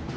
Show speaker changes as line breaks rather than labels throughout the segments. Mm,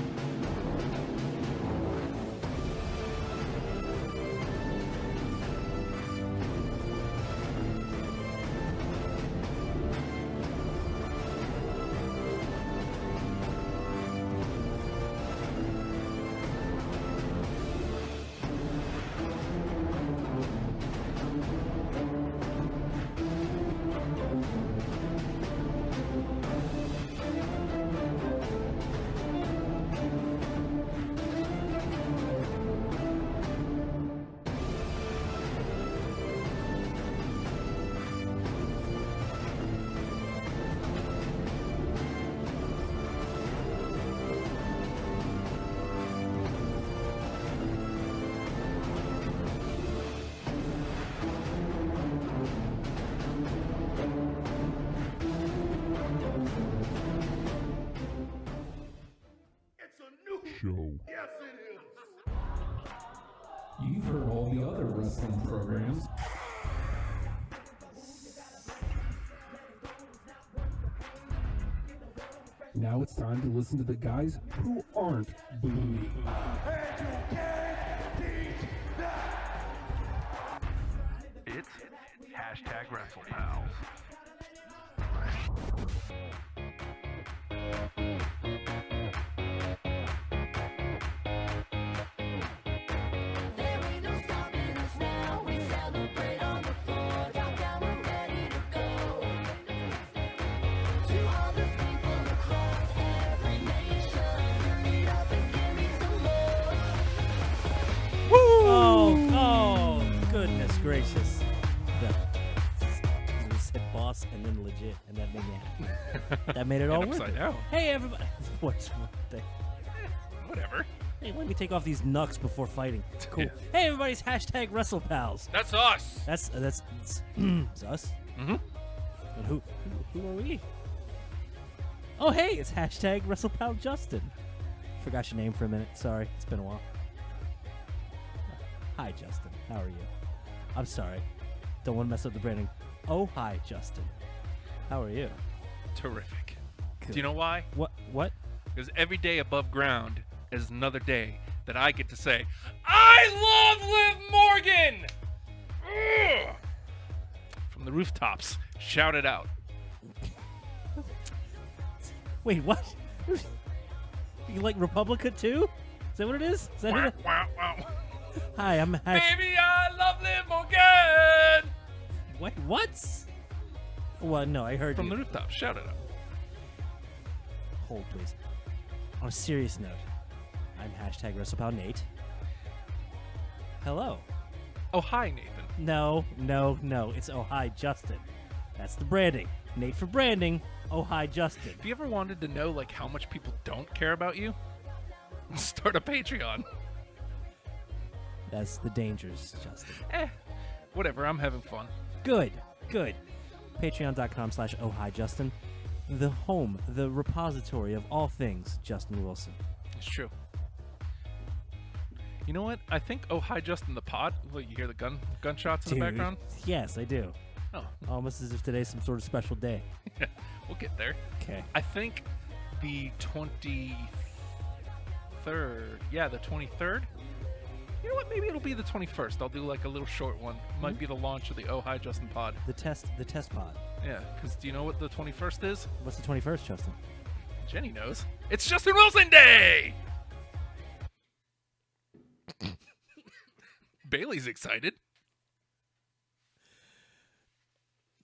show.
Yes, it is.
You've heard all the other wrestling programs. Now it's time to listen to the guys who aren't booty.
And you can't teach that.
It's hashtag WrestlePals.
There ain't no stopping us now. We celebrate on the floor. Drop down, we're ready to go. To all the people across every nation, turn it up and give me some more.
Oh, oh, goodness gracious. The- we said boss and then legit, and that made me happy. That made it all worth
upside
it.
down.
Hey, everybody. What's one thing?
Whatever.
Hey, let me take off these knucks before fighting. Cool. Hey, everybody's hashtag WrestlePals.
That's us.
That's uh, that's, that's it's us. Mm-hmm. And who, who who are we? Oh hey, it's hashtag WrestlePal Justin. Forgot your name for a minute. Sorry, it's been a while. Hi Justin, how are you? I'm sorry. Don't want to mess up the branding. Oh hi Justin, how are you?
Terrific.
Good.
Do you know why?
What what?
Because every day above ground is another day that I get to say, I love Liv Morgan! Ugh! From the rooftops, shout it out.
Wait what? you like Republica too? Is that what it is? Is that
Wow,
it?
wow, wow.
Hi, I'm hash-
Baby, I love Liv Morgan!
What? What? Well, no, I heard
From
you.
the rooftops, shout it out.
hold, please. On a serious note, I'm hashtag WrestlePound Nate. Hello.
Oh, hi, Nathan.
No, no, no. It's oh hi Justin. That's the branding. Nate for branding. Oh hi Justin.
Have you ever wanted to know, like, how much people don't care about you? Start a Patreon.
That's the dangers, Justin.
Eh, whatever, I'm having fun.
Good, good. Patreon.com slash oh hi Justin. The home, the repository of all things Justin Wilson.
It's true. You know what? I think Oh Hi Justin the Pod. Look, you hear the gun gunshots in the background?
Yes, I do.
Oh,
Almost as if today's some sort of special day.
we'll get there.
Okay.
I think the 23rd. Yeah, the 23rd. You know what? Maybe it'll be the 21st. I'll do like a little short one. Might be the launch of the Oh Hi Justin Pod.
The test the test pod.
Yeah, because do you know what the 21st is?
What's the 21st, Justin?
Jenny knows. It's Justin Wilson Day! Bailey's excited.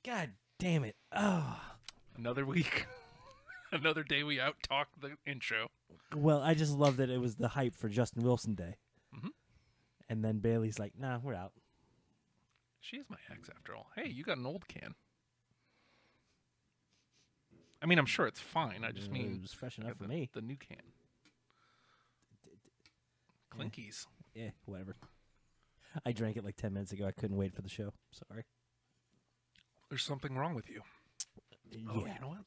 God damn it. Oh.
Another week. Another day we out talk the intro.
Well, I just love that it was the hype for Justin Wilson Day.
Mm-hmm.
And then Bailey's like, nah, we're out.
She is my ex after all. Hey, you got an old can. I mean, I'm sure it's fine. I just
Uh,
mean
it was fresh
uh,
enough for
the,
me.
The new can. Clinkies.
Yeah, whatever. I drank it like 10 minutes ago. I couldn't wait for the show. Sorry.
There's something wrong with you. Oh,
yeah.
you know what?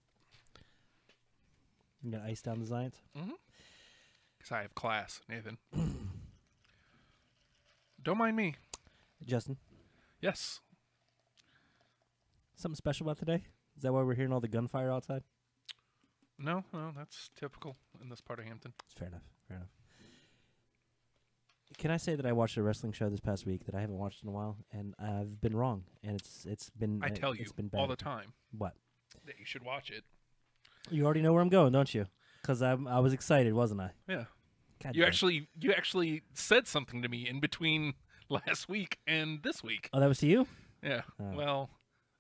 You gonna ice down the Zions?
Because Mm-hmm. I have class, Nathan. Don't mind me.
Justin,
Yes.
something special about today? Is that why we're hearing all the gunfire outside?
No, no, that's typical in this part of Hampton.
It's fair enough. Fair enough. Can I say that I watched a wrestling show this past week that I haven't watched in a while, and I've been wrong, and it's it's been
I
uh,
tell you
it's been bad.
all the time
What?
that you should watch it.
You already know where I'm going, don't you? Because I I was excited, wasn't I?
Yeah.
God
You
damn.
actually you actually said something to me in between last week and this week.
Oh, that was to you.
Yeah.
Oh.
Well,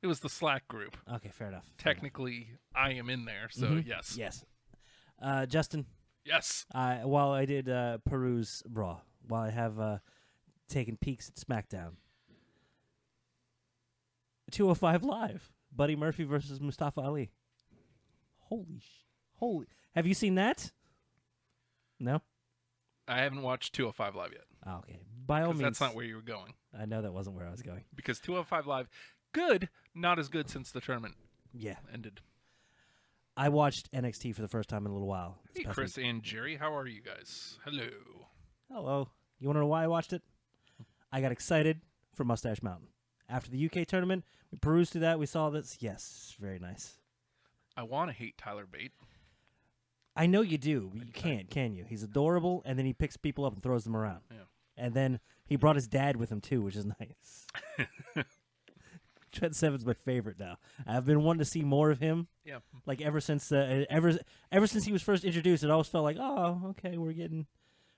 it was the Slack group.
Okay, fair enough. fair enough.
Technically, I am in there, so
Mm-hmm.
yes.
Yes. Uh, Justin,
Yes.
I, while I did uh, peruse Raw, while I have uh, taken peeks at SmackDown, 205 Live, Buddy Murphy versus Mustafa Ali. Holy sh! Holy. Have you seen that? No.
I haven't watched 205 Live yet.
Oh, okay. By all
'cause
means,
that's not where you were going.
I know that wasn't where I was going.
Because 205 Live, good, not as good since the tournament
Yeah.
ended.
I watched NXT for the first time in a little while. this
Hey,
past
Chris
week.
and Jerry, how are you guys? Hello.
Hello. You want to know why I watched it? I got excited for Mustache Mountain. After the UK tournament, we perused through that. We saw this. Yes, very nice.
I want to hate Tyler Bate.
I know you do, but you can't, can you? He's adorable, and then he picks people up and throws them around.
Yeah.
And then he brought his dad with him too, which is nice. Trent Seven's my favorite now. I've been wanting to see more of him.
Yeah.
Like ever since uh, ever ever since he was first introduced, it always felt like, oh, okay, we're getting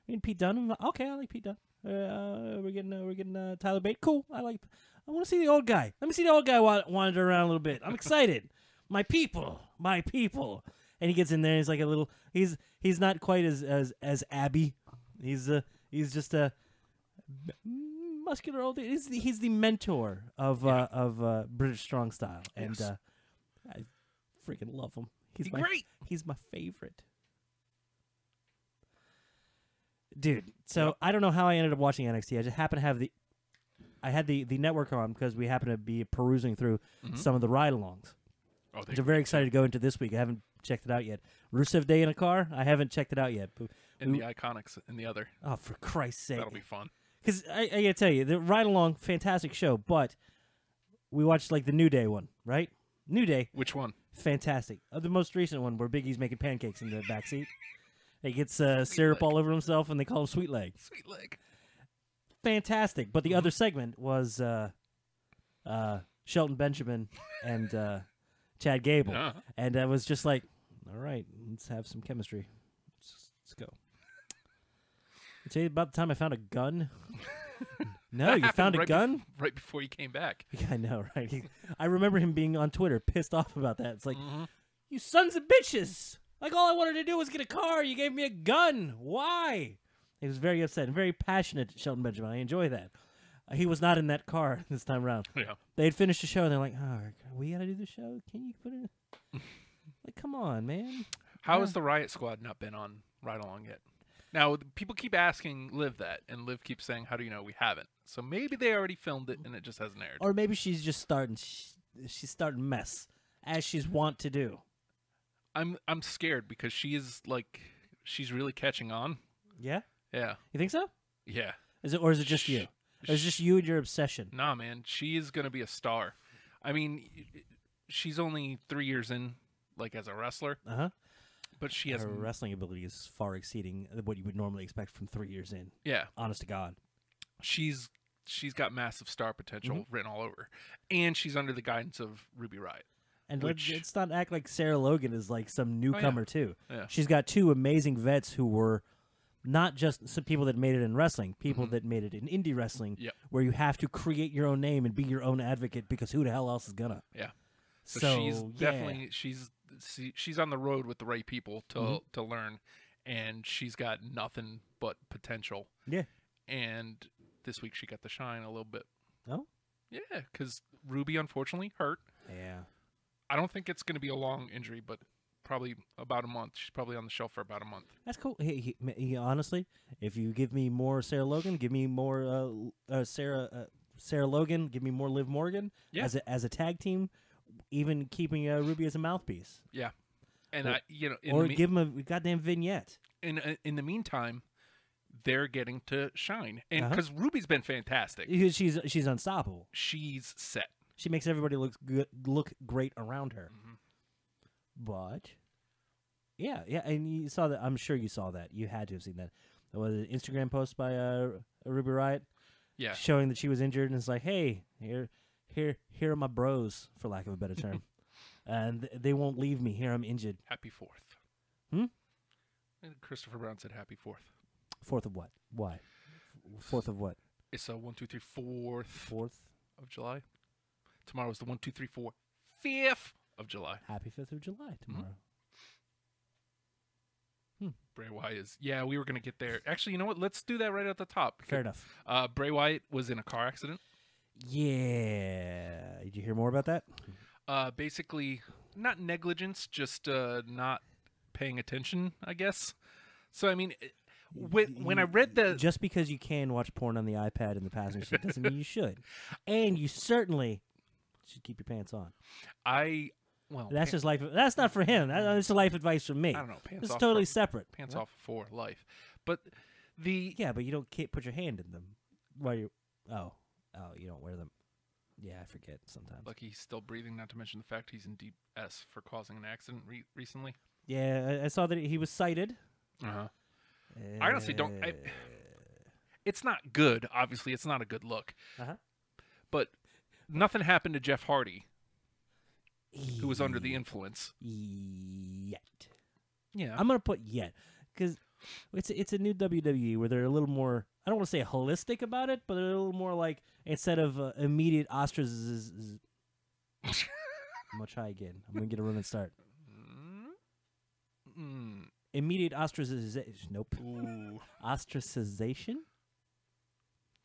we're getting Pete Dunne. Okay, I like Pete Dunne. Uh, we're getting uh, we're getting uh, Tyler Bate. Cool. I like. I want to see the old guy. Let me see the old guy wa- wander around a little bit. I'm excited. my people, my people. And he gets in there. and He's like a little. He's he's not quite as as as Abby. He's uh he's just a muscular old. He's the, he's the mentor of uh, of uh, British strong style, and
Yes.
uh, I freaking love him. He's
He's
my,
great.
He's my favorite. Dude, so I don't know how I ended up watching NXT. I just happened to have the I had the the network on because we happened to be perusing through
Mm-hmm.
some of the ride-alongs.
Oh, they,
Which I'm very excited to go into this week. I haven't checked it out yet. Rusev Day in a car. I haven't checked it out yet. But
and the iconics and the other.
oh, for Christ's sake!
That'll be fun.
Because I, I gotta tell you, the ride along, fantastic show. But we watched like the New Day one, right? New Day,
Which one?
fantastic. Uh, the most recent one where Biggie's making pancakes in the backseat. He gets uh, syrup all over himself, and they call him Sweet Leg.
Sweet leg.
Fantastic. But
Mm-hmm.
the other segment was uh, uh, Shelton Benjamin and uh, Chad Gable,
Yeah.
and I was just like, "All right, let's have some chemistry. Let's, let's go." I'd say about the time I found a gun. no, Oh, you found a
Right bef-
gun.
right before he came back.
Yeah, I know, right? He- I remember him being on Twitter pissed off about that. It's like, you sons of bitches! Like, all I wanted to do was get a car. You gave me a gun. Why? He was very upset and very passionate, Shelton Benjamin. I enjoy that. Uh, he was not in that car this time around.
Yeah.
They had finished the show and they're like, oh, we got to do the show. Can you put it? like, come on, man.
How has the Riot Squad not been on Ride Along yet? Now th- people keep asking Liv that, and Liv keeps saying, "How do you know we haven't?" So maybe they already filmed it and it just hasn't aired.
Or maybe she's just starting. Sh- she's starting mess, as she's wont to do.
I'm I'm scared because she is like she's really catching on.
Yeah,
Yeah,
you think so?
yeah.
Is it or is it just you? Or is it just you and your obsession?
Nah, man, she is gonna be a star. I mean, y- y- she's only three years in, like as a wrestler,
Uh huh.
but she has
her wrestling ability is far exceeding what you would normally expect from three years in.
yeah.
Honest to God.
She's she's got massive star potential
Mm-hmm.
written all over, and she's under the guidance of Ruby Riot.
And let-
Which- Oh,
let's not act like Sarah Logan is like some newcomer too.
Yeah.
She's got two amazing vets who were not just some people that made it in wrestling, people that made it in indie wrestling,
Mm-hmm. Yep.
where you have to create your own name and be your own advocate because who the hell else is gonna?
Yeah.
So,
she's
yeah.
definitely she's she, she's on the road with the right people to
Mm-hmm.
to learn, and she's got nothing but potential.
yeah.
And this week she got the shine a little bit.
Oh,
Yeah, because Ruby unfortunately hurt.
yeah.
I don't think it's going to be a long injury, but probably about a month. She's probably on the shelf for about a month.
That's cool. Hey, he, ma- he- honestly, if you give me more Sarah Logan, give me more uh, L- uh, Sarah uh, Sarah Logan, give me more Liv Morgan
Yeah.
as a, as a tag team, even keeping uh, Ruby as a mouthpiece,
Yeah, and I you know in
or
the me-
give him a goddamn vignette.
in uh, in the meantime, they're getting to shine, and
Uh-huh.
because Ruby's been fantastic,
Because She's she's unstoppable.
she's set.
She makes everybody look good, look great around her. But yeah, yeah, and you saw that. I'm sure you saw that. You had to have seen that. It was an Instagram post by uh, Ruby Riot.
Yeah,
showing that she was injured and it's like hey here here here are my bros for lack of a better term and th- they won't leave me here i'm injured
Happy Fourth.
Hmm?
And Christopher Brown said Happy Fourth.
fourth of what why fourth of what
It's a one, two, three, fourth
fourth
of July. Tomorrow's the one, two, three, four, fifth of July.
happy fifth of july tomorrow
Bray Wyatt is. Yeah, we were gonna get there. Actually, you know what? Let's do that right at the top.
fair enough
Uh, Bray Wyatt was in a car accident.
yeah did you hear more about that
Uh, basically, not negligence, just uh, not paying attention, I guess. So I mean, it- when when I read the
just because you can watch porn on the ipad in the passenger seat doesn't mean you should and you certainly should keep your pants on
I Well,
That's
pan-
just life. That's not for him. That- That's life advice from me.
Oh, I don't know, pants
This is
off
totally
for-
separate.
pants off for life. But the
Yeah, but you don't can't put your hand in them while you. Oh, oh, you don't wear them. Yeah, I forget sometimes.
lucky he's still breathing. Not to mention the fact he's in deep S for causing an accident re- recently.
Yeah, I, I saw that he was cited.
Uh huh.
Uh-huh.
I honestly don't. I, it's not good. Obviously, it's not a good look.
Uh-huh.
But nothing happened to Jeff Hardy,
Uh,
who was under the
Ye-
influence.
yet.
Yeah.
I'm gonna put yet because it's it's a new WWE where they're a little more. I don't want to say holistic about it, but they're a little more like instead of uh, immediate ostracism. I'm gonna try again. I'm gonna get a run and start.
Mm-hmm. Mm.
Immediate ostracization. Nope.
Ooh.
Ostracization.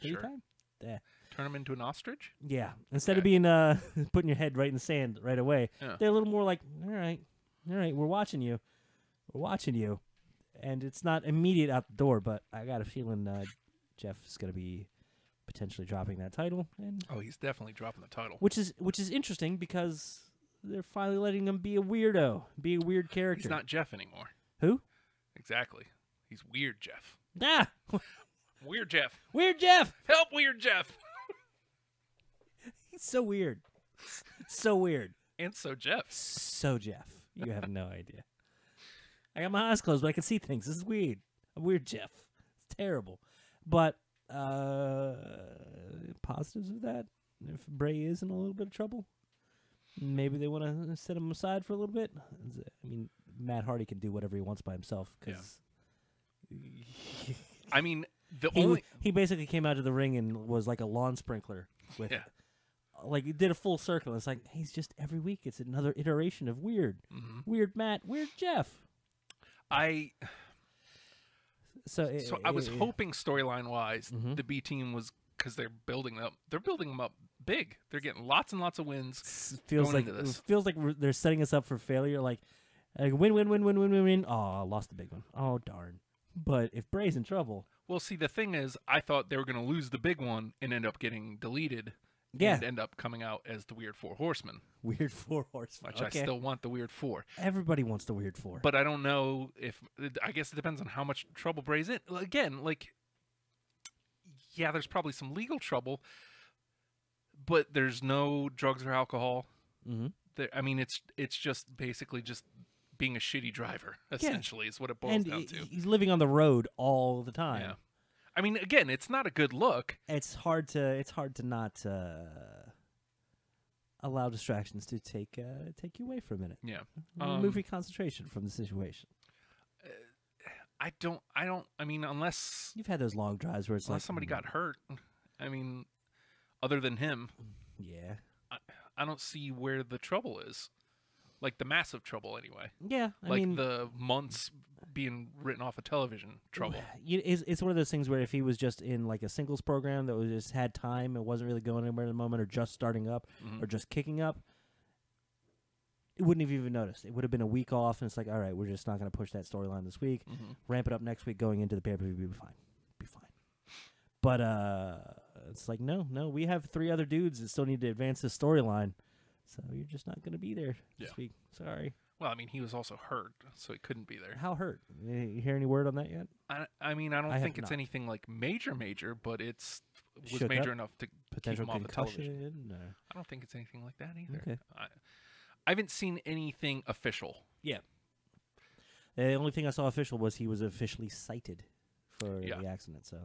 Third
Sure.
time? Yeah.
Turn him into an ostrich?
Yeah. Instead of
Okay.
being uh putting your head right in the sand right away,
Yeah.
they're a little more like, all right, all right, we're watching you, we're watching you, and it's not immediate out the door. But I got a feeling uh, Jeff is going to be potentially dropping that title, and
Oh, he's definitely dropping the title.
which is which is interesting because they're finally letting him be a weirdo, be a weird character.
He's not Jeff anymore.
Who?
Exactly. He's weird Jeff.
Ah,
Weird Jeff.
weird Jeff.
Help weird Jeff.
He's so weird, so weird.
And so Jeff.
So Jeff, you have no idea. I got my eyes closed, but I can see things. This is weird. I'm weird, Jeff. It's terrible. But uh positives of that, if Bray is in a little bit of trouble, maybe they want to set him aside for a little bit. I mean, Matt Hardy can do whatever he wants by himself because
I mean, the
he,
only
he basically came out of the ring and was like a lawn sprinkler with.
Yeah.
Like he did a full circle. It's like he's just every week. It's another iteration of weird,
Mm-hmm.
weird Matt, weird Jeff.
I
So, it,
so I was
it-
hoping storyline wise
Mm-hmm.
the B team was because they're building them. They're building them up big. They're getting lots and lots of wins.
it feels
going
like
into this.
it feels like we're- they're setting us up for failure. Like, like win, win, win, win, win, win, win. Oh, I lost the big one. Oh darn. But if Bray's in trouble,
Well, see, the thing is, I thought they were going to lose the big one and end up getting deleted.
Yeah.
And end up coming out as the Weird Four Horsemen,
weird four horse
which
okay.
I still want the Weird Four.
Everybody wants the weird four.
But I don't know if. I guess it depends on how much trouble Bray's in. Again, like, yeah, there's probably some legal trouble, but there's no drugs or alcohol.
Mhm.
There, I mean, it's it's just basically just being a shitty driver. Essentially, is what it boils
and
down
he-
to.
he's living on the road all the time.
yeah. I mean, again, it's not a good look.
It's hard to it's hard to not uh, allow distractions to take uh, take you away for a minute.
Yeah. Um,
Remove your concentration from the situation.
I don't. I don't. I mean, unless
You've had those long drives where it's
unless
like
somebody
"Mm,
got hurt. I mean, other than him,
yeah
I don't see where the trouble is. Like the massive trouble, anyway.
yeah. I
like
mean,
the months being written off of television trouble.
you, it's, it's one of those things where if he was just in like a singles program that was just had time and wasn't really going anywhere at the moment or just starting up
Mm-hmm.
or just kicking up it wouldn't have even noticed it would have been a week off and it's like all right we're just not going to push that storyline this week
Mm-hmm.
ramp it up next week going into the pay-per-view we'll be fine be fine but uh it's like no no we have three other dudes that still need to advance this storyline so you're just not going to be there
Yeah.
this week sorry
Well, I mean, he was also hurt, so he couldn't be there.
how hurt you hear any word on that yet
I, I mean, I don't
I have
think it's
not.
anything like major, major, but it's was
Shook
major
up?
enough to
potential
keep him off of television.
concussion or-
I don't think it's anything like that either.
Okay.
I, I haven't seen anything official.
Yeah. The only thing I saw official was he was officially cited for
Yeah.
the accident, so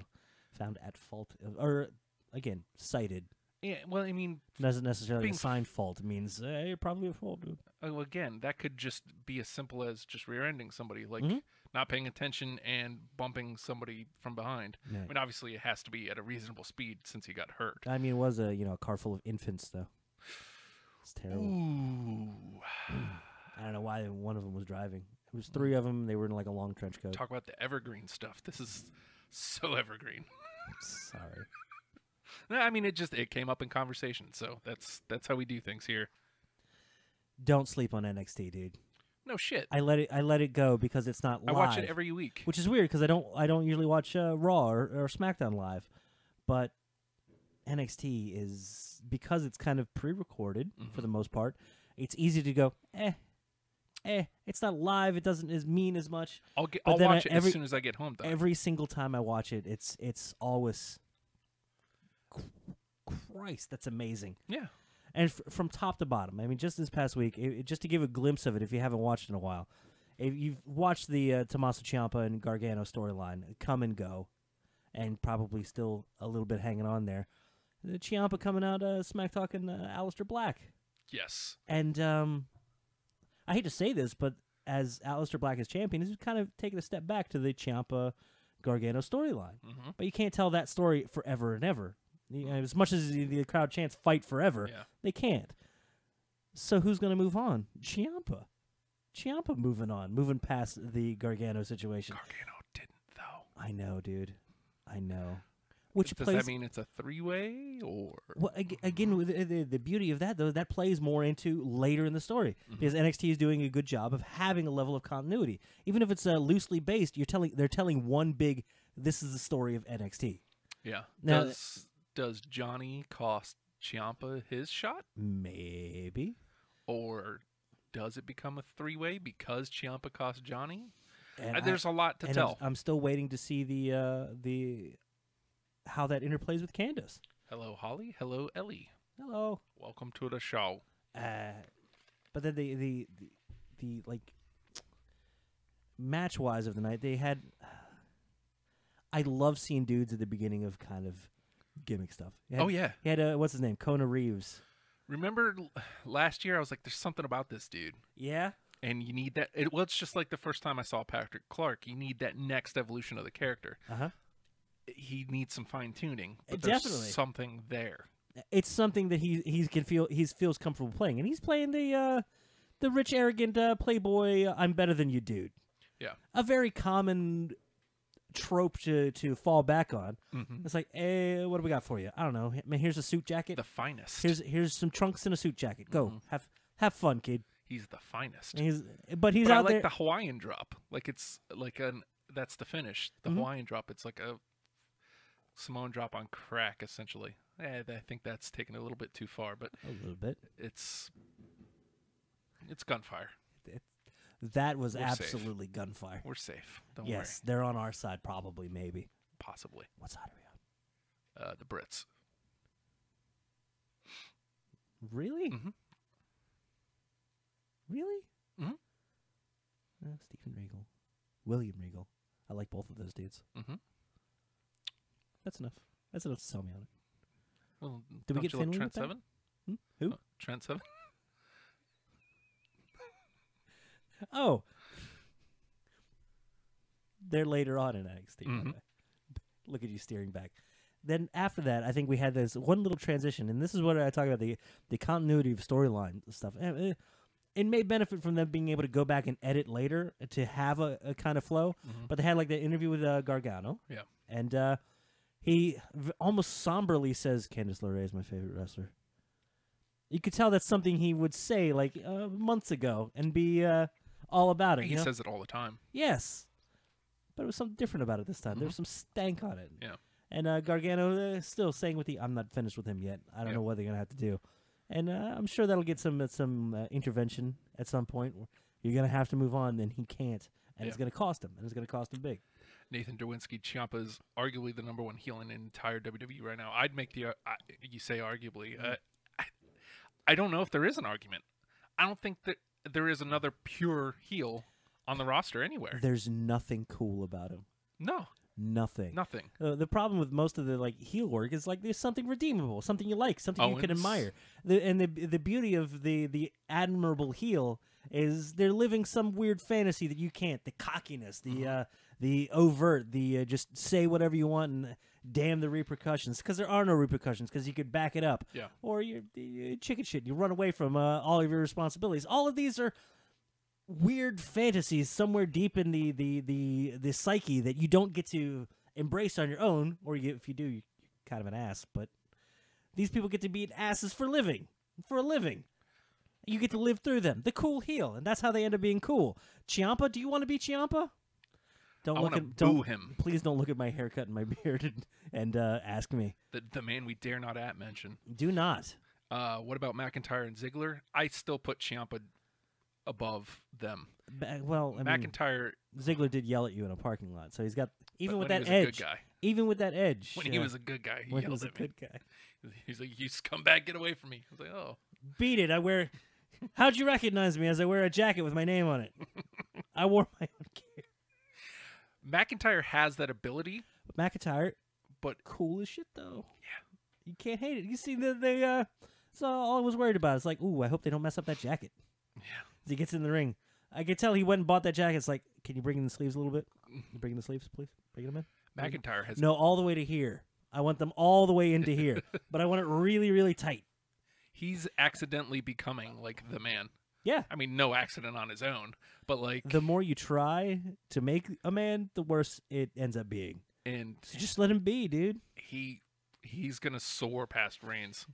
found at fault of- or again cited.
Yeah. Well, I mean,
Doesn't necessarily
Being f-
assign fault. It means uh, you're probably at fault, dude.
oh, again, that could just be as simple as just rear-ending somebody, like
Mhm.
not paying attention and bumping somebody from behind. I
Right.
mean, obviously, it has to be at a reasonable speed since he got hurt.
I mean, it was a you know a car full of infants though. It's terrible.
Mm.
oh.
Ooh.
I don't know why one of them was driving. It was three of them. They were in like a long trench coat.
Mm. talk about the evergreen stuff. This is so evergreen.
Sorry.
No, I mean, it just it came up in conversation, so that's that's how we do things here.
Don't sleep on NXT, dude.
No shit. I,
I let it. I let it go because it's not. Live.
watch it every week.
which is weird because I don't I don't usually watch uh, Raw or, or SmackDown live, but NXT is because it's kind of pre-recorded for the most part. it's easy to go, eh, eh. It's not live. It doesn't as mean as much.
I'll get,
But
I'll
then I-
watch it
every-
as soon as I get home. Though.
Every single time I watch it, it's it's always, Christ, that's amazing.
yeah.
and f- from top to bottom. I mean, just this past week, i i- just to give a glimpse of it, if you haven't watched in a while, if you've watched the uh, Tommaso Ciampa and Gargano storyline come and go, and probably still a little bit hanging on there, the Ciampa coming out uh, smack talking uh, Aleister Black,
Yes.
and um, I hate to say this, but as Aleister Black is champion, he's kind of taking a step back to the Ciampa Gargano storyline.
Mm-hmm.
But you can't tell that story forever and ever. You know, as much as the the crowd chants "fight forever,"
Yeah.
they can't. So who's going to move on? Ciampa. Ciampa moving on, moving past the Gargano situation.
Gargano didn't though.
I know, dude. I know. Which
Does
plays
that mean it's a three-way or?
well, ag- again, with the, the, the beauty of that though, that plays more into later in the story
Mm-hmm.
because NXT is doing a good job of having a level of continuity, even if it's uh, loosely based. You're telling they're telling one big. This is the story of NXT.
Yeah.
Now-
does does Johnny cost Ciampa his shot,
Maybe
or does it become a three-way because Ciampa cost Johnny?
And
Uh,
I-
There's a lot to
and
tell.
I'm, I'm still waiting to see the uh, the how that interplays with Candace.
Hello, Holly. Hello, Ellie.
Hello.
Welcome to the show.
Uh, but then the the the, the like match wise of the night, they had. I love seeing dudes at the beginning of kind of gimmick stuff. You had-
Oh, yeah.
he had uh, what's his name, Kona Reeves.
Remember l- last year? I was like, "There's something about this dude."
Yeah,
and you need that. It, well, it's just like the first time I saw Patrick Clark. You need that next evolution of the character.
Uh-huh.
He needs some fine tuning,
Uh,
but there's
definitely.
something there.
it's something that he he can feel he feels comfortable playing, and he's playing the uh, the rich, arrogant uh, playboy. uh, I'm better than you, dude.
Yeah.
a very common trope to to fall back on.
Mm-hmm.
It's like, eh, what do we got for you? I don't know. Man, here's a suit jacket.
The finest.
here's here's some trunks and a suit jacket. Go
Mm-hmm.
have have fun, kid.
he's the finest.
And He's but he's
but I
out
like
there.
the Hawaiian drop. Like it's like an that's the finish. The
Mm-hmm.
Hawaiian drop. It's like a Simone drop on crack, essentially. Eh, I think that's taken a little bit too far, but
a little bit.
it's it's gunfire.
That was
safe.
absolutely gunfire.
We're safe. Don't
yes, they're on our side, probably, maybe.
worry. Possibly
What side are we
uh, the Brits.
on? Really?
Mhm.
Really?
Mhm. Mm-hmm.
Uh, Stephen Regal, William Regal. I like both of those dudes.
Mhm.
That's enough. That's enough to sell me on it.
Well,
Did we
don't
get
you like
Finley
Trent
with that?
Seven?
Hmm? Who?
Uh, Trent Seven.
Oh. They're later on in NXT. by the
Mhm.
way. Look at you steering back. Then after that, I think we had this one little transition, and this is what I talk about the the continuity of storyline stuff. Eh, eh, It may benefit from them being able to go back and edit later to have a, a kind of flow. But they had like the interview with uh, Gargano,
Yeah.
and uh, he v- almost somberly says, "Candice LeRae is my favorite wrestler." You could tell that's something he would say like uh, months ago and be uh, all about it.
He
you know?
says it all the time.
Yes. But it was something different about it this time. There was some stank on it.
Mm-hmm. Yeah.
And uh, Gargano uh, still saying with the, I'm not finished with him yet. I don't
Yeah.
know what they're going to have to do. And uh, I'm sure that'll get some uh, some uh, intervention at some point. You're going to have to move on, then he can't. And it's
Yeah.
going to cost him. And it's going to cost him big.
Nathan Derwinski Ciampa is arguably the number one heel in the entire WWE right now. I'd make the uh, I, you say arguably.
Mm-hmm.
Uh, I, I don't know if there is an argument. I don't think that there is another pure heel on the roster anywhere.
There's nothing cool about him.
no,
Nothing.
nothing.
Uh, the problem with most of the like heel work is like there's something redeemable, something you like, something you can
Owens.
admire. The, and the the beauty of the the admirable heel is they're living some weird fantasy that you can't. The cockiness, the uh, the overt, the uh, just say whatever you want and damn the repercussions because there are no repercussions because you could back it up.
Yeah.
Or you're, you chicken shit. You run away from uh, all of your responsibilities. All of these are weird fantasies somewhere deep in the the the the psyche that you don't get to embrace on your own, or you, if you do, you're kind of an ass. But these people get to be asses for living, for a living. You get to live through them. The cool heel, and that's how they end up being cool. Chiampa, do you want to be Chiampa? Don't
I
look
wanna
at don't,
boo him.
Please don't look at my haircut and my beard and, and uh, ask me.
The, the man we dare not at mention.
Do not.
Uh, what about McIntyre and Ziggler? I still put Ciampa above them.
Ba- well, I mean,
McIntyre
Ziggler did yell at you in a parking lot, so he's got even
But
with
when
that
he was a
edge.
good guy.
Even with that edge,
when
yeah,
he was a good guy, he
when he
yelled
was a
at me.
good guy.
He's like, "You scumbag, get away from me!" I was like, "Oh,
Beat it! I wear. How'd you recognize me as I wear a jacket with my name on it? I wore my own gear.
McIntyre has that ability,
McIntyre,
but
cool as shit though. Yeah, you can't hate it. You see the the. Uh, that's all I was worried about. It's like, ooh, I hope they don't mess up that jacket.
Yeah.
As he gets in the ring, I could tell he went and bought that jacket. It's like, can you bring in the sleeves a little bit? Can you bring in the sleeves, please. Bring them in.
McIntyre has
No, all the way to here. I want them all the way into here, but I want it really, really tight.
he's accidentally becoming like the man.
Yeah.
I mean, no accident on his own, but like,
The more you try to make a man, the worse it ends up being.
and
So just let him be, dude.
he he's gonna soar past Reigns.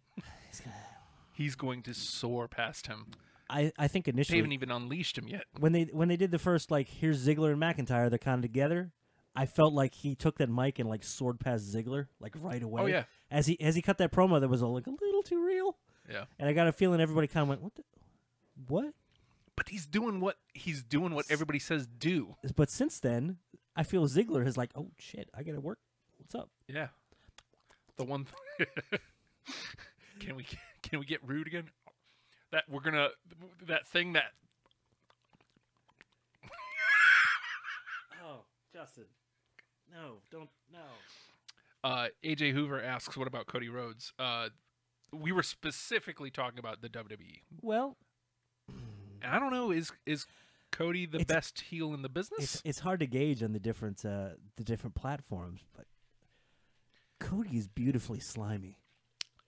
He's going to soar past him.
I, I think
They haven't
initially
even unleashed him yet.
when they when they did the first like here's Ziggler and McIntyre, they're kind of together. I felt like he took that mic and like sword past Ziggler like right away.
yeah.
As he as he cut that promo, that was like a little too real,
Yeah,
and I got a feeling everybody kind of went what the what
but he's doing what he's doing what everybody says do.
but since then, I feel Ziggler is like, oh shit, I gotta work. What's up?
Yeah, the one. th- can we can we get rude again? That we're gonna that thing that
Oh, Justin, no, don't, no.
uh, AJ Hoover asks, "What about Cody Rhodes?" Uh, we were specifically talking about the WWE.
Well,
And I don't know is is Cody the
Mm-hmm. It's-
best heel in the
it's
business?
it's hard to gauge on the different uh, the different platforms, but Cody is beautifully slimy.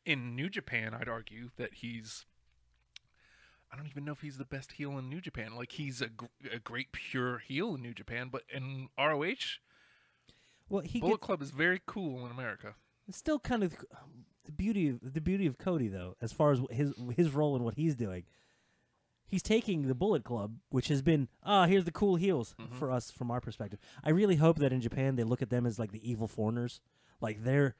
In New Japan, I'd argue that he's. I don't even know if he's the best heel in New Japan. Like he's a, gr- a great pure heel in New Japan, but in ROH,
Well, he
Bullet
gets,
Club is very cool in America.
it's still kind of the beauty of the beauty of Cody though, as far as his his role and what he's doing. He's taking the Bullet Club, which has been ah, here's the cool heels for us from our perspective. I really hope that in Japan they look at them as like the evil foreigners, like they're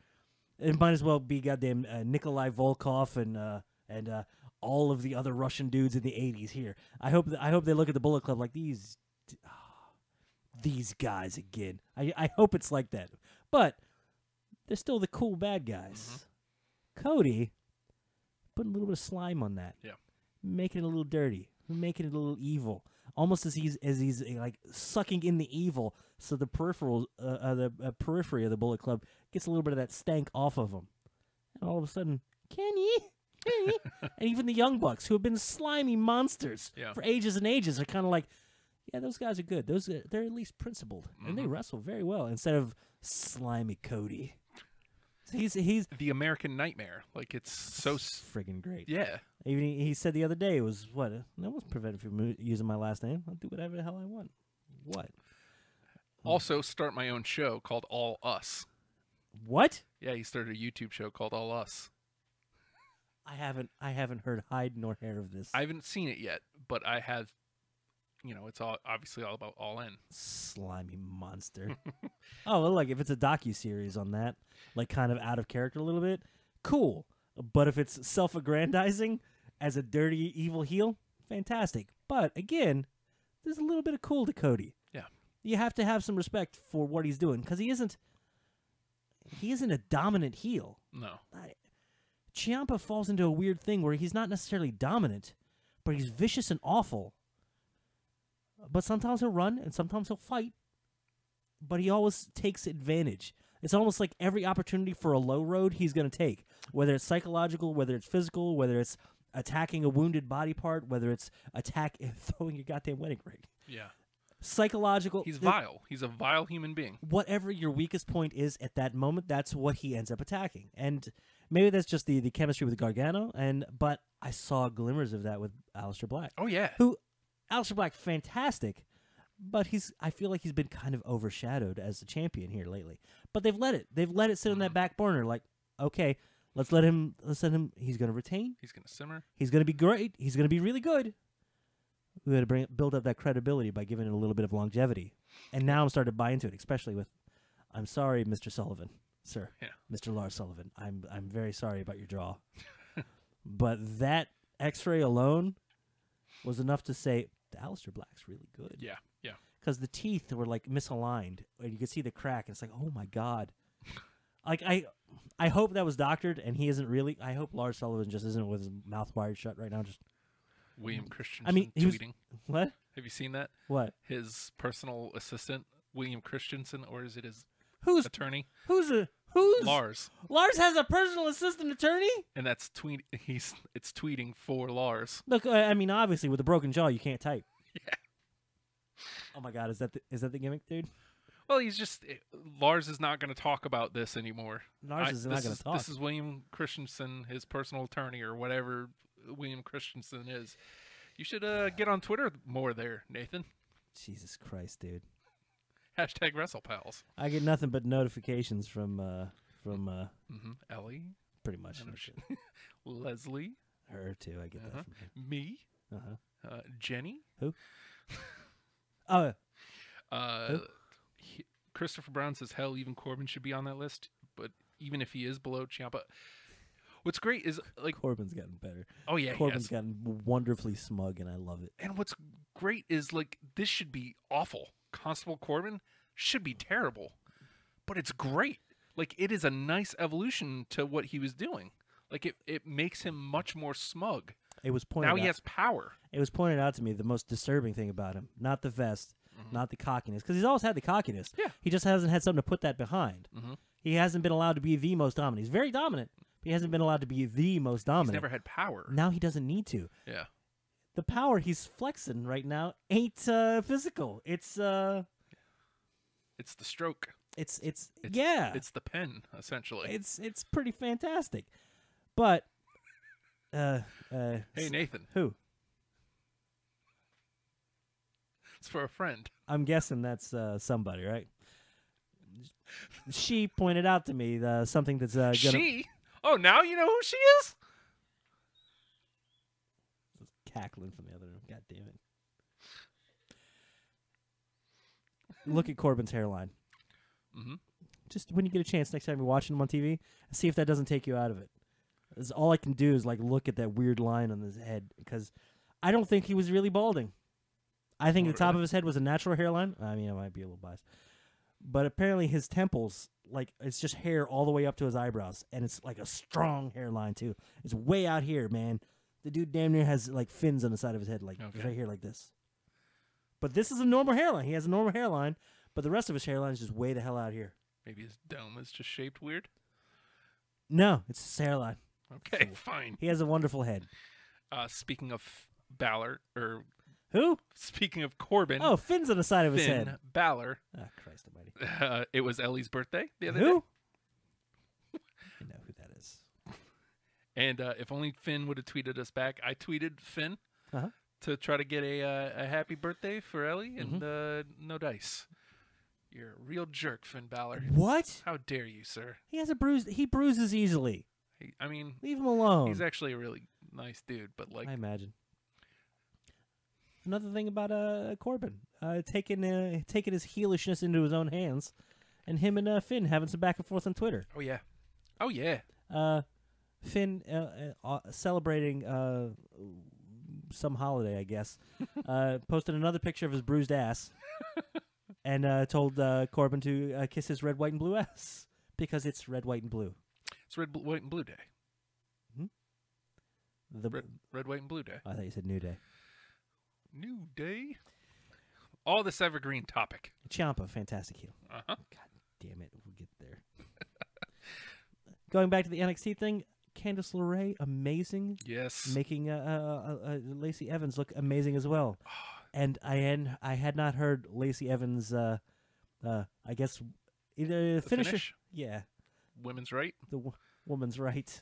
it might as well be goddamn uh, Nikolai Volkov and uh, and uh, all of the other Russian dudes in the '80s here. I hope that, I hope they look at the Bullet Club like these d- ah, these guys again. I I hope it's like that, but they're still the cool bad guys. Cody putting a little bit of slime on that,
Yeah.
making it a little dirty, making it a little evil. Almost as he's as he's eh, like sucking in the evil, so the peripheral, uh, uh, the uh, periphery of the Bullet Club gets a little bit of that stank off of him, and all of a sudden, Kenny, Kenny, and even the Young Bucks, who have been slimy monsters
Yeah.
for ages and ages, are kind of like, yeah, those guys are good. Those uh, they're at least principled, and
Mm-hmm.
they wrestle very well instead of slimy Cody. So he's he's
The American Nightmare, like it's so s-
friggin' great.
yeah.
Even he he said the other day it was what uh, no one's prevented from mo- using my last name. I'll do whatever the hell I want. What?
Also, start my own show called All Us.
What?
Yeah, he started a YouTube show called All Us.
I haven't I haven't heard hide nor hair of this.
I haven't seen it yet, but I have. You know, it's all obviously all about All In.
slimy monster. oh, well, look, if it's a docu series on that, like kind of out of character a little bit, cool. But if it's self-aggrandizing as a dirty evil heel, fantastic. But again, there's a little bit of cool to Cody.
Yeah.
You have to have some respect for what he's doing cuz he isn't he isn't a dominant heel.
No,
I- Ciampa falls into a weird thing where he's not necessarily dominant, but he's vicious and awful. But sometimes he'll run and sometimes he'll fight, but he always takes advantage. It's almost like every opportunity for a low road he's going to take, whether it's psychological, whether it's physical, whether it's attacking a wounded body part, whether it's attack throwing your goddamn wedding ring.
yeah,
Psychological.
he's
the-
vile. He's a vile human being.
whatever your weakest point is at that moment, that's what he ends up attacking. And maybe that's just the, the chemistry with Gargano. And but I saw glimmers of that with Aleister Black,
Oh yeah,
who Aleister Black, fantastic, but he's I feel like he's been kind of overshadowed as the champion here lately. But they've let it they've let it sit on that back burner. Like okay, let's let him let's let him. He's going to retain.
he's gonna simmer.
He's going to be great. He's going to be really good. We got to bring build up that credibility by giving it a little bit of longevity. And now I'm starting to buy into it, especially with I'm sorry, Mr. Sullivan, sir.
Yeah.
Mr. Lars Sullivan. I'm I'm very sorry about your draw. But that X-ray alone was enough to say Alistair Black's really good.
Yeah, yeah.
because the teeth were like misaligned, and you could see the crack. And it's like, oh my god, like I, I hope that was doctored, and he isn't really. I hope Lars Sullivan just isn't with his mouth wired shut right now. Just
William Christensen
I mean, he was-
tweeting.
what?
Have you seen that?
What?
His personal assistant, William Christensen, or is it his
Who's
attorney,
who's a who's
Lars?
Lars has a personal assistant attorney.
And that's tweet. He's it's tweeting for Lars.
Look, I, I mean, obviously with a broken jaw, you can't type. Yeah. Oh my god, is that the, is that the gimmick, dude?
Well, he's just eh, Lars is not going to talk about this anymore.
Lars
I-
is not
this
gonna talk.
This is William Christensen, his personal attorney or whatever William Christensen is. You should uh, get on Twitter more there, Nathan.
Jesus Christ, dude.
Hashtag WrestlePals.
I get nothing but notifications from uh from uh
Mm-hmm. Ellie,
pretty much
Leslie,
her too. I get
Uh-huh.
that. From
me,
her. Uh-huh.
uh, Jenny,
Oh,
uh, he- Christopher Brown says, hell, even Corbin should be on that list. But even if he is below Ciampa, what's great is like,
Corbin's gotten better.
oh yeah, he
Corbin's
has.
gotten wonderfully smug, and I love it.
and what's great is like this should be awful. Constable Corbin should be terrible, but it's great. Like it is a nice evolution to what he was doing. Like it, it makes him much more smug.
It was pointed
now
out.
he has power.
It was pointed out to me the most disturbing thing about him, not the vest, not the cockiness, because he's always had the cockiness.
Mm-hmm. Yeah. Mm-hmm.
He just hasn't had something to put that behind. He hasn't been allowed to be the most dominant. He's very dominant, but he hasn't been allowed to be the most
He's
dominant.
never had power.
now he doesn't need to.
Yeah.
The power he's flexing right now ain't uh, physical. It's uh,
It's the stroke.
it's it's,
It's,
yeah.
It's the pen, essentially.
it's it's pretty fantastic. But uh uh
hey,
s-
Nathan,
who?
it's for a friend.
I'm guessing that's uh somebody, right? She pointed out to me uh, something that's uh, gonna
She? Oh, now you know who she is?
cackling from the other room. God damn it. Look at Corbin's hairline.
Mhm.
Just when you get a chance next time you're watching him on TV, see if that doesn't take you out of it. 'Cause all I can do is like look at that weird line on his head because I don't think he was really balding. I think
Oh,
the top
really?
of his head was a natural hairline. I mean, I might be a little biased, but apparently his temples, like it's just hair all the way up to his eyebrows, and it's like a strong hairline too. It's way out here, man. The dude damn near has like fins on the side of his head, like
Okay.
right here, like this. But this is a normal hairline. He has a normal hairline, but the rest of his hairline is just way the hell out here.
Maybe his dome is just shaped weird.
No, it's his hairline.
Okay, fine.
He has a wonderful head.
Uh, speaking of Balor, or
Who?
speaking of Corbin,
Oh, fins on the side of his
Finn
head.
Balor,
Ah, Christ Almighty.
uh, it was Ellie's birthday the other
Who?
day.
I know who that is.
And uh, if only Finn would have tweeted us back, I tweeted Finn
Uh-huh.
to try to get a, uh, a happy birthday for Ellie and uh,
Mm-hmm.
no dice. You're a real jerk, Finn Balor.
What?
How dare you, sir?
He has a bruise. He bruises easily.
He- I mean,
Leave him alone.
he's actually a really nice dude, but like,
I imagine. Another thing about uh, Corbin uh, taking uh, taking his heelishness into his own hands, and him and uh, Finn having some back and forth on Twitter.
oh yeah, oh yeah,
Uh, Finn uh, uh, uh, celebrating uh, some holiday, I guess. uh, posted another picture of his bruised ass, and uh, told uh, Corbin to uh, kiss his red, white, and blue ass because it's red, white, and blue.
it's red, Bl- white, and blue day.
The
Red, red, white, and blue day.
I thought you said New Day.
New day. All this evergreen topic.
Ciampa, fantastic heel.
Uh-huh.
damn it, we'll get there. Going back to the NXT thing, Candice LeRae, amazing,
Yes.
making uh, uh, uh, uh, Lacey Evans look amazing as well. And I had, I had not heard Lacey Evans, uh, uh, I guess, either the finisher.
finish?
Yeah,
Women's right.
the w- woman's right.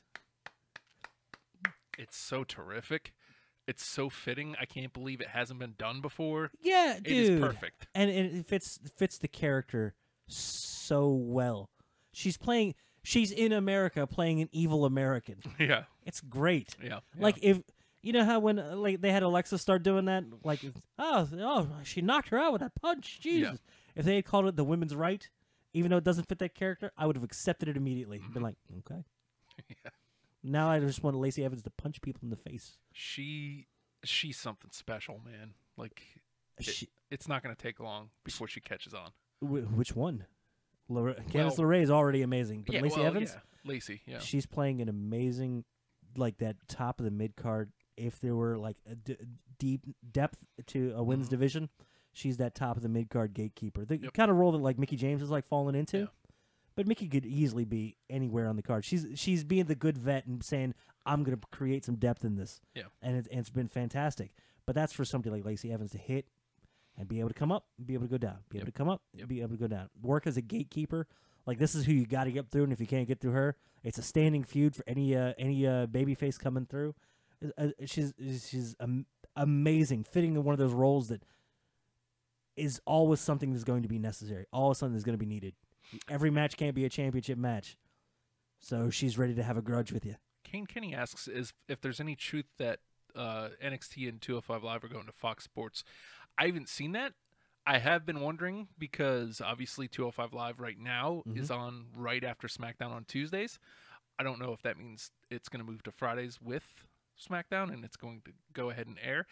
It's so terrific. It's so fitting. I can't believe it hasn't been done before.
Yeah, dude.
It is perfect.
and and it fits fits the character so well. She's playing. She's in America playing an evil American.
Yeah.
It's great.
Yeah.
Like if you know how when uh, like they had Alexa start doing that, like it's, oh oh she knocked her out with that punch. Jesus! If they had called it the women's
Mm-hmm.
right, even though it doesn't fit that character, I would have accepted it immediately. Been like, okay, Now I just want Lacey Evans to punch people in the face.
She she's something special, man. Like it-
She,
it's not gonna take long before she catches on.
wh- which one? Lora, Candice
Well-
LeRae is already amazing, but Lacey
well,
Evans,
yeah. Lacey, yeah.
she's playing an amazing, like that top of the mid card. If there were like a d- deep depth to a women's division, she's that top of the mid card gatekeeper. The
Mm-hmm. Yep.
kind of role that like Mickey James is like falling into.
Yeah.
But Mickey could easily be anywhere on the card. She's she's being the good vet and saying, "I'm going to create some depth in this."
Yeah.
and, it, and it's been fantastic. But that's for somebody like Lacey Evans to hit and be able to come up, be able to go down, be able to come up, be able to go down. Work as a gatekeeper. Like this is who you got to get through, and if you can't get through her, it's a standing feud for any uh, any uh, babyface coming through. Uh, uh, she's she's um, amazing, fitting in one of those roles that is always something that's going to be necessary, always something that's going to be needed. Every match can't be a championship match, so she's ready to have a grudge with you.
Kane Kenny asks is if there's any truth that uh, NXT and 205 Live are going to Fox Sports. I haven't seen that. I have been wondering because obviously 205 Live right now
Mm-hmm.
is on right after SmackDown on Tuesdays. I don't know if that means it's going to move to Fridays with SmackDown and it's going to go ahead and air.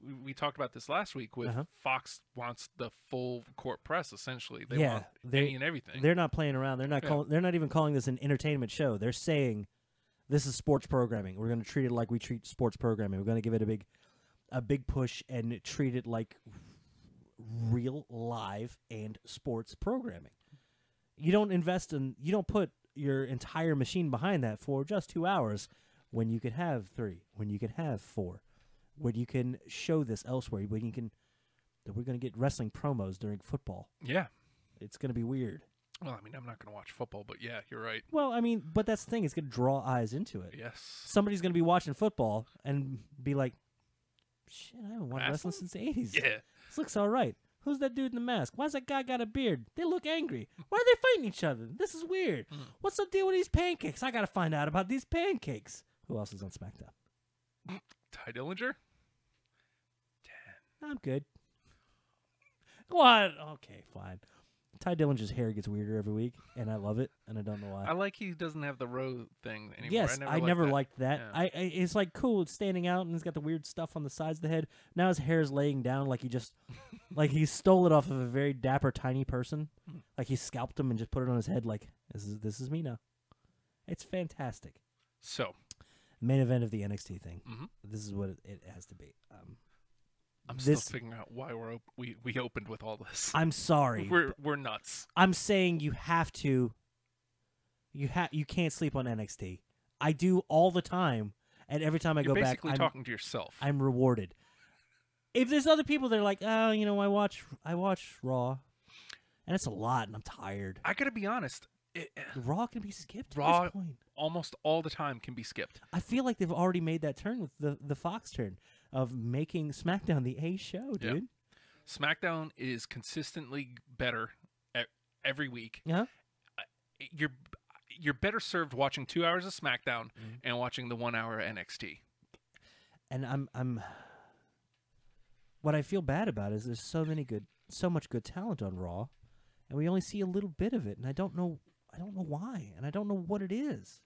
We- We talked about this last week with
Uh-huh.
Fox wants the full court press essentially. They
Yeah,
want
they-
any and everything.
They're not playing around. They're not
Yeah.
calling. They're not even calling this an entertainment show. They're saying this is sports programming. We're going to treat it like we treat sports programming. We're going to give it a big, a big push and treat it like real live and sports programming. You don't invest in. You don't put your entire machine behind that for just two hours when you could have three. When you could have four. When you can show this elsewhere. When you can. That we're going to get wrestling promos during football.
Yeah.
It's going to be weird.
Well, I mean, I'm not going to watch football, but yeah, you're right.
Well, I mean, but that's the thing. It's going to draw eyes into it.
Yes.
Somebody's going to be watching football and be like, shit, I haven't watched wrestling
Wrestling?
since the 80s.
Yeah.
This looks all right. Who's that dude in the mask? Why's that guy got a beard? They look angry. Why are they fighting each other? This is weird. What's the deal with these pancakes? I got to find out about these pancakes. Who else is on SmackDown?
Ty Dillinger?
Uh, I'm good. What? Okay, fine. Ty Dillinger's hair gets weirder every week, and I love it, and I don't know why.
I like he doesn't have the row thing anymore.
Yes, I
liked
never
that.
liked that.
Yeah.
I, I it's like cool, it's standing out, and it's got the weird stuff on the sides of the head. Now his hair is laying down, like he just, like he stole it off of a very dapper tiny person. Like he scalped him and just put it on his head. Like this is this is me now. It's fantastic.
So
Main event of the NXT thing.
Mhm.
This is what it, it has to be. Um,
I'm
This-
still figuring out why we're op- we we opened with all this.
I'm sorry.
we're we're nuts.
I'm saying you have to. You ha- you can't sleep on NXT. I do all the time, and every time I
You're
go back,
basically
I'm-
talking to yourself.
I'm rewarded. If there's other people that are like, oh, you know, I watch I watch Raw, and it's a lot, and I'm tired.
I gotta be honest. It,
Raw can be skipped at
Raw-
this point.
almost all the time can be skipped.
I feel like they've already made that turn with the the Fox turn of making SmackDown the A show,
Yeah.
dude.
SmackDown is consistently better e- every week.
Yeah.
You're you're better served watching two hours of SmackDown
Mm-hmm.
and watching the one hour NXT.
And I'm I'm. What I feel bad about is there's so many good, so much good talent on Raw, and we only see a little bit of it, and I don't know, I don't know why, and I don't know what it is.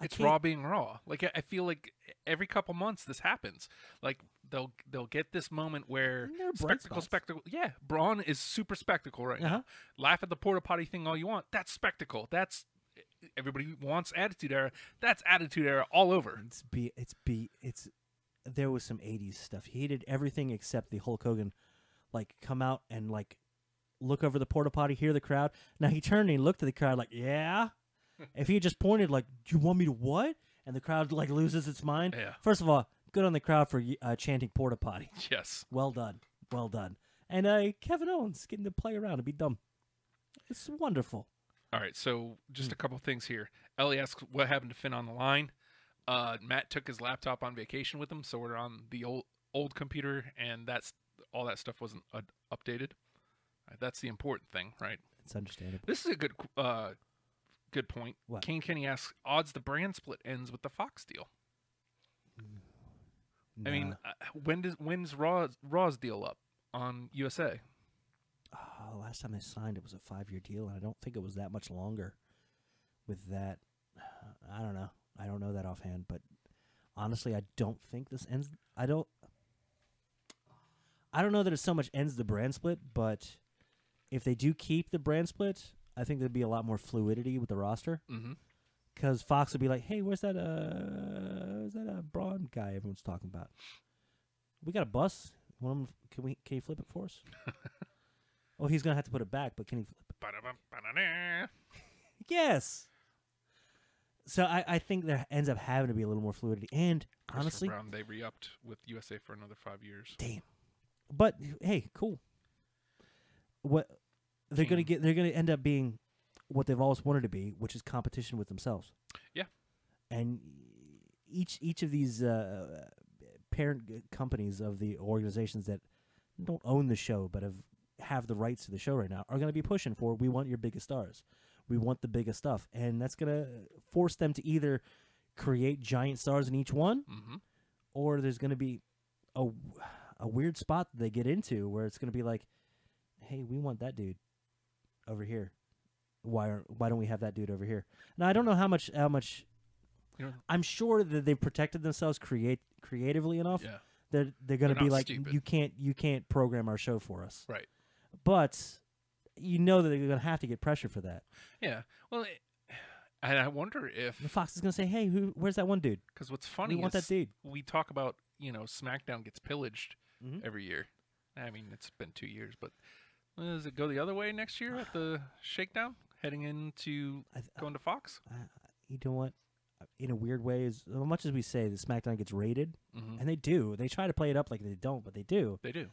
I
it's
can't-
raw being raw. Like I, I feel like every couple months this happens. Like they'll they'll get this moment where
And there are bright
spectacle
spots.
spectacle. Yeah, Braun is super spectacle right
Uh-huh.
now. Laugh at the porta potty thing all you want. That's spectacle. That's e, everybody wants attitude era. That's attitude era all over.
It's be it's be it's there was some '80s stuff. He did everything except the Hulk Hogan, like come out and like look over the porta potty, hear the crowd. Now he turned and he looked at the crowd like, yeah. if he had just pointed like, do you want me to what? And the crowd like loses its mind.
Yeah.
First of all, good on the crowd for uh, chanting porta potty.
Yes,
Well done, well done. And uh, Kevin Owens getting to play around and be dumb. It's wonderful.
All right, so just a couple things here. Ellie asks what happened to Finn on the line. Uh, Matt took his laptop on vacation with him, so we're on the old old computer, and that's all that stuff wasn't uh, updated. Uh, That's the important thing, right?
It's understandable.
This is a good qu- uh, good point.
What?
Kane Kenny asks odds the brand split ends with the Fox deal. I mean, uh, when does when's Raw's, Raw's deal up on USA?
Oh, last time they signed, it was a five year deal, and I don't think it was that much longer with that. I don't know. I don't know that offhand, but honestly, I don't think this ends. I don't. I don't know that it so much ends the brand split, but if they do keep the brand split, I think there'd be a lot more fluidity with the roster.
Mhm.
Because Fox would be like, "Hey, where's that? Uh, is that a Braun guy everyone's talking about? We got a bus. One of 'em- can we? Can you flip it for us? oh, he's gonna have to put it back, but can he flip it?
Ba-da-bum, ba-da-da.
Yes. So I, I think there ends up having to be a little more fluidity, and
Christopher
honestly,
Brown, they re-upped with USA for another five years.
damn. But hey, cool. What they're gonna get? They're gonna end up being what they've always wanted to be, which is competition with themselves.
Yeah.
And each each of these uh, parent g- companies of the organizations that don't own the show but have have the rights to the show right now are going to be pushing for we want your biggest stars we want the biggest stuff and that's going to force them to either create giant stars in each one
Mhm.
or there's going to be a, w- a weird spot that they get into where it's going to be like hey we want that dude over here why aren't, why don't we have that dude over here now i don't know how much how much
You know-
i'm sure that they've protected themselves create creatively enough
Yeah.
they're they're gonna
They're
be
not
like
stupid.
you can't you can't program our show for us
Right.
but you know that they're gonna have to get pressure for that
Yeah. Well, it, and I wonder if
and fox is gonna say hey who where's that one dude
because what's funny
want that
is
dude.
we talk about you know SmackDown gets pillaged
Mhm.
every year. I mean, it's been two years, but uh, does it go the other way next year at the Shakedown, heading into
I th-
going to Fox?
uh, you know what Uh, in a weird way as as much as we say that smackdown gets rated
Mhm.
and they do they try to play it up like they don't but they do
They do.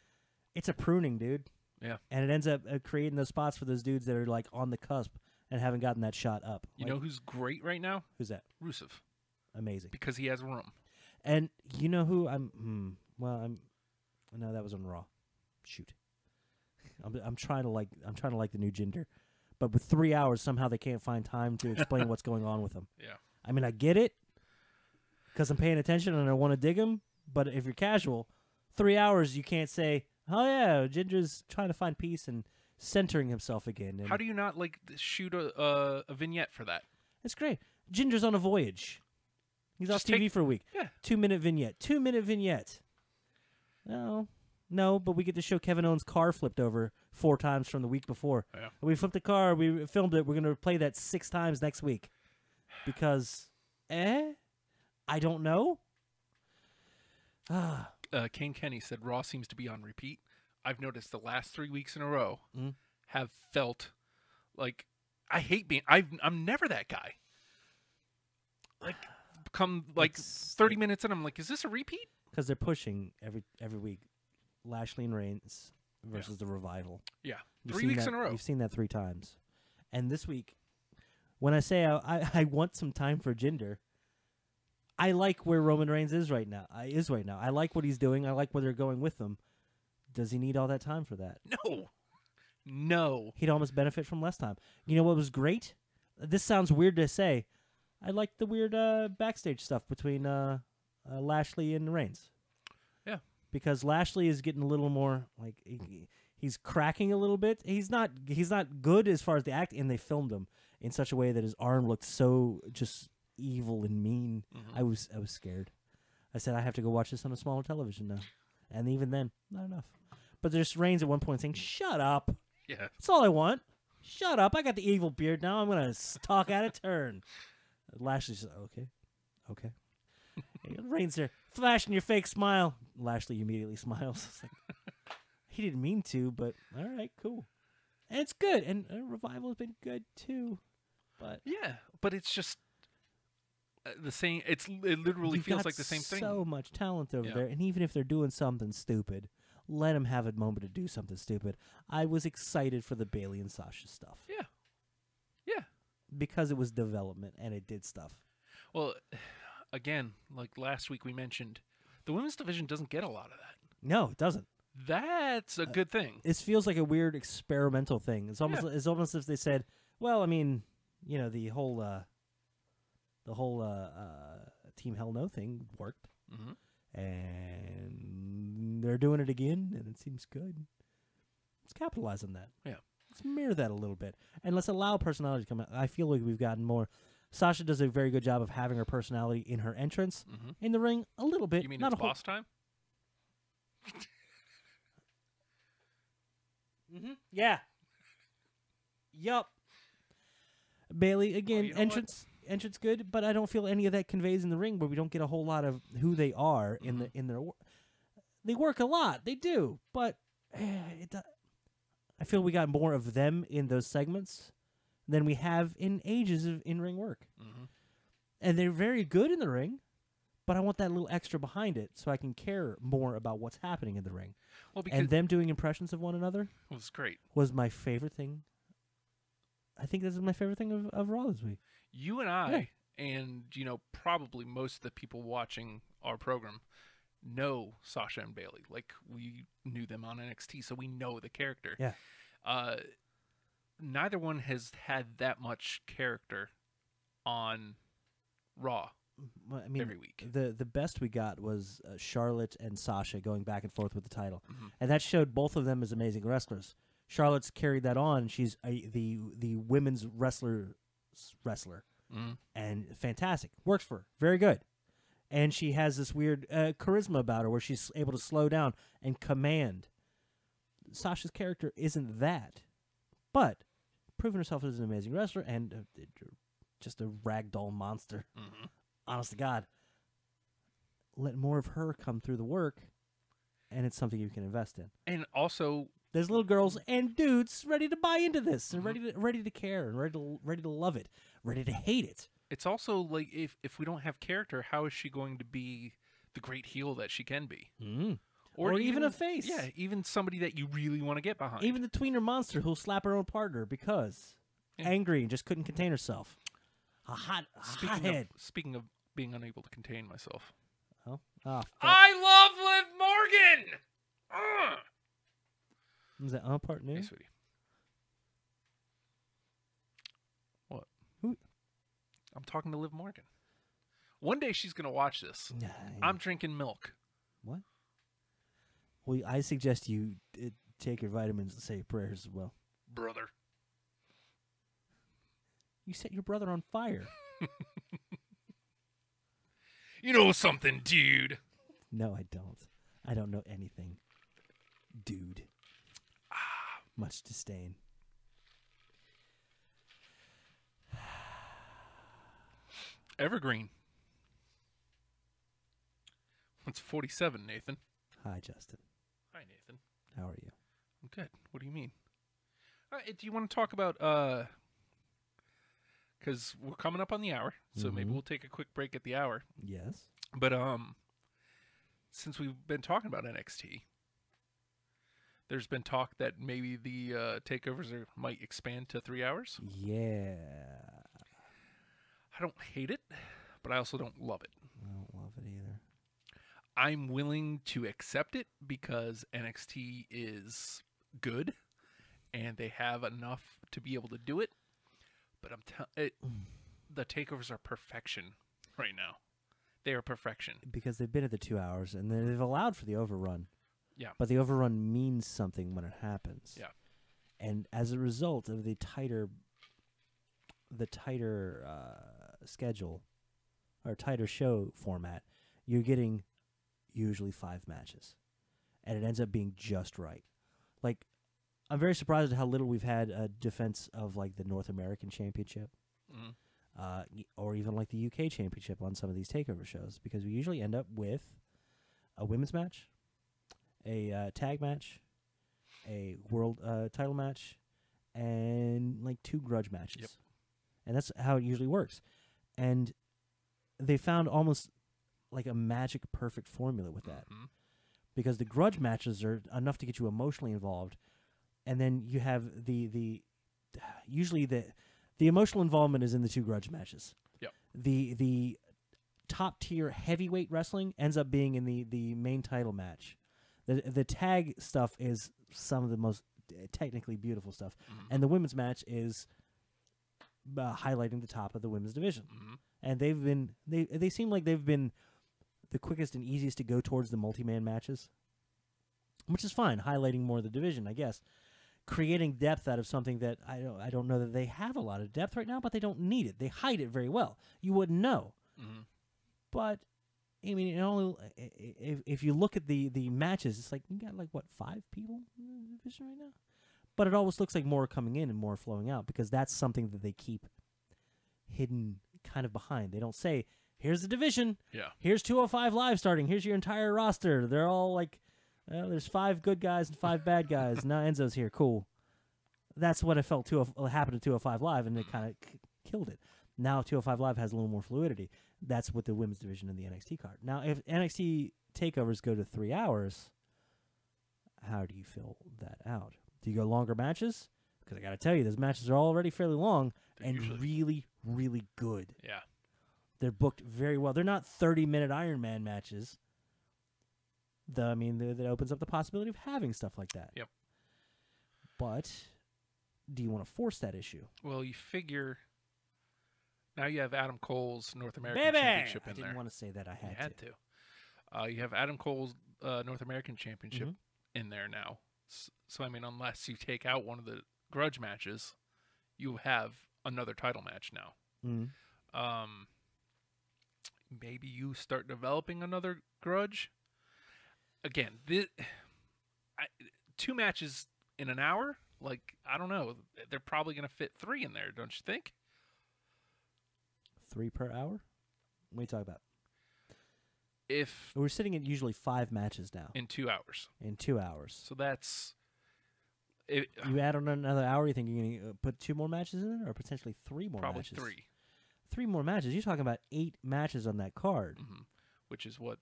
it's a pruning dude
Yeah.
and it ends up uh, creating those spots for those dudes that are like on the cusp and haven't gotten that shot up
You
Like,
know who's great right now?
who's that
Rusev,
amazing
because he has room.
And you know who I'm? Hmm, well, I'm. No, that was on Raw. Shoot, I'm, I'm trying to like I'm trying to like the new gender, but with three hours, somehow they can't find time to explain what's going on with them.
Yeah.
I mean, I get it because I'm paying attention and I want to dig them. But if you're casual, three hours you can't say, "Oh yeah, Ginger's trying to find peace and centering himself again." And
How do you not like th- shoot a uh, a vignette for that?
it's great. Ginger's on a voyage. He's
Just
off TV
take-
for a week.
yeah.
Two minute vignette. Two minute vignette. No, no, but we get to show Kevin Owens' car flipped over four times from the week before.
Yeah.
We flipped the car. We filmed it. We're gonna play that six times next week because, eh, I don't know. Ah,
Uh, Kane Kenny said Raw seems to be on repeat. I've noticed the last three weeks in a row
Mm.
have felt like I hate being. I I'm never that guy. Like come like
It's-
thirty minutes in, I'm like, is this a repeat?
because they're pushing every every week. Lashley and Reigns versus the Revival.
Yeah,
You've
three
seen
weeks
that-
in a row.
You've seen that three times, and this week, when I say I, I, I want some time for gender, I like where Roman Reigns is right now. I is right now. I like what he's doing. I like where they're going with him. Does he need all that time for that?
No, no.
He'd almost benefit from less time. You know what was great? This sounds weird to say. I like the weird uh, backstage stuff between uh, uh, Lashley and Reigns
Yeah,
because Lashley is getting a little more like he- he- he's cracking a little bit. He's not he's not good as far as the act, and they filmed him in such a way that his arm looked so just evil and mean. I was I was scared. I said I have to go watch this on a smaller television now, and even then, not enough. But there's Reigns at one point saying, "Shut up,
yeah.
that's all I want. Shut up, I got the evil beard now. I'm gonna s- talk out of turn." Lashley's just, okay, okay. Reigns there, flashing your fake smile. Lashley immediately smiles. It's like, he didn't mean to, but all right, cool. And it's good, and uh, revival has been good too. But
Yeah, but it's just uh, the same. It's l- it literally
you've
feels
got
like the same thing.
So much talent over
Yeah.
there, and even if they're doing something stupid, let them have a moment to do something stupid. I was excited for the Bailey and Sasha stuff
Yeah, yeah.
because it was development and it did stuff.
Well, again, like last week we mentioned, the women's division doesn't get a lot of that.
No, it doesn't.
That's a
Uh,
good thing.
It feels like a weird experimental thing. It's almost it's almost as if they said, "Well, I mean, you know, the whole uh, the whole uh, uh, team hell no thing worked,
Mhm.
and they're doing it again, and it seems good. Let's capitalize on that.
Yeah.
let's mirror that a little bit, and let's allow personality to come out. I feel like we've gotten more. Sasha does a very good job of having her personality in her entrance in the ring a little bit.
Mm-hmm. You mean
not
it's
a whole,
boss time? Mm-hmm.
Yeah. Yup. Bailey again,
Oh, you know what?
entrance entrance good, but I don't feel any of that conveys in the ring where we don't get a whole lot of who they are in
Mm-hmm.
the in their wor- they work a lot, they do, but eh, it, do- I feel we got more of them in those segments than we have in ages of in ring work.
Mm-hmm.
And they're very good in the ring, but I want that little extra behind it so I can care more about what's happening in the ring.
Well, because
And them doing impressions of one another
it was great.
was my favorite thing. I think this is my favorite thing of, of Raw this week.
You and I, and you know, probably most of the people watching our program know Sasha and Bailey. Like we knew them on NXT, so we know the character.
Yeah.
Uh, neither one has had that much character on Raw.
Well, I mean,
Every week.
The the best we got was uh, Charlotte and Sasha going back and forth with the title,
Mm-hmm.
and that showed both of them as amazing wrestlers. Charlotte's carried that on. She's a, the the women's wrestler wrestler,
Mm-hmm.
and fantastic. Works for her. very good, and she has this weird uh, charisma about her where she's able to slow down and command. Sasha's character isn't that, but proven herself as an amazing wrestler and uh, just a ragdoll monster honest to God, let more of her come through the work, and it's something you can invest in.
And also,
There's little girls and dudes ready to buy into this, and ready
Mm-hmm.
to ready to care, and ready to ready to love it, ready to hate it.
it's also like if if we don't have character, how is she going to be the great heel that she can be?
Mm. Or even a face.
Yeah, even somebody that you really want to get behind.
Even the tweener monster who'll slap her own partner because angry and just couldn't contain herself. A hot, a
speaking of,
hothead.
speaking of being unable to contain myself.
Oh, ah, fuck.
I love Liv Morgan. Ugh.
Is that oh, on part new?
Hey, sweetie. What?
Who-
I'm talking to Liv Morgan. One day she's gonna watch this.
Nah,
I'm drinking milk.
what? Well, I suggest you uh, take your vitamins and say your prayers as well.
brother.
You set your brother on fire.
You know something, dude.
No, I don't. I don't know anything. Dude. Ah, Much disdain.
Evergreen. It's 47, Nathan.
Hi, Justin.
Hi, Nathan.
How are you?
I'm good. What do you mean? Uh, do you want to talk about? uh Because we're coming up on the hour, so maybe we'll take a quick break at the hour.
Yes.
But um, since we've been talking about NXT, there's been talk that maybe the uh, takeovers are, might expand to three hours.
Yeah.
I don't hate it, but I also don't love it.
I don't love it either.
I'm willing to accept it because NXT is good and they have enough to be able to do it. But I'm tell it,
Mm.
the takeovers are perfection right now. They are perfection.
Because they've been at the two hours and they- they've allowed for the overrun.
Yeah.
But the overrun means something when it happens.
Yeah.
And as a result of the tighter the tighter uh, schedule or tighter show format, you're getting usually five matches, and it ends up being just right. Like, I'm very surprised at how little we've had a defense of like the North American Championship, uh, y- or even like the UK Championship on some of these takeover shows, because we usually end up with a women's match, a uh, tag match, a world uh, title match, and like two grudge matches and that's how it usually works. And they found almost like a magic perfect formula with that, because the grudge matches are enough to get you emotionally involved, and then you have the the usually the the emotional involvement is in the two grudge matches.
Yep.
The the top tier heavyweight wrestling ends up being in the the main title match. The the tag stuff is some of the most eh, technically beautiful stuff, and the women's match is uh, highlighting the top of the women's division. And they've been they they seem like they've been the quickest and easiest to go towards the multi man matches, which is fine, highlighting more of the division, I guess. creating depth out of something that I don't I don't know that they have a lot of depth right now, but they don't need it. They hide it very well. You wouldn't know.
Mhm.
But I mean, it only i- i- if if you look at the the matches, it's like you got like what five people in the division right now. But it always looks like more coming in and more flowing out because that's something that they keep hidden kind of behind. They don't say, "Here's the division."
Yeah.
here's 205 live starting here's your entire roster they're all like well, there's five good guys and five bad guys now enzo's here cool that's what i felt 20, happened to 205 live and it kind of k- killed it now 205 live has a little more fluidity that's with the women's division in the nxt card now if nxt takeovers go to three hours how do you fill that out do you go longer matches because i gotta tell you those matches are already fairly long and
usually-
really really good
Yeah.
they're booked very well. They're not 30 minute Iron Man matches. The, I mean, th- that opens up the possibility of having stuff like that.
Yep.
But do you want to force that issue?
Well, you figure now you have Adam Cole's North American
Baby! I
Championship in
didn't
there.
want to say that. I had,
you had to. Uh, you have Adam Cole's uh, North American Championship in there now. S- So, I mean, unless you take out one of the grudge matches, you have another title match now.
Mm.
Um, maybe you start developing another grudge. Again, thi- I, two matches in an hour. Like I don't know, they're probably gonna fit three in there, don't you think?
Three per hour? What are you talking about?
If
We're sitting at usually five matches now
in two hours,
in two hours.
so that's it,
You add on another hour, you think you're going to put two more matches in it or potentially three more
probably
matches?
three,
Three more matches. You're talking about eight matches on that card.
Mm-hmm. which is what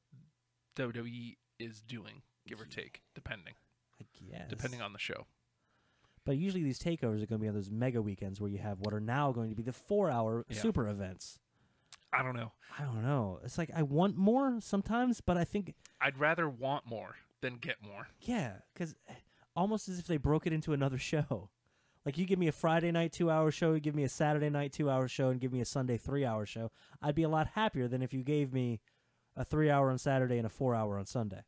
WWE is doing, give or take, depending
I guess.
depending on the show.
But usually these takeovers are going to be on those mega weekends where you have what are now going to be the four hour
Yeah.
super events.
I don't know.
I don't know. It's like I want more sometimes, but I think,
I'd rather want more than get more.
yeah, because almost as if they broke it into another show. Like you give me a Friday night two hour show, you give me a Saturday night two hour show, and give me a Sunday three hour show. I'd be a lot happier than if you gave me a three hour on Saturday and a four hour on Sunday.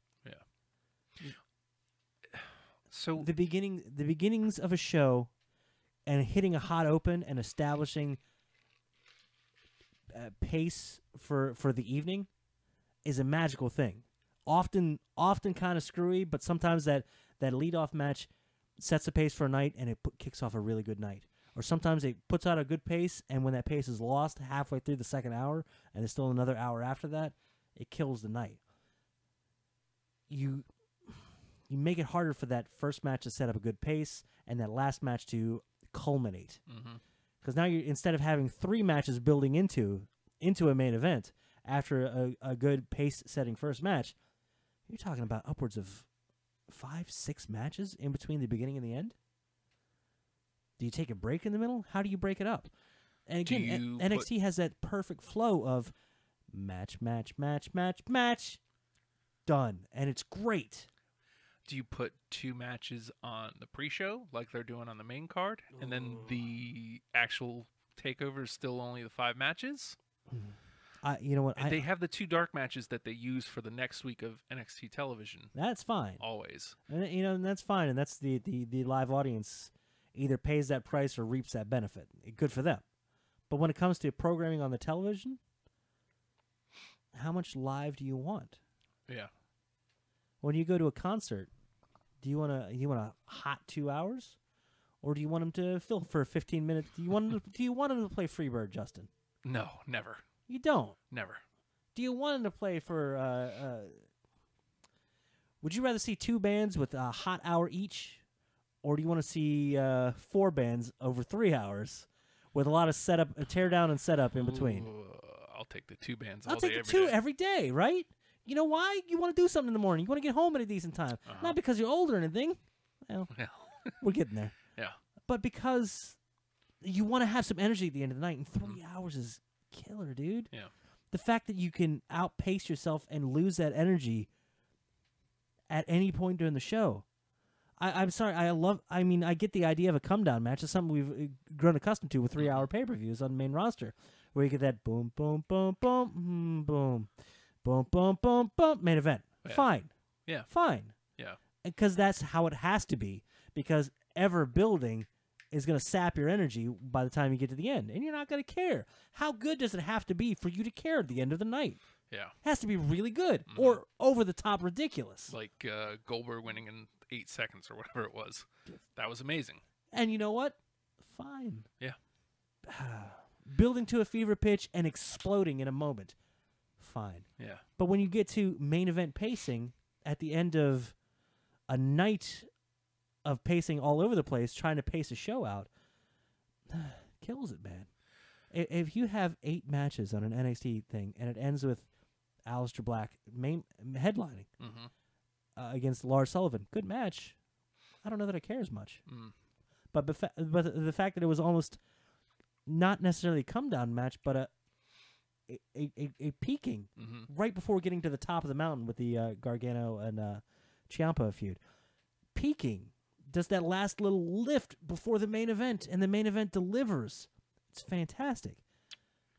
So
the beginning the beginnings of a show and hitting a hot open and establishing uh, pace for for the evening is a magical thing often often kind of screwy but sometimes that that lead off match sets the pace for a night and it put, kicks off a really good night or sometimes it puts out a good pace and when that pace is lost halfway through the second hour and there's still another hour after that it kills the night you you make it harder for that first match to set up a good pace and that last match to culminate.
Mm-hmm.
Because now you instead of having three matches building into into a main event after a, a good pace setting first match, you're talking about upwards of five six matches in between the beginning and the end. Do you take a break in the middle? How do you break it up? And
Do
again,
you
N-
put-
NXT has that perfect flow of match, match, match, match, match, done, and it's great.
do you put two matches on the pre-show like they're doing on the main card and then the actual takeover is still only the five matches
I, you know what?
And
I,
they have the two dark matches that they use for the next week of nxt television
that's fine.
Oh. always
And, you know, and that's fine. And that's the, the, the live audience either pays that price or reaps that benefit. Good for them. But when it comes to programming on the television, how much live do you want?
yeah
When you go to a concert, do you want to you want a hot two hours, or do you want them to fill for fifteen minutes? Do you want 'em to, do you want 'em to play Freebird, Justin?
no never
You don't.
never
do you want him to play for? Uh, uh, would you rather see two bands with a hot hour each, or do you want to see uh, four bands over three hours with a lot of setup, uh, tear down, and setup in between?
Ooh, i'll take the two bands
I'll
all
take
day
the
every
two
day.
every day, right? You know why? You want to do something in the morning. You want to get home at a decent time,
Uh-huh.
not because you're older or anything. Well,
Yeah.
we're getting there,
yeah
but because you want to have some energy at the end of the night, and 3 hours is killer, dude
Mm-hmm. yeah
the fact that you can outpace yourself and lose that energy at any point during the show. I, I'm sorry, I love. I mean, I get the idea of a come down match. It's something we've uh, grown accustomed to with three
Mm-hmm.
hour pay per views on the main roster, where you get that boom, boom, boom, boom, mm, boom, boom, boom, boom, boom, main event.
Yeah.
Fine,
yeah
fine,
yeah
because that's how it has to be. Because ever building is going to sap your energy by the time you get to the end, and you're not going to care. How good does it have to be for you to care at the end of the night?
Yeah.
It has to be really good or over the top ridiculous.
Like uh, Goldberg winning in eight seconds or whatever it was. That was amazing.
And you know what? Fine.
Yeah.
Building to a fever pitch and exploding in a moment. Fine.
Yeah.
But when you get to main event pacing at the end of a night of pacing all over the place, trying to pace a show out, kills it, man. I- If you have eight matches on an NXT thing and it ends with Aleister Black main headlining
Mhm.
uh, against Lars Sullivan, good match. I don't know that I care as much.
Mm.
But befa- but the fact that it was almost not necessarily a come down match, but a a, a, a, a peaking
Mm-hmm.
right before getting to the top of the mountain with the uh, Gargano and uh, Ciampa feud. Peaking does that last little lift before the main event, and the main event delivers. It's fantastic.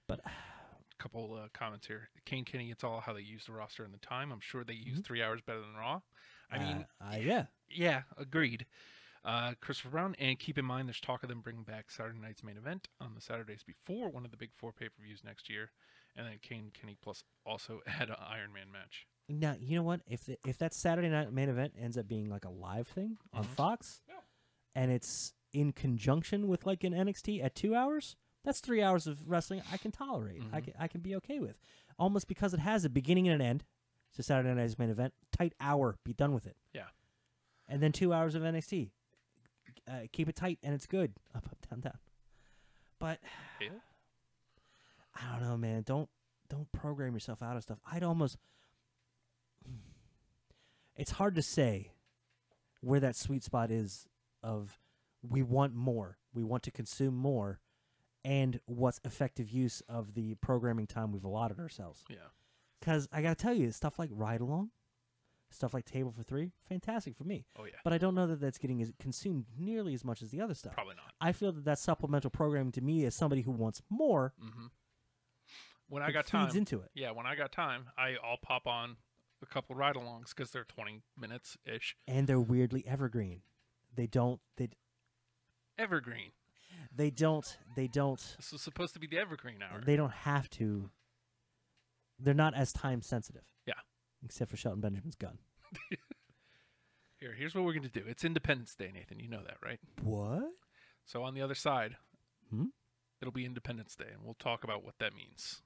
But
couple uh, comments here. Kane Kenny, it's all how they use the roster and the time. I'm sure they use three hours better than Raw. I mean,
uh, uh, yeah,
yeah, agreed. Uh, Christopher Brown, and keep in mind there's talk of them bringing back Saturday night's main event on the Saturdays before one of the big four pay per views next year, and then Kane Kenny plus also had an Iron Man match.
Now you know what? If the, if that Saturday night main event ends up being like a live thing on Fox,
Yeah.
and it's in conjunction with like an NXT at two hours, that's three hours of wrestling I can tolerate. I can I can be okay with, almost because it has a beginning and an end. So Saturday night's main event, tight hour, be done with it,
Yeah,
and then two hours of NXT. Uh, keep it tight and it's good. Up up down down. But
yeah,
I don't know, man. Don't don't program yourself out of stuff. I'd almost. It's hard to say where that sweet spot is of we want more, we want to consume more, and what's effective use of the programming time we've allotted ourselves.
yeah.
Because I gotta tell you, stuff like ride along, stuff like table for three, fantastic for me.
Oh, yeah.
But I don't know that that's getting as, consumed nearly as much as the other stuff.
Probably not.
I feel that that supplemental programming to me as somebody who wants more
When I
It
got time,
feeds into it.
Yeah, when I got time, I I'll pop on a couple ride-alongs because they're 20 minutes ish.
and they're weirdly evergreen. They don't they
Evergreen.
they don't they don't
This was supposed to be the Evergreen hour.
they don't have to. They're not as time sensitive,
yeah.
except for Shelton Benjamin's gun.
Here, here's what we're going to do. It's Independence Day, Nathan. You know that, right?
What?
So on the other side,
Hmm?
it'll be Independence Day, and we'll talk about what that means.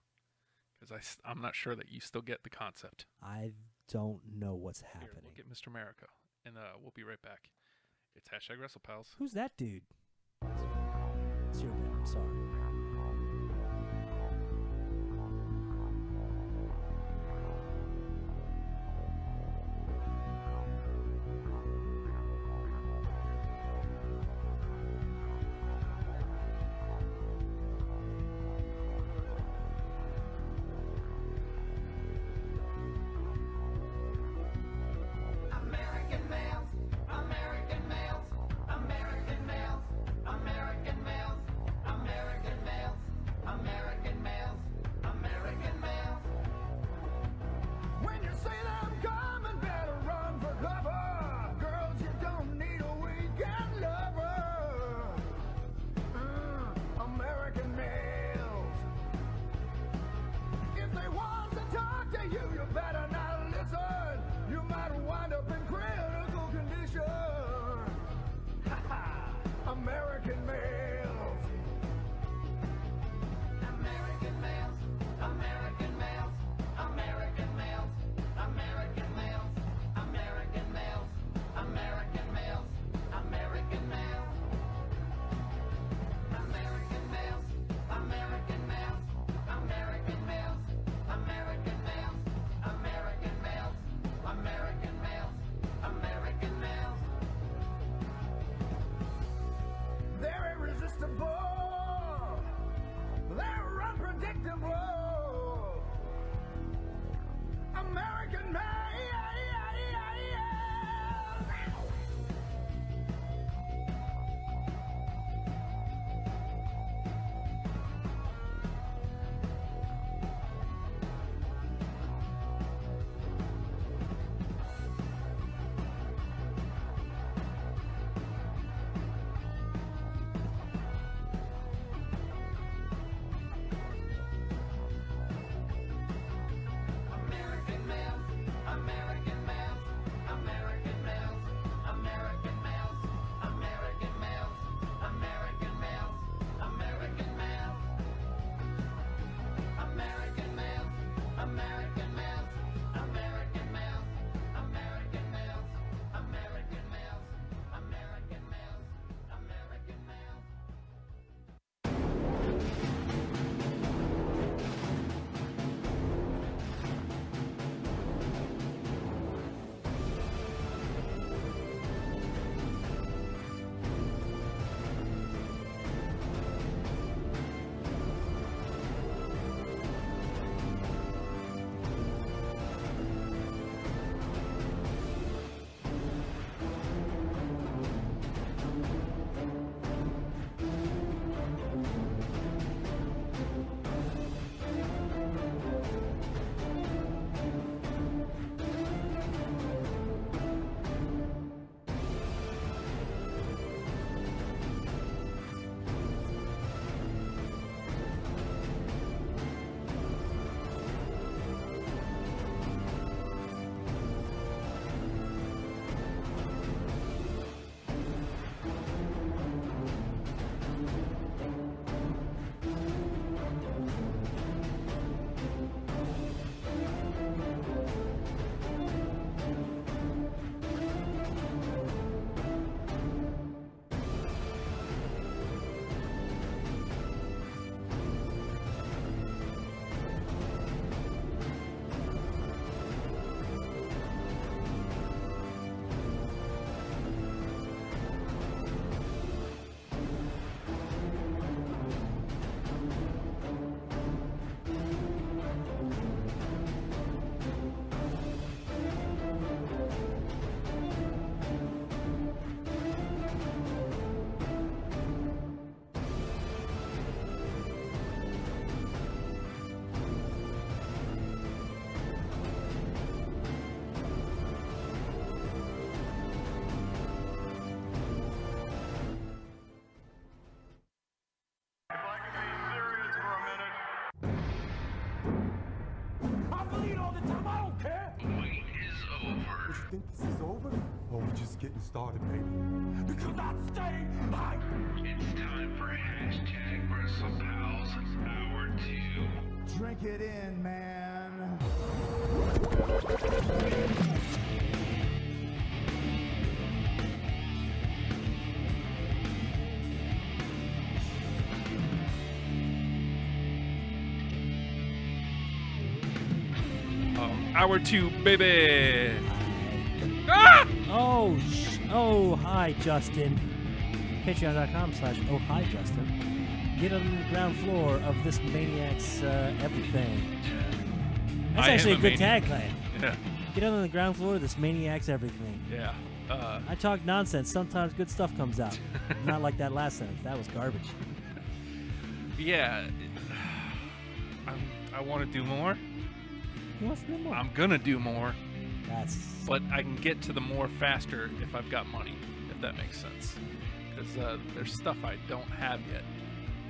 Because I'm not sure that you still get the concept.
I don't know what's
Here,
happening.
we'll get Mr. America, and uh, we'll be right back. It's hashtag WrestlePals.
Who's that dude? Zero bit. I'm sorry.
American males, American males, American males, American males, American males, American males, American males.
When you say that I'm coming, better run for cover. Girls, you don't need a weekend lover. Mm, American males. If they want to talk to you, you better not listen. You might wind up in critical condition. Ha ha, American males.
American males, American males, American males, American males, American males, American males, American males. American males, American males, American males, American males, American males,
think this is over? Or we just getting started, baby? Because I stay my
It's time for hashtag WrestlePals Hour 2.
Drink it in, man.
Oh, hour 2, baby. Ah!
Oh, sh- oh, hi, Justin. Patreon.com slash oh, hi, Justin. Get on the ground floor of this maniac's uh, everything. That's
I am
actually
a
a good
maniac.
tagline.
Yeah.
Get on the ground floor of this maniac's everything.
Yeah. Uh,
I talk nonsense. Sometimes good stuff comes out. Not like that last sentence. That was garbage.
yeah. I'm, I want to do more.
He wants to do more.
I'm going to do more,
That's
but I can get to the more faster if I've got money, if that makes sense. Because uh, there's stuff I don't have yet.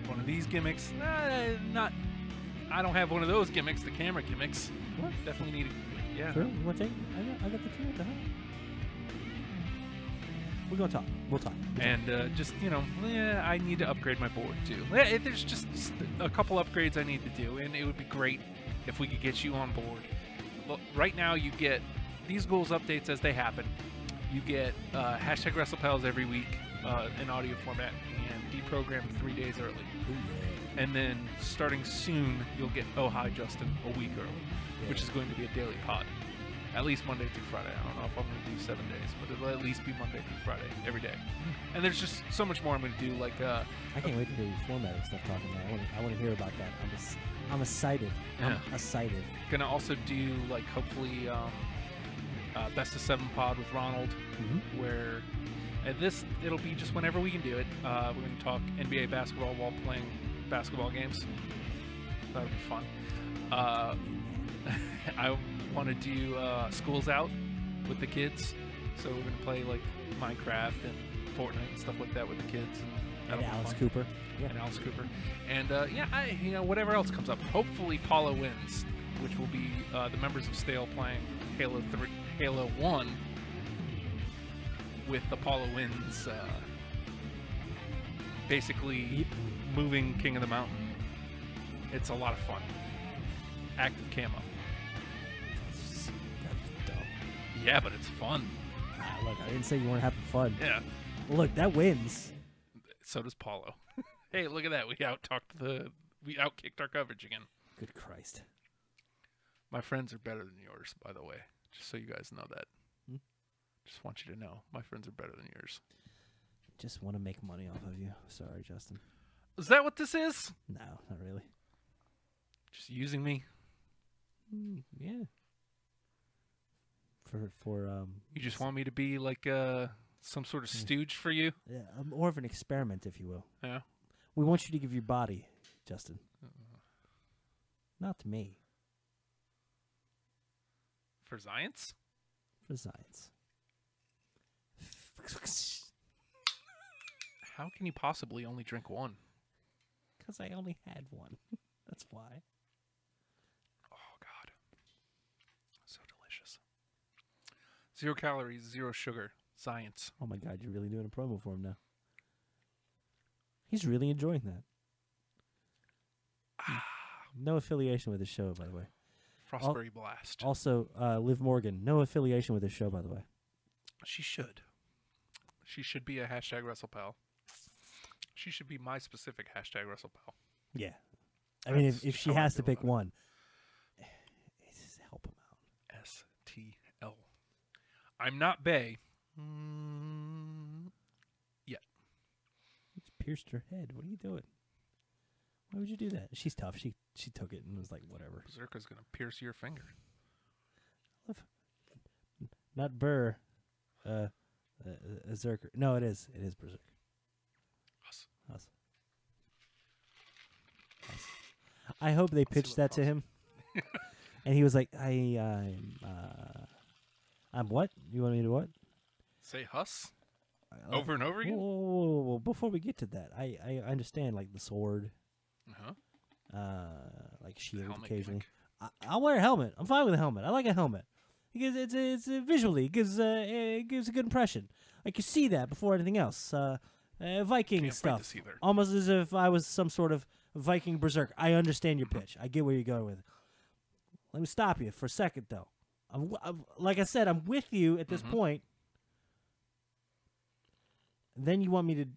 One of these gimmicks, nah, not. I don't have one of those gimmicks, the camera gimmicks.
What?
Definitely need. a- Yeah.
Sure. You want to take? I got, I got the two. What the hell? We're gonna talk. We'll talk.
and uh, just you know, yeah, I need to upgrade my board too. Yeah, it- there's just s- a couple upgrades I need to do, and it would be great if we could get you on board. Look, right now, you get these goals updates as they happen. You get uh, hashtag WrestlePals every week uh, in audio format and deprogrammed three days early. And then starting soon, you'll get Oh Hi Justin a week early, which is going to be a daily pod. At least Monday through Friday. I don't know if I'm going to do seven days, but it'll at least be Monday through Friday every day. And there's just so much more I'm going to do. Like, uh,
I can't wait to hear your formatting stuff talking about. I want to. I want to hear about that. I'm. Ex- I'm excited. I'm
Yeah.
excited.
gonna also do like hopefully um, uh, best of seven pod with Ronald, where and this it'll be just whenever we can do it. Uh, we're gonna talk NBA basketball while playing basketball games. That'll be fun. Uh, I want to do uh, schools out with the kids, so we're gonna play like Minecraft and Fortnite and stuff like that with the kids. And, that'll
And
be
Alice
fun
Cooper.
and Alice Cooper. And uh, yeah, I, you know, whatever else comes up. Hopefully, Paula wins, which will be uh, the members of Stale playing Halo Three, Halo One, with the Paula wins. Uh, basically, moving King of the Mountain. It's a lot of fun. Active camo.
That's dumb.
Yeah, but it's fun.
Ah, look, I didn't say you weren't having fun.
Yeah.
Look, that wins.
So does Paulo. hey, look at that. We out talked the. We outkicked our coverage again.
Good Christ.
My friends are better than yours, by the way. Just so you guys know that.
Hmm?
Just want you to know, my friends are better than yours.
Just want to make money off of you. Sorry, Justin.
Is that what this is?
No, not really.
Just using me?
Mm, yeah. For for um
You just want me to be like uh, some sort
Hmm.
of stooge for you?
yeah, uh, more of an experiment, if you will.
Yeah.
We want you to give your body, Justin. Uh-uh. Not to me,
For science?
for science. Because
How can you possibly only drink one?
I only had one. That's why.
Oh God, so delicious. Zero calories, zero sugar. Science.
Oh my God, you're really doing a promo for him now. He's really enjoying that. No affiliation with his show, by the way. Oh.
Frostberry blast.
Also, uh, Liv Morgan, no affiliation with his show, by the way.
She should. She should be a hashtag WrestlePal. She should be my specific hashtag WrestlePal.
Yeah. I mean, if,
That's
if she
how I
has to
feel
pick
about it.
one, it's just help him out.
S T L. I'm not Bay. Mm,
You just pierced her head. What are you doing? Why would you do that? She's tough. She she took it and was like, whatever.
Berserker's gonna pierce your finger.
Not Burr. Uh, uh, uh Berserker. No, it is. It is Berserker.
Us.
Us. Us. I hope they pitched
what
that to
Frost-
him, and he was like, "I, I'm, uh, I'm what? You want me to what?"
Say Huss
I-
over and over
Whoa,
again.
whoa, whoa, whoa, whoa. Before we get to that, I, I understand like the sword,
Uh-huh.
uh, like shield
helmet
occasionally.
gimmick.
I, I'll wear a helmet. I'm fine with a helmet. I like a helmet. Because it's it's uh, visually it gives uh, it gives a good impression. Like you see that before anything else. Uh, uh, Viking
Can't fight
stuff,
this either.
almost as if I was some sort of Viking berserk. I understand your pitch. I get where you're going with it. Let me stop you for a second, though. I'm, w- I'm- like I said, I'm with you at this point. Then you want me to d-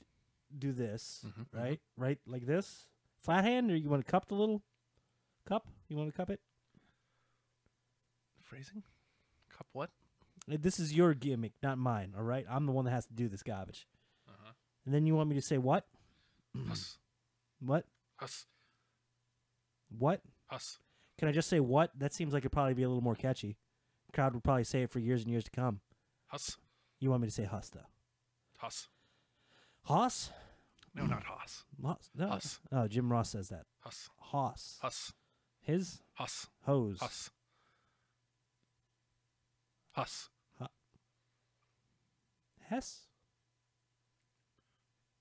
do this, right? Right, like this, flat hand, or you want to cup the little cup? You want to cup it?
Phrasing? Cup what?
Uh, This is your gimmick, not mine. All right, I'm the one that has to do this garbage. And then you want me to say what?
Us.
What?
Us.
What?
Us.
Can I just say what? That seems like it'd probably be a little more catchy. Crowd would probably say it for years and years to come.
Us.
You want me to say Haas though?
Us.
Haas?
No, not Haas.
Haas? No.
Haas.
Oh, Jim Ross says that.
Us.
Haas.
Us.
His
Us.
hose.
Us. Us.
Hess?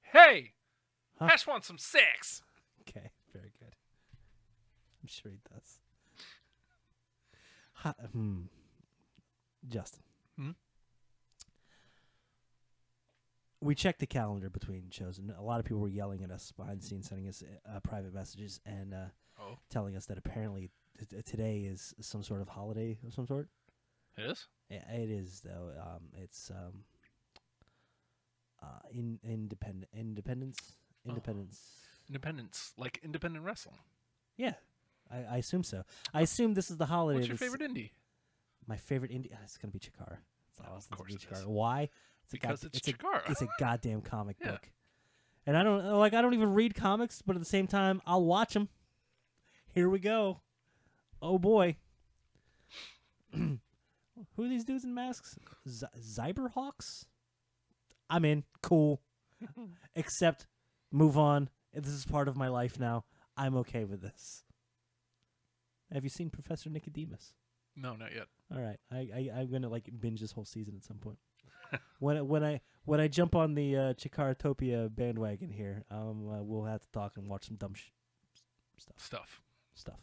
Hey!
Huh?
Hash wants some sex!
Okay, very good. I'm sure he does. Ha- hmm. Justin.
Hmm?
We checked the calendar between shows, and a lot of people were yelling at us behind the scenes, sending us uh, private messages, and uh,
Oh.
telling us that apparently t- t- today is some sort of holiday of some sort.
It is?
Yeah, it is though. Um, it's um, uh, in independent independence
Uh-huh.
independence.
Independence. Like independent wrestling.
Yeah, I, I assume so. I assume this is the holiday.
What's your
that's-
favorite indie?
My favorite indie. It's gonna be Chikara. It's
Oh,
always
of
gonna be
course it is.
Chikara. Why? It's
Because it's
a,
Chikara.
It's a goddamn comic
Yeah.
book. And I don't like. I don't even read comics, but at the same time, I'll watch them. Here we go. Oh boy. Who are these dudes in masks? Z- Zyberhawks. I'm in. Cool. Except, move on. This is part of my life now. I'm okay with this. Have you seen Professor Nicodemus?
No, not yet.
All right, I, I I'm gonna like binge this whole season at some point. when I- when I when I jump on the uh, Chikaratopia bandwagon here, um, uh, we'll have to talk and watch some dumb sh- stuff
Stuff.
stuff.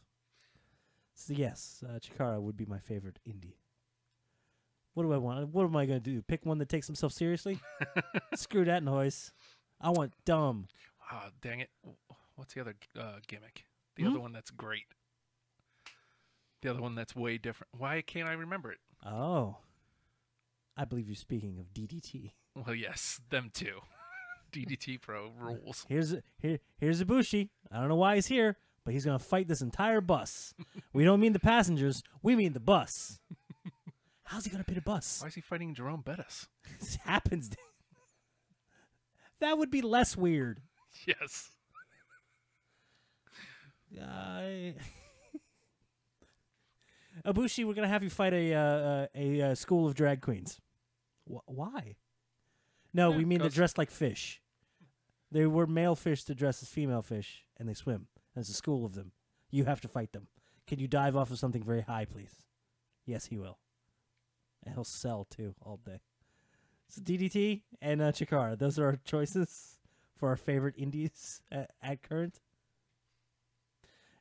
So yes, uh, Chikara would be my favorite indie. What do I want? What am I gonna do? Pick one that takes himself seriously? Screw that noise. I want dumb.
Ah, dang it. W- What's the other g- uh, gimmick?
Hmm?
The other one that's great. The other one that's way different. Why can't I remember it?
Oh, I believe you're speaking of DDT.
Well, yes, them too. DDT Pro rules.
Here's here here's Ibushi. I don't know why he's here, but he's gonna fight this entire bus. we don't mean the passengers, we mean the bus. How's he gonna pit a bus?
Why is he fighting Jerome Bettis?
This happens. that would be less weird.
Yes.
Uh, Ibushi, we're gonna have you fight a uh, uh, a uh, school of drag queens. Wh- why? No, we mean they're
'cause-
dressed like fish. They were male fish that dress as female fish, and they swim. There's a school of them. You have to fight them. Can you dive off of something very high, please? Yes, he will. And he'll sell too all day. So DDT and uh, Chikara, those are our choices for our favorite indies at, at current.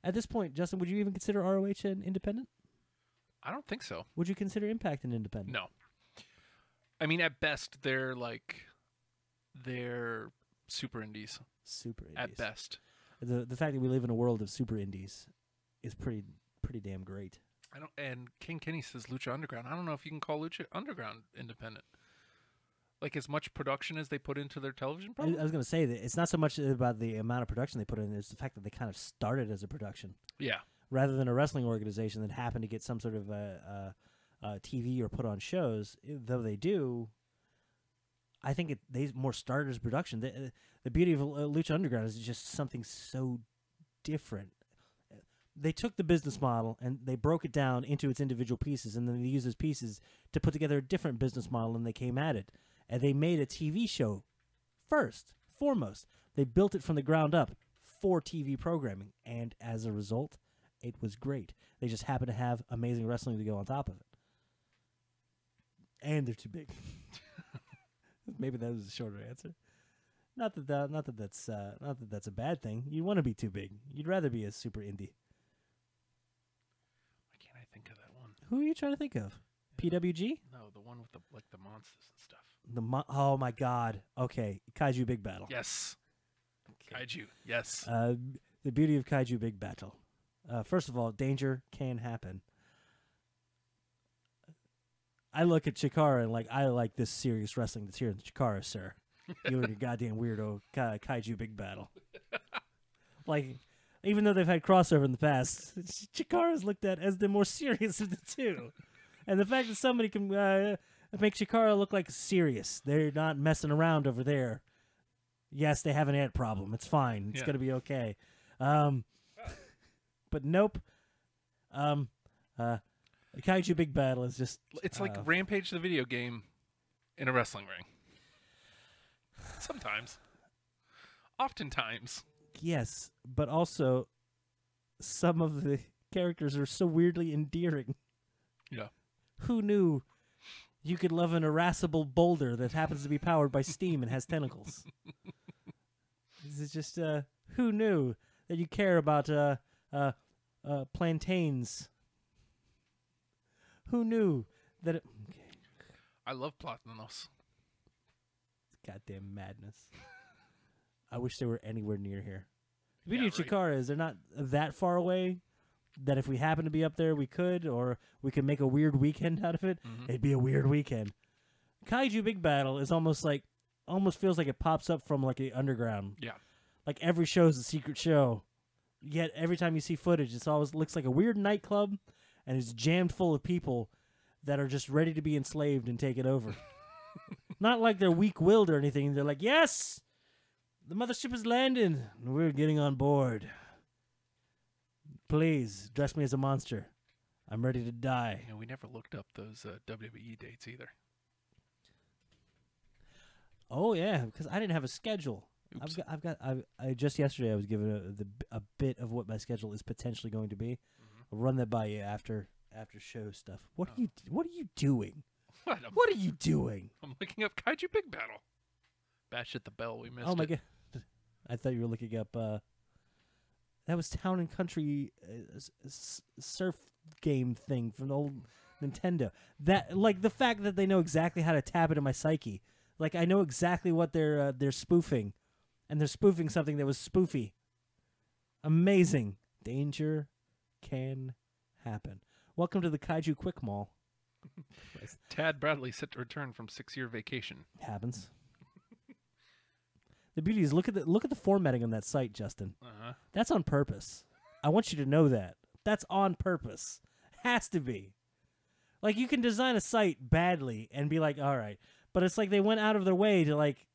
At this point, Justin, would you even consider ROH an independent?
I don't think so.
Would you consider Impact an independent?
No. I mean, at best, they're like, they're super indies.
Super indies.
At best.
The the fact that we live in a world of super indies is pretty pretty damn great.
I don't. And King Kenny says Lucha Underground. I don't know if you can call Lucha Underground independent. Like as much production as they put into their television
I,
program.
I was going to say that it's not so much about the amount of production they put in; it's the fact that they kind of started as a production
yeah.
rather than a wrestling organization that happened to get some sort of a, uh uh TV or put on shows. i- Though they do, I think it, they more started as production. The, uh, the beauty of uh, Lucha Underground is it's just something so different. They took the business model and they broke it down into its individual pieces, and then they used those pieces to put together a different business model, and they came at it. And they made a TV show first, foremost. They built it from the ground up for TV programming, and as a result, it was great. They just happen to have amazing wrestling to go on top of it. And they're too big. Maybe that was a shorter answer. Not that, that not that that's uh, not that that's a bad thing. You want to be too big. You'd rather be a super indie.
Why can't I think of that one?
Who are you trying to think of? PWG?
No, the one with the like the monsters and stuff.
The mon- oh my god. Okay, Kaiju Big Battle.
Yes. Kaiju. Yes.
Uh, the beauty of Kaiju Big Battle. Uh, first of all, danger can happen. I look at Chikara and like I like this serious wrestling that's here in Chikara, sir. You and your goddamn weirdo Ka- Kaiju Big Battle. like, even though they've had crossover in the past, Ch- Chikara's looked at as the more serious of the two. And the fact that somebody can uh, make Chikara look like serious, they're not messing around over there. Yes, they have an ant problem. It's fine. It's
Yeah.
gonna be okay. Um, but nope. Um, uh, Kaiju Big Battle is just
it's like
uh,
Rampage the video game in a wrestling ring. Sometimes. Oftentimes.
yes, but also some of the characters are so weirdly endearing.
Yeah.
Who knew you could love an irascible boulder that happens to be powered by steam and has tentacles? this is just uh, who knew that you care about uh, uh, uh, plantains? Who knew that? It, okay,
I love Platanos.
goddamn madness. I wish they were anywhere near here. The
Yeah,
beauty of Chikara is they're not that far away that if we happen to be up there, we could, or we could make a weird weekend out of it. It'd be a weird weekend. Kaiju Big Battle is almost like, almost feels like it pops up from like the underground.
Yeah.
Like every show is a secret show. Yet every time you see footage, it's always looks like a weird nightclub and it's jammed full of people that are just ready to be enslaved and take it over. Not like they're weak willed or anything. They're like, yes, the mothership is landing. and We're getting on board. Please dress me as a monster. I'm ready to die.
You know, we never looked up those uh, WWE dates either.
Oh yeah, because I didn't have a schedule.
Oops.
I've got, I've got, I, I just yesterday I was given a, the, a bit of what my schedule is potentially going to be. I'll run that by you after after show stuff. What are you What are you doing?
What? I'm,
What are you doing?
I'm looking up Kaiju Big Battle. Bash at the bell. We missed
oh my
it.
god! I thought you were looking up. uh That was Town and Country uh, s- s- surf game thing from the old Nintendo. That like the fact that they know exactly how to tap into my psyche. Like I know exactly what they're uh, they're spoofing, and they're spoofing something that was spoofy. Amazing danger can happen. Welcome to the Kaiju Quick Mall.
Tad Bradley set to return from six-year vacation.
Happens. the beauty is look at the look at the formatting on that site, Justin.
Uh-huh.
That's on purpose. I want you to know that. That's on purpose. Has to be. Like you can design a site badly and be like, all right, but it's like they went out of their way to like,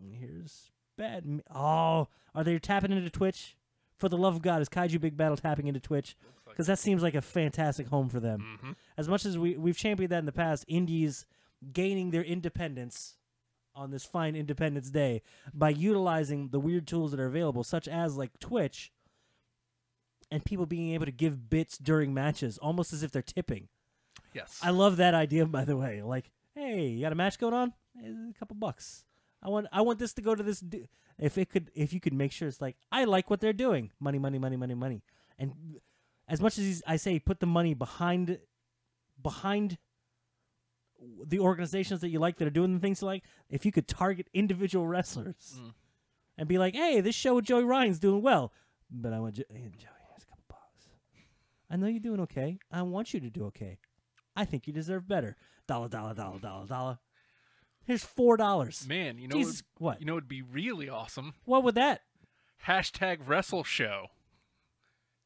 here's bad. m- Oh, are they tapping into Twitch? For the love of God, is Kaiju Big Battle tapping into Twitch? Because that seems like a fantastic home for them. As much as we we've championed that in the past, indies gaining their independence on this fine Independence Day by utilizing the weird tools that are available, such as like Twitch, and people being able to give bits during matches, almost as if they're tipping.
Yes.
I love that idea, by the way. Like, hey, you got a match going on? Eh, A couple bucks. I want, I want this to go to this. Du- if it could, if you could make sure it's like, I like what they're doing. Money, money, money, money, money. And as much as these- I say, put the money behind, behind the organizations that you like that are doing the things you like. If you could target individual wrestlers and be like, hey, this show with Joey Ryan's doing well, but I want jo- hey, Joey. Here's a couple bucks. I know you're doing okay. I want you to do okay. I think you deserve better. Dollar, dollar, dollar, dollar, dollar. Here's four dollars.
Man, you know
Jesus,
what?
what?
You know it'd be really awesome.
What would that?
Hashtag Wrestle Show.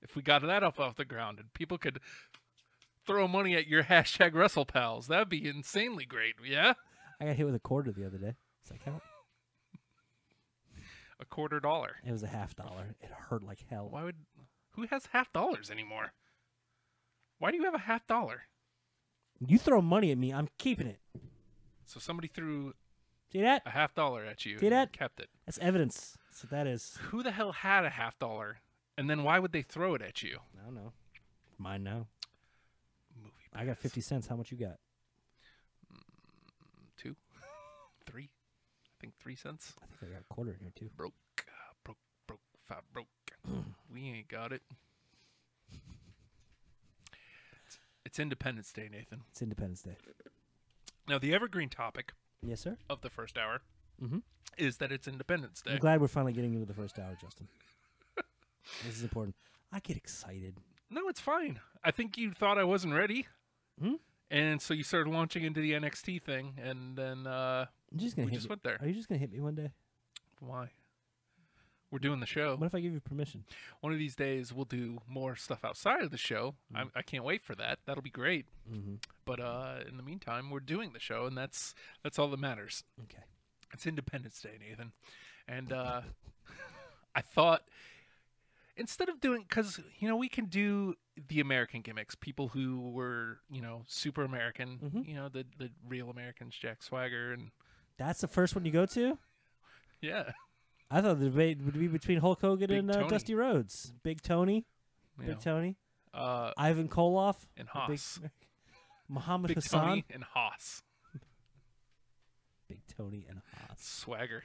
If we got that up off the ground and people could throw money at your hashtag Wrestle Pals, that'd be insanely great. Yeah,
I got hit with a quarter the other day. Does that count?
a quarter dollar.
It was a half dollar. It hurt like hell.
Why would? Who has half dollars anymore? Why do you have a half dollar?
You throw money at me, I'm keeping it.
So somebody threw
See that?
a half dollar at you.
See
and you
that?
Kept it.
That's evidence. That's what that is.
Who the hell had a half dollar? And then why would they throw it at you?
I don't know. Mine now.
Movie
I got fifty cents. How much you got?
two, three, I think three cents.
I think I got a quarter in here too.
broke, uh, broke, broke, five
Hmm.
broke. we ain't got it. It's, It's Independence Day, Nathan.
It's Independence Day.
Now, the evergreen topic
Yes, sir.
of the first hour
Mhm.
is that it's Independence Day.
I'm glad we're finally getting into the first hour, Justin. this is important. I get excited.
No, it's fine. I think you thought I wasn't ready.
Hmm?
And so you started launching into the NXT thing, and then uh,
I'm just gonna
We
hit
just
you.
went there.
Are you just gonna hit me one day?
why? We're doing the show.
What if I give you permission?
One of these days, we'll do more stuff outside of the show. I, I can't wait for that. That'll be great.
Mhm.
But uh, in the meantime, we're doing the show, and that's that's all that matters.
Okay.
It's Independence Day, Nathan. And uh, I thought instead of doing, because, you know, we can do the American gimmicks, people who were, you know, super American,
Mhm.
you know, the, the real Americans, Jack Swagger, and
That's the first one you go to.
yeah,
I thought the debate would be between Hulk Hogan
Big
and uh,
Tony.
Dusty Rhodes, Big Tony,
you
Big
know,
Tony,
uh,
Ivan Koloff,
and
the Big-
Haas.
Muhammad
Big
Hassan,
Tony and Haas.
Big Tony, and Haas.
Swagger.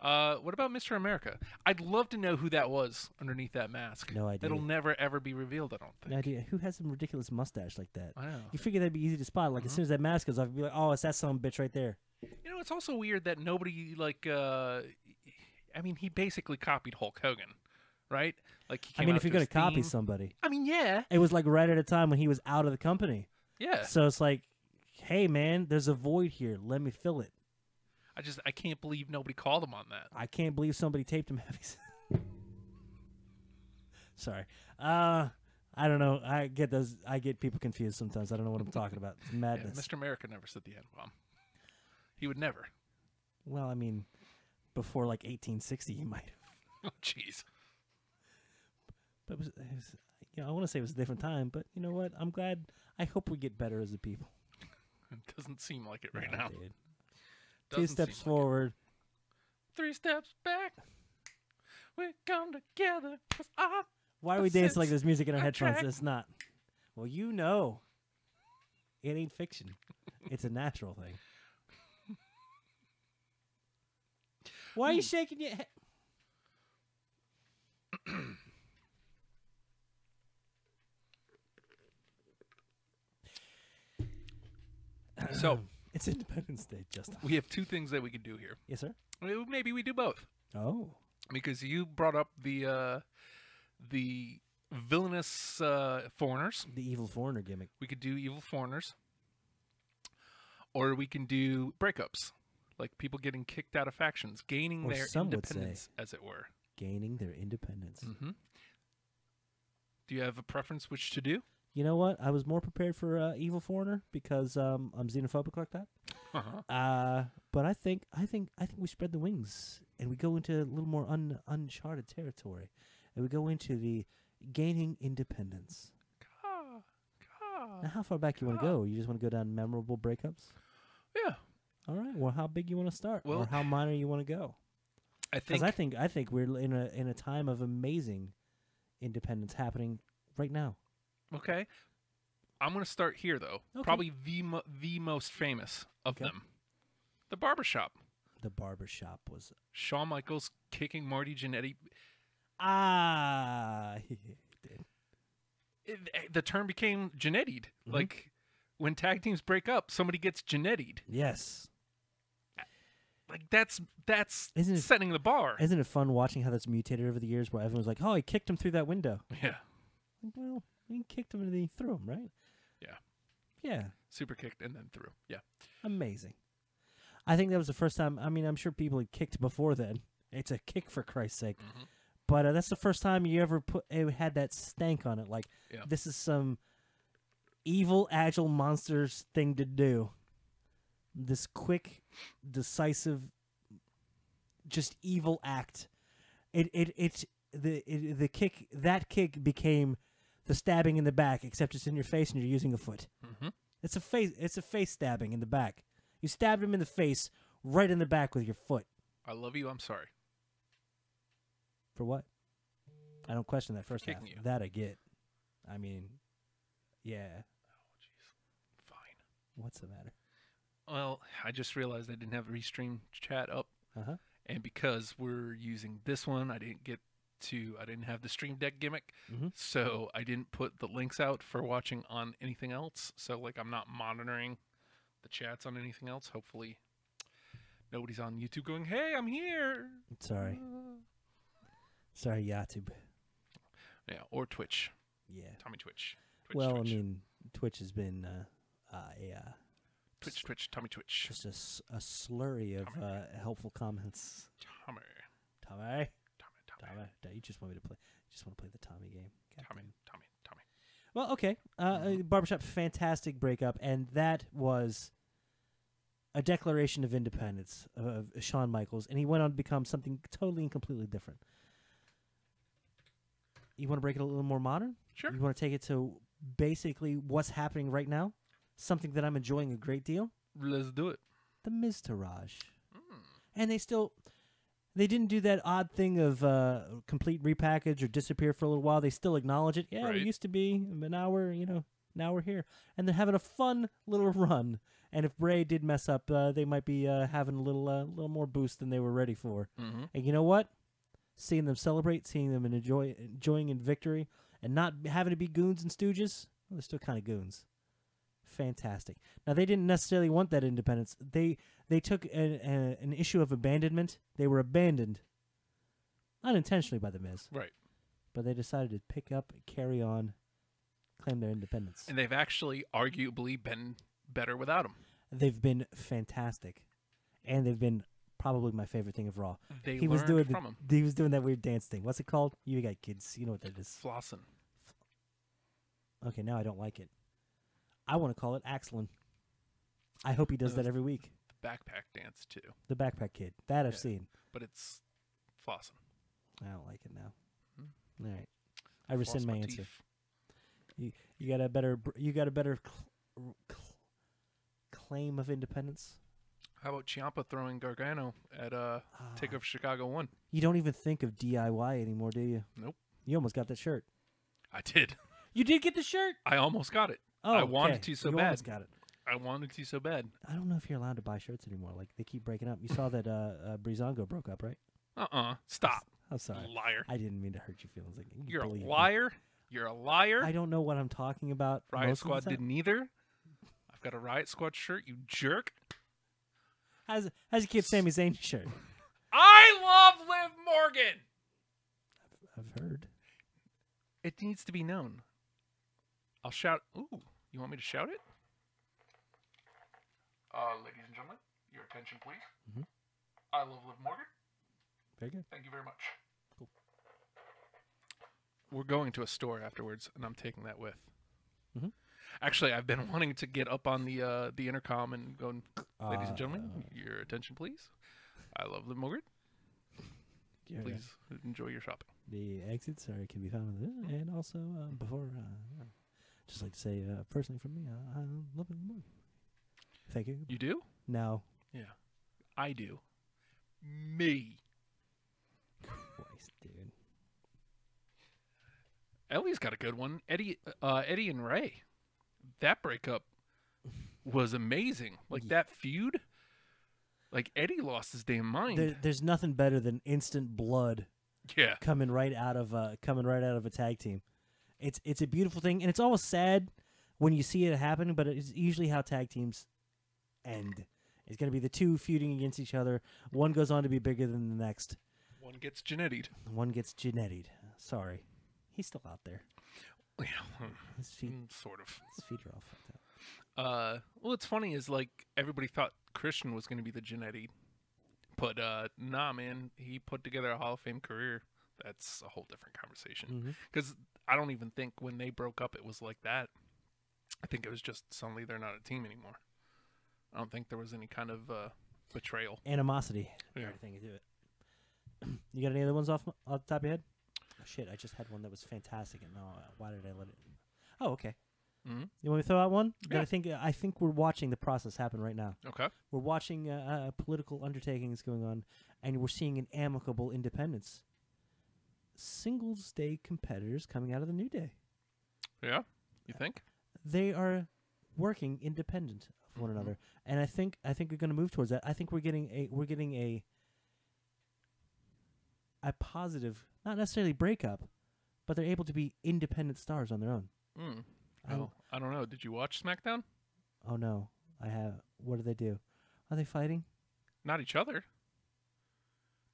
Uh, what about Mr. America? I'd love to know who that was underneath that mask.
No idea.
That'll never ever be revealed. I don't think.
No idea who has some ridiculous mustache like that.
I know. Uh-huh.
You figure that'd be easy to spot. Like as soon as that mask goes off, you'd be like, "Oh, it's that some bitch right there."
You know, it's also weird that nobody like. Uh, I mean, he basically copied Hulk Hogan, right? Like, he came
I mean,
out
if you're
to
gonna
his
copy
theme-
somebody,
I mean, yeah,
it was like right at a time when he was out of the company.
yeah.
So it's like, hey man, there's a void here. Let me fill it.
I just I can't believe nobody called him on that.
I can't believe somebody taped him having. sex. Sorry. Uh, I don't know. I get those. I get people confused sometimes. I don't know what I'm talking about. It's
Yeah,
madness.
Mr. America never said the N bomb. He would never.
Well, I mean, before like 1860, you might have.
Oh, jeez.
But it was, it was, you know, I want to say it was a different time. But you know what? I'm glad. I hope we get better as a people.
It doesn't seem like it right
Nah,
now.
dude. Two
Doesn't
steps
seem like it.
forward.
Three steps back. We come together. 'cause I
Why are we dancing like
Since
there's music in our
I
headphones?
track-
It's not. Well, you know, it ain't fiction. It's a natural thing. Why are you shaking your head?
So
It's Independence Day, Justin.
we have two things that we can do here.
Yes, sir.
Well, Maybe we do both
Oh,
because you brought up the uh, the villainous uh, foreigners.
the evil foreigner gimmick.
We could do evil foreigners, or we can do breakups, like people getting kicked out of factions, gaining
Or
their
some would say-
independence, as it were.
Gaining their independence.
Do you have a preference which to do?
You know what? I was more prepared for uh, evil foreigner because um, I'm xenophobic like that.
Uh-huh.
Uh, but I think I think I think we spread the wings and we go into a little more un, uncharted territory, and we go into the gaining independence. Now, how far back you want to go? You just want to go down memorable breakups?
Yeah,
All right. Well, how big you want to start,
Well-
or how minor you want to go?
I
Because
think.
I think I think we're in a in a time of amazing independence happening right now.
Okay. I'm going to start here though.
Okay.
Probably the mo- the most famous of
Okay.
them. The barbershop.
The barber shop was
Shawn Michaels kicking Marty Jannetty.
ah. he did.
It- eh, the term became Jannettied.
Mm-hmm.
Like when tag teams break up, somebody gets Jannettied.
yes.
Like that's that's
Isn't it-
setting the bar.
Isn't it fun watching how that's mutated over the years? Where everyone's like, "Oh, he kicked him through that window."
yeah.
Like, well, he kicked him and then he threw him, right?
Yeah.
Yeah.
Super kicked and then through. Yeah.
Amazing. I think that was the first time. I mean, I'm sure people had kicked before then. It's a kick for Christ's sake. But uh, that's the first time you ever put it had that stank on it. Like
Yeah.
this is some evil, agile monsters thing to do. This quick, decisive, just evil act. It it it's the it, the kick that kick became the stabbing in the back, except it's in your face and you're using a foot.
Mm-hmm.
It's a face. It's a face stabbing in the back. You stabbed him in the face, right in the back with your foot.
I love you. I'm sorry.
For what? I don't question that first half.
Kicking you.
That I get. I mean, yeah.
Fine.
What's the matter?
Well, I just realized I didn't have restream chat up
Uh huh.
and because we're using this one, I didn't get to I didn't have the stream deck gimmick,
Mhm.
so I didn't put the links out for watching on anything else. So like I'm not monitoring the chats on anything else. Hopefully nobody's on YouTube going, "Hey, I'm here."
Sorry. Sorry, YouTube.
Yeah, or Twitch.
Yeah.
Tommy Twitch. Twitch
Well,
Twitch.
I mean, Twitch has been uh, uh, a uh,
Twitch, Twitch, Tommy Twitch.
just a, s- a slurry of uh, helpful comments.
Tommy.
Tommy,
Tommy, Tommy,
Tommy, Tommy, you just want me to play? You just want to play the Tommy game. God
Tommy,
damn it.
Tommy, Tommy.
Well, okay. Uh, uh, Barbershop, fantastic breakup, and that was a declaration of independence of of Shawn Michaels, and he went on to become something totally and completely different. You want to break it a little more modern?
Sure.
You want to take it to basically what's happening right now, something that I'm enjoying a great deal,
Let's do it.
the Miztourage. And they still, they didn't do that odd thing of uh, complete repackage or disappear for a little while. They still acknowledge it. Yeah, we
Right.
used to be, but now we're, you know, now we're here. And they're having a fun little run. And if Bray did mess up, uh, they might be uh, having a little, uh, little more boost than they were ready for. And you know what? Seeing them celebrate, seeing them enjoy, enjoying in victory, and not having to be goons and stooges. Well, they're still kind of goons fantastic. Now they didn't necessarily want that independence. They they took a, a, an issue of abandonment. They were abandoned unintentionally by the Miz,
Right.
but they decided to pick up, carry on, claim their independence.
And they've actually arguably been better without him.
They've been fantastic, and they've been probably my favorite thing of Raw.
They
he was
learned
doing the-
from 'em.
he was doing that weird dance thing. What's it called? You got kids, you know what that is.
Flossin.
Okay, now I don't like it. I want to call it Axlin. I hope he does that every week.
The backpack dance too.
The backpack kid that I've seen.
But it's Flossin.
I don't like it now. All right, I rescind
Floss
my
Hmm. my
answer.
teeth.
You, you got a better br- you got a better cl- r- cl- claim of independence.
How about Ciampa throwing Gargano at uh
Ah.
Take Over Chicago One?
You don't even think of DIY anymore, do you?
Nope.
You almost got that shirt.
I did.
You did get the shirt.
I almost got it.
Oh,
I wanted
okay.
to so
you
bad.
Almost got it.
I wanted to so bad.
I don't know if you're allowed to buy shirts anymore. Like they keep breaking up. You saw that uh, uh Brizongo broke up, right?
Uh uh Stop.
I'm sorry.
Liar.
I didn't mean to hurt your feelings. Like, you
You're a
believe me.
liar. You're a liar.
I don't know what I'm talking about. most
Riot
of the
Squad
time.
didn't either. I've got a Riot Squad shirt, you jerk.
How's how's your kid Sami Zayn shirt?
I love Liv Morgan.
I've heard.
It needs to be known. I'll shout. Ooh, you want me to shout it? Uh, ladies and gentlemen, your attention, please.
Mm-hmm.
I love Liv Morgan.
Very good.
Thank you very much. Cool. We're going to a store afterwards, and I'm taking that with.
Mhm.
Actually, I've been wanting to get up on the uh, the intercom and go,
Uh,
ladies and gentlemen, your attention, please. I love Liv Morgan.
Yeah.
Please enjoy your shopping. the
The exits are can be found on the and also uh, before. Uh, uh, just like to say uh, personally from me, uh, I love it more. Thank you.
You do?
No,
Yeah. I do. Me.
voice, dude.
Ellie's got a good one. Eddie, uh, Eddie and Ray. That breakup was amazing. Like that feud. Like Eddie lost his damn mind.
There, there's nothing better than instant blood
yeah.
coming right out of uh, coming right out of a tag team. It's it's a beautiful thing, and it's always sad when you see it happen, but it's usually how tag teams end. It's going to be the two feuding against each other. One goes on to be bigger than the next.
One gets genetied.
One gets genetied. Sorry, he's still out there.
Yeah,
His feet,
sort of.
his feet are all fucked up.
Uh, well, what's funny is like everybody thought Christian was going to be the genetied, but uh, nah, man, he put together a Hall of Fame career. That's a whole different conversation. Because I don't even think when they broke up it was like that. I think it was just suddenly they're not a team anymore. I don't think there was any kind of uh, betrayal.
animosity.
Yeah.
Everything to do it. You got any other ones off m- off the top of your head? Oh, shit, I just had one that was fantastic, and now uh, why did I let it? Oh, okay.
Mhm.
You want me to throw out one? That
Yeah.
I think I think we're watching the process happen right now.
Okay.
We're watching uh, uh, political undertakings going on, and we're seeing an amicable independence. Singles Day competitors coming out of the New Day.
Yeah. You think?
They are working independent of
Mm-hmm.
one another, and I think I think we're going to move towards that. I think we're getting a we're getting a a positive not necessarily break up, but they're able to be independent stars on their own.
Mm.
I'm-
Oh, I don't know. Did you watch SmackDown?
Oh no, I have. What do they do? Are they fighting?
Not each other.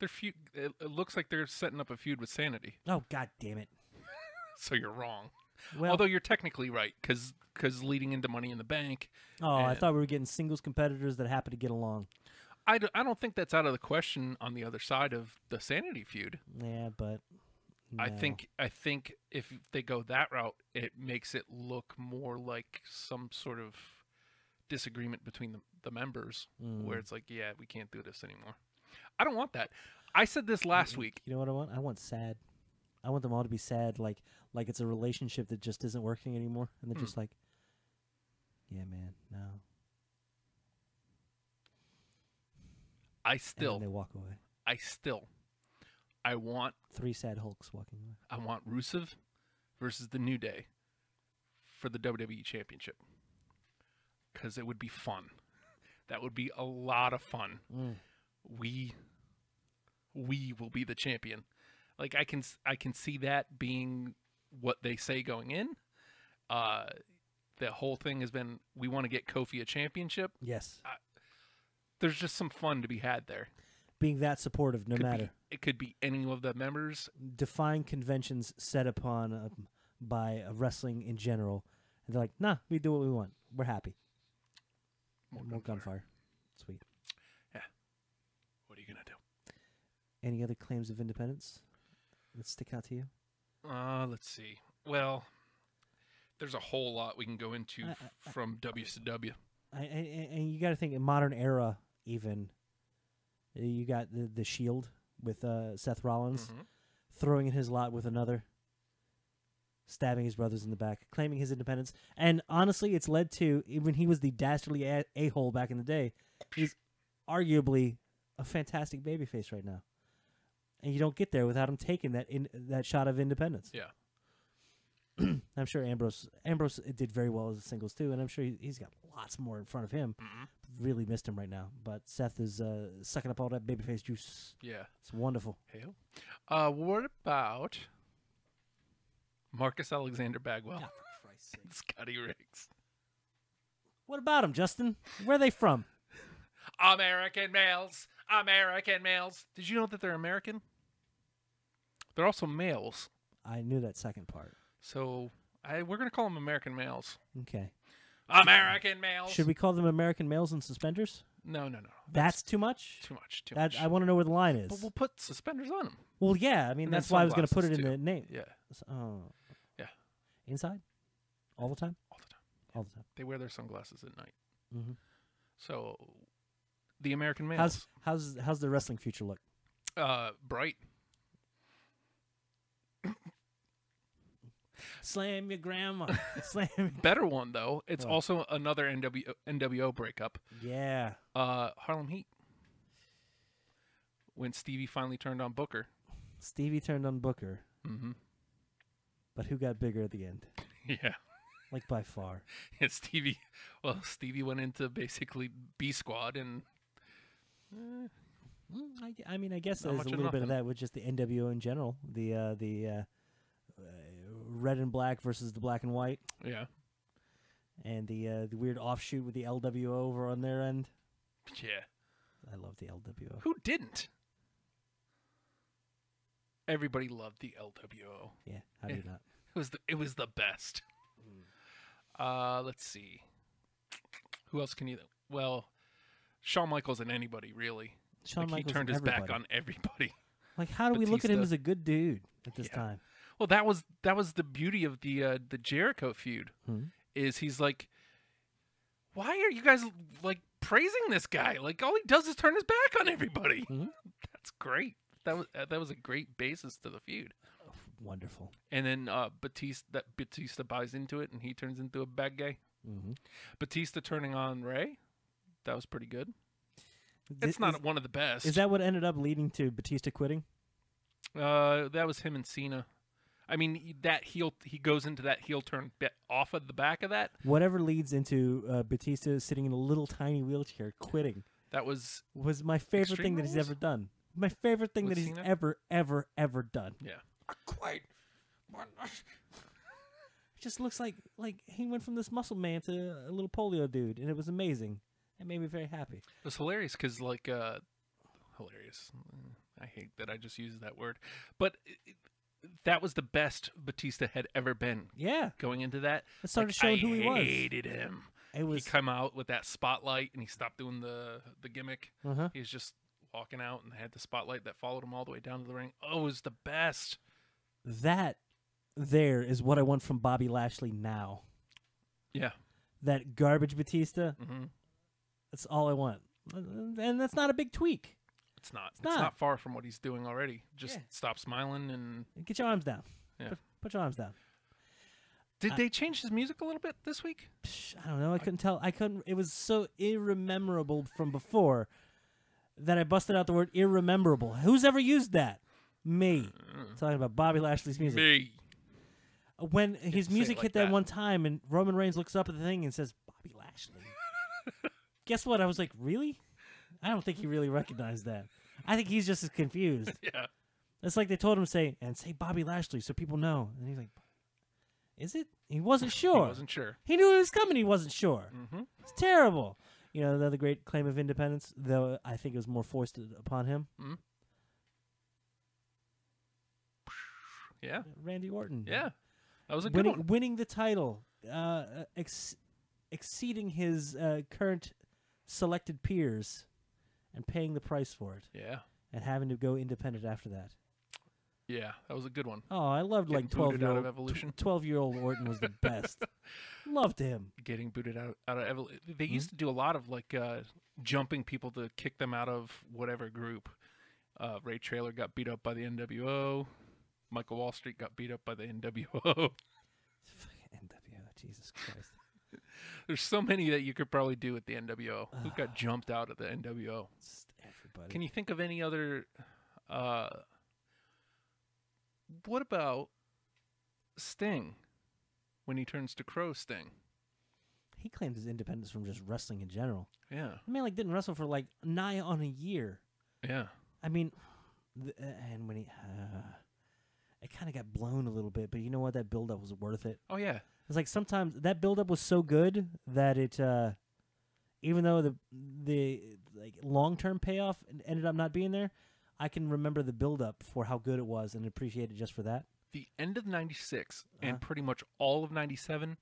They're feud. It, it looks like they're setting up a feud with Sanity.
Oh god damn it!
So you're wrong.
Well,
Although you're technically right, because leading into Money in the Bank,
oh, I
and-
thought we were getting singles competitors that happen to get along.
I, d- I don't think that's out of the question on the other side of the Sanity feud.
Yeah, but
I
no.
think I think if they go that route, it makes it look more like some sort of disagreement between the, the members,
Mm.
where it's like, yeah, we can't do this anymore. I don't want that. I said this last week.
you know what I want. I want sad. I want them all to be sad, like like it's a relationship that just isn't working anymore, and
Hmm.
they're just like, yeah, man, no. And
I
then
still,
they walk away.
I still, I want,
Three sad Hulks walking away.
I want Rusev versus the New Day for the WWE Championship because it would be fun. That would be a lot of fun. We, we will be the champion. Like I can, s- I can see that being what they say going in. Uh, the whole thing has been we want to get Kofi a championship.
Yes,
There's just some fun to be had there.
being that supportive, no
Could
matter
be, it could be any of the members.
define conventions set upon um, by uh, wrestling in general. And they're like, nah, we do what we want. We're happy.
More
And More gunfire. Sweet.
What are you gonna do?
Any other claims of independence that stick out to you?
Uh, let's see. Well, there's a whole lot we can go into
I-
f-
uh,
from WCW.
I, I, I- and you got to think in modern era, even uh, you got the the Shield with uh, Seth Rollins
Mhm.
throwing in his lot with another, stabbing his brothers in the back, claiming his independence, and honestly, it's led to even he was the dastardly a hole back in the day. He's arguably a fantastic babyface right now, and you don't get there without him taking that in that shot of independence.
Yeah.
I'm sure Ambrose Ambrose did very well as a singles too, and I'm sure he, he's got lots more in front of him.
Mm-hmm.
Really missed him right now, but Seth is uh, sucking up all that babyface juice.
Yeah.
It's wonderful.
Hell. Uh, what about Marcus Alexander Bagwell and Scotty Riggs?
What about him, Justin? Where are they from?
American males. American males. Did you know that they're American? They're also males.
I knew that second part.
So I, we're gonna call them American males.
Okay.
American males.
Should we call them American males and suspenders?
No, no, no.
That's too much.
Too much. Too
That
much.
I want to know where the line is.
but we'll put suspenders on them.
Well, yeah. I mean,
And then
that's why I was going to put it
sunglasses,
in
too.
the name.
Yeah,
S- Oh.
Yeah.
Inside, all the time,
all the time.
all the time.
They wear their sunglasses at night.
Mhm.
So, the American
How's
males,
how's how's the wrestling future look?
uh, bright.
Slam your grandma. Slam. Your...
Better one though. It's also another NW, NWO breakup.
Yeah.
Uh, Harlem Heat. When Stevie finally turned on Booker,
Stevie turned on Booker,
Mhm.
but who got bigger at the end?
yeah,
Like by far.
and Stevie, well, Stevie went into basically B Squad, and
Mm, I, g- I mean, I guess
Not
there's a
much of
little bit of
nothing.
that with just the NWO in general. The uh, the uh, uh, red and black versus the black and white,
yeah,
and the uh, the weird offshoot with the LWO over on their end.
yeah.
I love the LWO.
Who didn't? Everybody loved the LWO.
Yeah, how do you not?
It was the, it was the best. Uh, let's see. Who else can you? Well, Shawn Michaels and anybody really.
Shawn
like,
Michaels
he turned
and
his back
everybody.
on everybody.
Like, how do we look at him
Batista.
as a good dude at this
Yeah.
time?
Well, that was that was the beauty of the uh, the Jericho feud.
Hmm.
Is he's like, why are you guys like praising this guy? Like all he does is turn his back on everybody.
Hmm.
That's great. That was that was a great basis to the feud.
Wonderful.
and then uh, Batista that Batista buys into it, and he turns into a bad guy.
Mhm.
Batista turning on Ray, that was pretty good.
Th-
it's not
Is,
one of the best.
is that what ended up leading to Batista quitting?
uh, that was him and Cena. I mean he- that heel he goes into that heel turn bit off of the back of that.
Whatever leads into uh, Batista sitting in a little tiny wheelchair, quitting,
That was
was my favorite
Extreme
thing that he's
Rules?
ever done. My favorite thing that he's
Lucina?
ever, ever, ever done.
Yeah.
Quite.
It just looks like like he went from this muscle man to a little polio dude, and it was amazing. It made me very happy.
It was hilarious because, like, uh, hilarious. I hate that I just used that word, but it, it- that was the best Batista had ever been.
Yeah,
Going into that,
It started
like,
showing
I
who he was.
Hated him.
it was.
He come out with that spotlight, and he stopped doing the the gimmick.
Uh-huh.
He was just walking out and had the spotlight that followed him all the way down to the ring. Oh, it was the best.
that there is what I want from Bobby Lashley now.
Yeah.
That garbage Batista.
Mhm.
That's all I want, and that's not a big tweak.
It's not. It's,
not.
not. far from what he's doing already. Just
Yeah.
stop smiling and.
Get your arms down.
Yeah.
Put, put your arms down.
Did they change his music a little bit this week?
Psh, I don't know. I couldn't tell. I couldn't. It was so irrememorable from before that I busted out the word irrememorable. Who's ever used that? Me. Talking about Bobby Lashley's music.
Uh,
Uh,
Me.
When his
say it
music
like
hit that,
that.
one time and Roman Reigns looks up at the thing and says, Bobby Lashley. Guess what? I was like, really? I don't think he really recognized that. I think he's just as confused.
Yeah.
It's like they told him say and say Bobby Lashley so people know. And he's like, is it? He wasn't sure.
He wasn't sure. Mm-hmm.
He knew it was coming. He wasn't sure. It's terrible. You know, another great claim of independence, though I think it was more forced upon him.
Mm. Yeah.
Randy Orton.
Yeah. That was a good
Winning,
one.
winning the title, uh, ex- exceeding his uh, current selected peers and paying the price for it
Yeah.
and having to go independent after that.
Yeah. That was a good one.
Oh, I loved like
Getting booted
12 year
out of
old
Evolution.
12 year old Orton was the best. loved him.
Getting booted out, out of Evol- They used to do a lot of like uh, jumping people to kick them out of whatever group. Uh, Ray Trailer got beat up by the NWO. Michael Wall Street got beat up by the NWO.
NWO, Jesus Christ.
There's so many that you could probably do at the NWO. Who got jumped out of the NWO?
Just everybody.
Can you think of any other? Uh, what about Sting when he turns to Crow Sting?
he claimed his independence from just wrestling in general.
Yeah,
The man like didn't wrestle for like nigh on a year.
yeah.
I mean, th- uh, and when he, uh, it kind of got blown a little bit, but you know what? That build up was worth it.
Oh yeah,
It's like sometimes that build up was so good that it, uh, even though the the like long term payoff en- ended up not being there, I can remember the build up for how good it was and appreciate it just for that.
the end of 96 and pretty much all of 97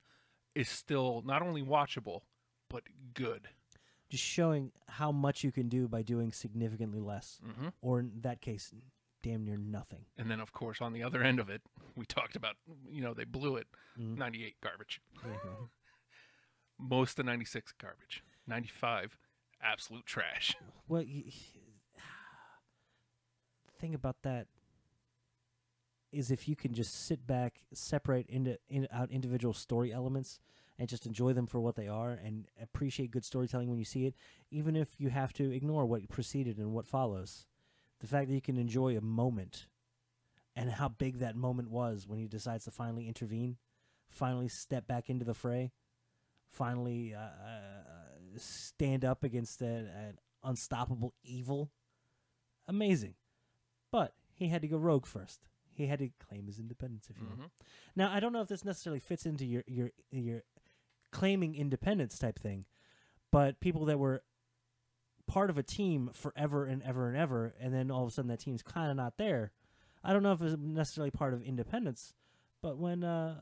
is still not only watchable but good
Just showing how much you can do by doing significantly less, or in that case, damn near nothing.
and then of course on the other end of it we talked about you know they blew it 98 garbage most of 96 garbage 95 absolute trash
Well, y thing about that is if you can just sit back, separate into in, out individual story elements, and just enjoy them for what they are, and appreciate good storytelling when you see it, even if you have to ignore what preceded and what follows. The fact that you can enjoy a moment, and how big that moment was when he decides to finally intervene, finally step back into the fray, finally uh, uh, stand up against an, an unstoppable evil. Amazing. But he had to go rogue first. He had to claim his independence, if you will. Now, I don't know if this necessarily fits into your, your, your claiming independence type thing, but people that were part of a team forever and ever and ever, and then all of a sudden that team's kind of not there. I don't know if it's necessarily part of independence, but when uh,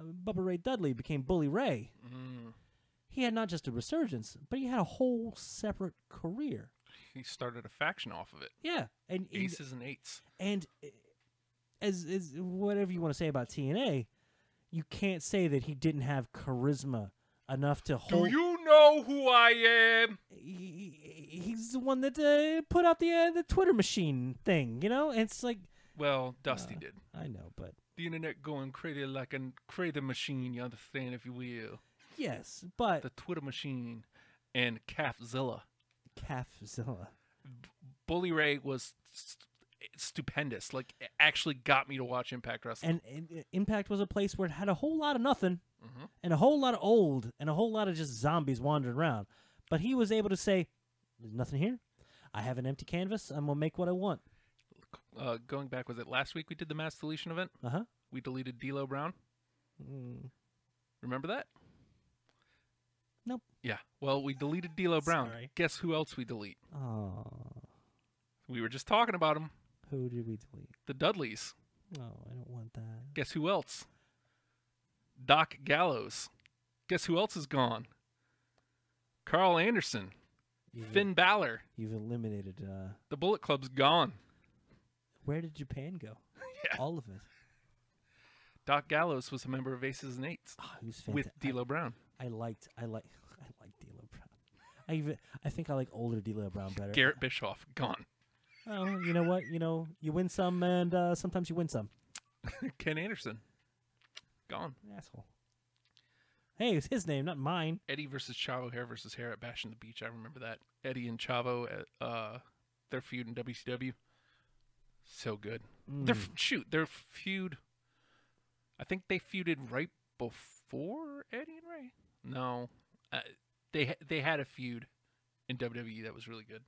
Bubba Ray Dudley became Bully Ray, he had not just a resurgence, but he had a whole separate career.
he started a faction off of it
Yeah, and and,
aces and eights
and uh, as as whatever you want to say about TNA, you can't say that he didn't have charisma enough to hold.
do you know who i am
He- he- he's the one that uh, put out the uh, the Twitter machine thing, you know. It's like
well dusty did
I know, but
the internet going crazy like a crazy machine you understand if you will
yes, but
the Twitter machine, and Calfzilla.
Calfzilla.
Bully Ray was st- stupendous. Like, it actually got me to watch Impact Wrestling.
and, and uh, Impact was a place where it had a whole lot of nothing
Mm-hmm.
and a whole lot of old and a whole lot of just zombies wandering around. But he was able to say, "There's nothing here. I have an empty canvas. I'm gonna make what I want.
Uh, going back, was it last week we did the mass deletion event?
Uh huh.
We deleted D'Lo Brown.
Mm.
Remember that?
Nope.
Yeah. Well, we deleted D'Lo Brown.
Sorry.
Guess who else we delete?
Oh,
We were just talking about him.
who did we delete?
The Dudleys.
Oh, I don't want that.
Guess who else? Doc Gallows. Guess who else is gone? Carl Anderson.
You've,
Finn Balor.
you've eliminated. Uh,
The Bullet Club's gone.
where did Japan go?
Yeah.
All of it.
Doc Gallows was a member of Aces and Eights
Oh, he was
with
fanta-
D'Lo Brown.
I, I liked. I like. I like D'Lo Brown. I even. I think I like older D'Lo Brown better.
Garrett Bischoff gone.
Oh, you know what? You know, you win some, and uh, sometimes you win some.
Ken Anderson gone.
Asshole. Hey, it's his name, not mine.
Eddie versus Chavo Hair versus Hair at Bash in the Beach. I remember that. Eddie and Chavo at uh, their feud in WCW. So good.
Mm.
Their f- shoot, their feud. I think they feuded right before Eddie and Ray. No, uh, they ha- they had a feud in WWE that was really good.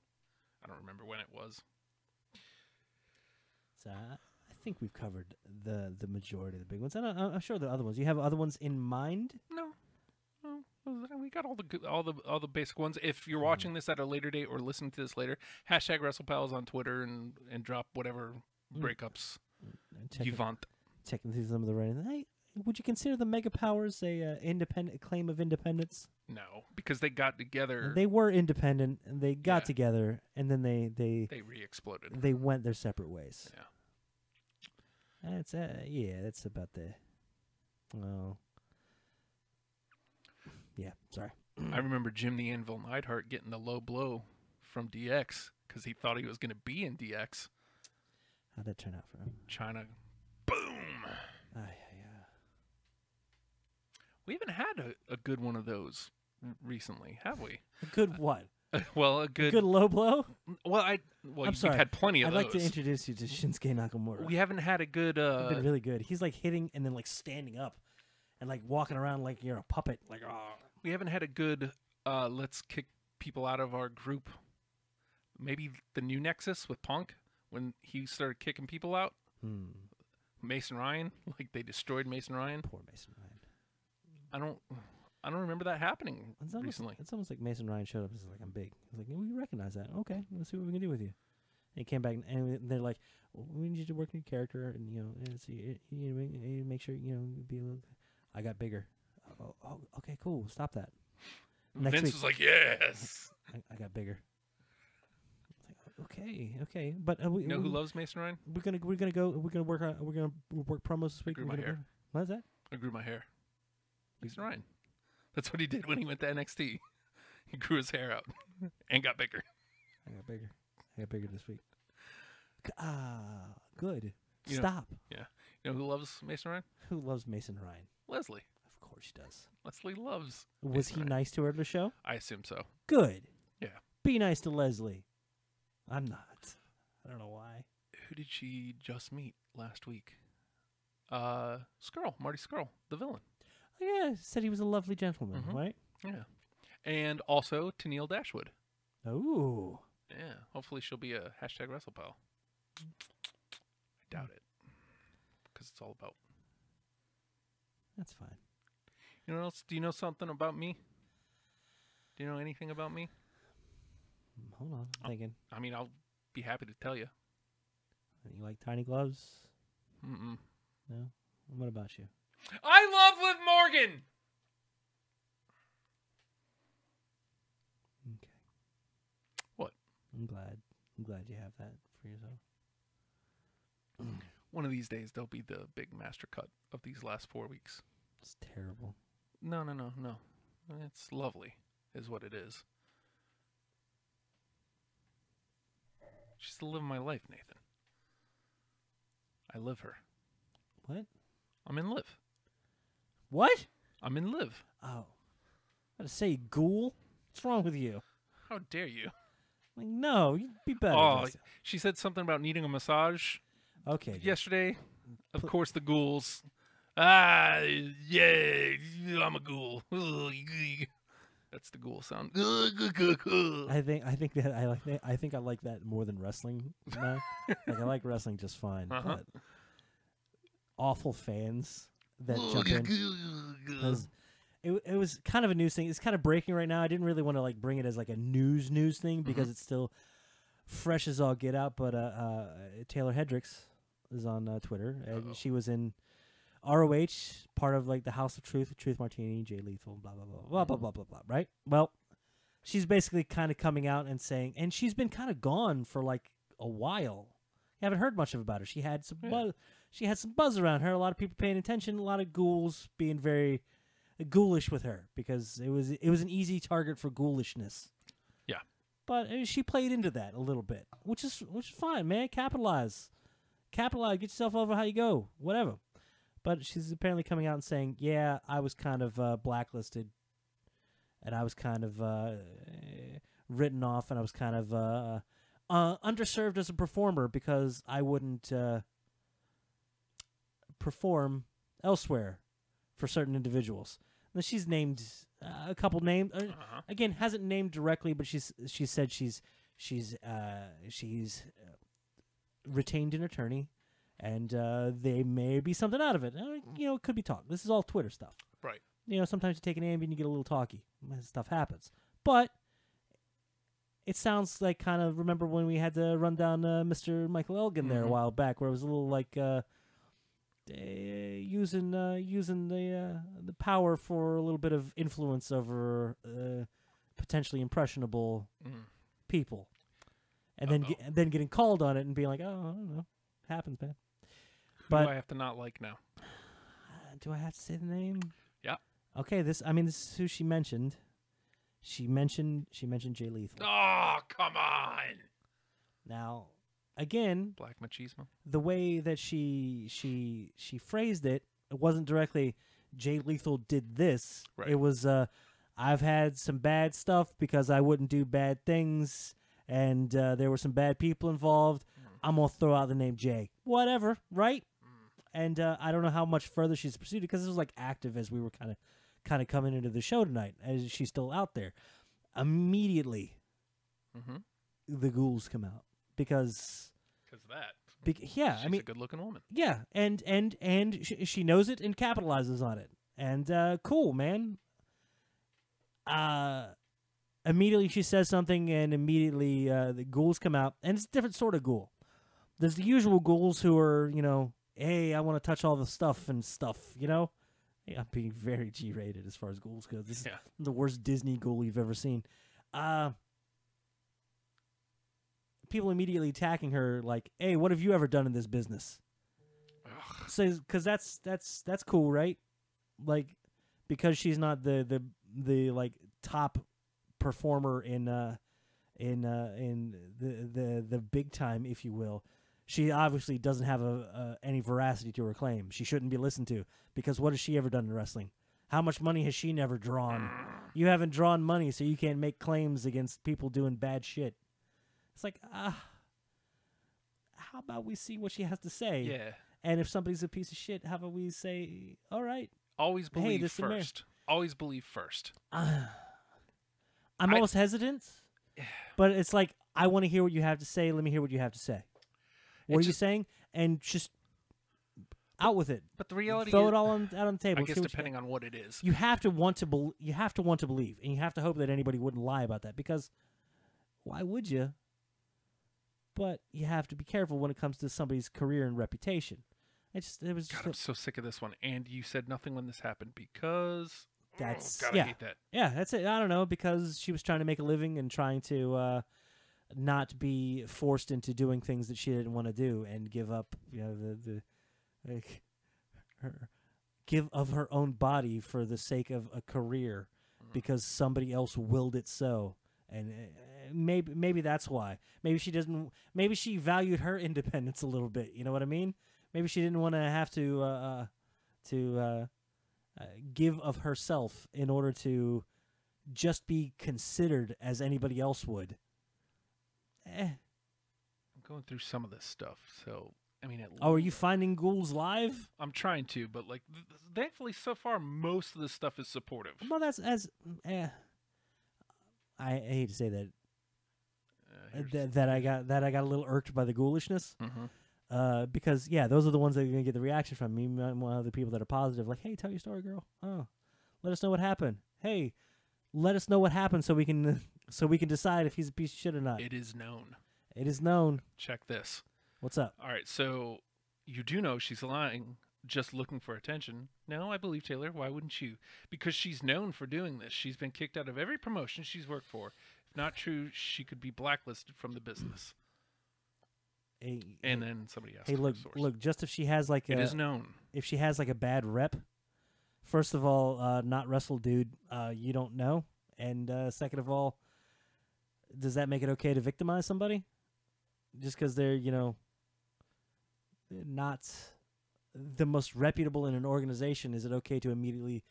I don't remember when it was.
So I, I think we've covered the the majority of the big ones. And I, I'm sure there are other ones. You have other ones in mind?
No, no, we got all the good, all the all the basic ones. If you're watching this at a later date or listening to this later, hashtag WrestlePals on Twitter and and drop whatever breakups
And Hmm. Check
you want.
checking through some of the writing. Hey, would you consider the mega powers a uh, independent claim of independence?
No, because they got together,
They were independent. And they got
Yeah.
together, and then they they
they re-exploded.
they went their separate ways.
Yeah.
That's uh, yeah. That's about the. Oh. Yeah. Sorry.
I remember Jim the Anvil Neidhart getting the low blow from DX because he thought he was going to be in DX.
How'd that turn out for him?
China, boom.
Ah, yeah, yeah.
We haven't had a, a good one of those r- recently, have we?
A good what?
well, a good,
Good low blow.
Well, I well,
I'm
you've
sorry.
had plenty of
I'd
those.
like to introduce you to Shinsuke Nakamura.
we haven't had a good.
He's
uh
been really good. He's like hitting and then like standing up, and like walking around like you're a puppet. Like oh,
We haven't had a good. uh Let's kick people out of our group. Maybe the new Nexus with Punk when he started kicking people out.
Hmm,
Mason Ryan, like they destroyed Mason Ryan.
poor Mason Ryan.
I don't I don't remember that happening
It's almost,
recently.
it's almost like Mason Ryan showed up. and was like, "I'm big." He's like, "We recognize that. Okay, let's see what we can do with you." And he came back, and- and they're like, "Well, "We need you to work on your character, and you know, and see, you, you, know, you need to make sure you know, be a little." I got bigger. Oh, oh okay, cool. Stop that. Next
Vince
week,
was like, "Yes."
I, I got bigger. It's like, okay, okay, but uh, we,
You know who
we-
loves Mason Ryan?
we're gonna we're gonna go we're gonna work on we're gonna work promos this week.
grew
we're
my
gonna
hair.
go- What is that?
I grew my hair. Mason Ryan. That's what he did when he went to NXT. He grew his hair out and got bigger.
I got bigger. I got bigger this week. G- Ah, good.
You know-
Stop.
Yeah. You know who loves Mason Ryan?
Who loves Mason Ryan?
Leslie.
Of course she does.
Leslie loves.
Was
Mason
he
Ryan.
nice to her at the show?
I assume so.
Good.
Yeah.
Be nice to Leslie. I'm not. I don't know why.
Who did she just meet last week? Uh, Skrull, Marty Skrull, the villain.
Oh, yeah, said he was a lovely gentleman,
Mm-hmm.
right?
Yeah. And also Tennille Dashwood.
Ooh.
Yeah. Hopefully she'll be a hashtag WrestlePal. I doubt it. Because it's all about.
That's fine.
You know what else? Do you know something about me? Do you know anything about me?
Mm, Hold on.
Oh.
I'm thinking.
I mean, I'll be happy to tell you.
You like tiny gloves?
Mm-mm.
No? What about you?
I love Liv Morgan!
Okay.
What?
I'm glad. I'm glad you have that for yourself.
One of these days, there'll be the big master cut of these last four weeks.
It's terrible.
No, no, no, no. It's lovely, is what it is. She's the live of my life, Nathan. I live her.
What?
I'm in live.
What?
I'm in live.
Oh. I had to say, you ghoul. What's wrong with you?
How dare you?
Like, no, you'd be better.
Oh,
Justin.
she said something about needing a massage
okay. dude.
yesterday. Of course, the ghouls. Ah, yeah, I'm a ghoul. Ugh. That's the ghoul sound.
I think I think that I like that- I think I like that more than wrestling now. like I like wrestling just fine,
Uh-huh.
but awful fans that jump in. 'cause It, w- it was kind of a news thing. It's kind of breaking right now. I didn't really want to like bring it as like a news news thing because it's still fresh as all get out. But uh, uh, Taylor Hendricks is on uh, Twitter. And she was in ROH, part of like the House of Truth, Truth Martini, Jay Lethal, blah blah blah blah blah blah blah blah. Right? Well, she's basically kind of coming out and saying, and she's been kind of gone for like a while. You haven't heard much of about her. She had some buzz. She had some buzz around her. A lot of people paying attention. A lot of ghouls being very ghoulish with her because it was it was an easy target for ghoulishness.
Yeah.
But uh, she played into that a little bit, which is which is fine, man. Capitalize, capitalize, get yourself over how you go, whatever. But she's apparently coming out and saying, "Yeah, I was kind of uh, blacklisted, and I was kind of uh, eh, written off, and I was kind of uh, uh, underserved as a performer because I wouldn't uh, perform elsewhere for certain individuals." Now she's named uh, a couple names. Uh, Again, hasn't named directly, but she's she said she's she's uh, she's uh, retained an attorney, and uh, they may be something out of it. Uh, you know, it could be talk. This is all Twitter stuff.
Right.
You know, sometimes you take an Ambien, you get a little talky. That Stuff happens, but it sounds like kind of remember when we had to run down uh, Mr. Michael Elgin there a while back, where it was a little like. Uh, uh, using uh, using the uh, the power for a little bit of influence over uh, potentially impressionable people, and then ge- and then getting called on it and being like, oh, I don't know, happens, man.
Who
But
do I have to not like now?
uh, do I have to say the name?
Yeah.
Okay, this I mean this is who she mentioned. She mentioned she mentioned Jay Lethal.
Oh, come on.
Now, again,
Black machismo.
the way that she she she phrased it, it wasn't directly Jay Lethal did this.
Right.
It was uh I've had some bad stuff because I wouldn't do bad things and uh, there were some bad people involved.
Hmm.
I'm going to throw out the name Jay. Whatever, right? And uh, I don't know how much further she's proceeded because this was like active as we were kind of kind of coming into the show tonight as she's still out there. Immediately
Mhm.
the ghouls come out because
Because that.
bec- yeah,
She's
I mean
a good looking woman.
yeah, and and and she, she knows it and capitalizes on it. And uh, cool, man. Uh immediately she says something, and immediately uh, the ghouls come out, and it's a different sort of ghoul. There's the usual ghouls who are, you know, hey, I want to touch all the stuff and stuff, you know. Yeah, I'm being very G-rated as far as ghouls go. This
Yeah.
is the worst Disney ghoul you've ever seen. Uh, people immediately attacking her, like, "Hey, what have you ever done in this business?" So, because that's that's that's cool, right? Like, because she's not the the the like top performer in uh in uh in the the the big time, if you will. She obviously doesn't have a, a any veracity to her claim. She shouldn't be listened to because what has she ever done in wrestling? How much money has she never drawn? You haven't drawn money, so you can't make claims against people doing bad shit. It's like ah. how about we see what she has to say?
Yeah.
And if somebody's a piece of shit, how about we say, all right?
Always
Hey,
believe
this is America.
first. Always believe first.
I'm
I-
almost hesitant, but it's like, I want to hear what you have to say. Let me hear what you have to say.
It
What are you
just-
saying? And just out with it.
But the reality
Throw
is,
it all on, out on the table.
I
see
guess
what you
depending on what it is.
you have to want to bel you have to want to believe and you have to hope that anybody wouldn't lie about that because why would you but you have to be careful when it comes to somebody's career and reputation it just it was just
God, I'm so sick of this one. And you said nothing when this happened because
a- that's
God, I
yeah
hate that.
yeah that's it i don't know because she was trying to make a living and trying to uh not be forced into doing things that she didn't want to do and give up you know the the like her give of her own body for the sake of a career because somebody else willed it so and uh, maybe maybe that's why maybe she doesn't maybe she valued her independence a little bit you know what i mean maybe she didn't want to have to uh, uh to uh, uh give of herself in order to just be considered as anybody else would eh.
I'm going through some of this stuff. So, I mean, it,
oh are you finding ghouls live
I'm trying to, but like, th- th- thankfully, so far, most of this stuff is supportive.
Well, that's as eh. I, I hate to say that
Uh,
uh,
here's-
that, that I got that I got a little irked by the ghoulishness.
Mhm.
Uh, because yeah, those are the ones that are gonna get the reaction from me. One of the people that are positive, like, "Hey, tell your story, girl. Oh, let us know what happened. Hey, let us know what happened so we can so we can decide if he's a piece of shit or not.
It is known.
it is known.
Check this.
What's up?
All right, so you do know she's lying, just looking for attention. No, I believe Taylor. Why wouldn't you? Because she's known for doing this. She's been kicked out of every promotion she's worked for. If not true, she could be blacklisted from the business.
Hey,
And then somebody asked.
hey,
for a
look,
source.
look. uh, Just if she has like
It
a,
is known.
if she has like a bad rep, first of all, uh, not wrestle, dude. Uh, you don't know, and uh, second of all, does that make it okay to victimize somebody just because they're you know not the most reputable in an organization? Is it okay to immediately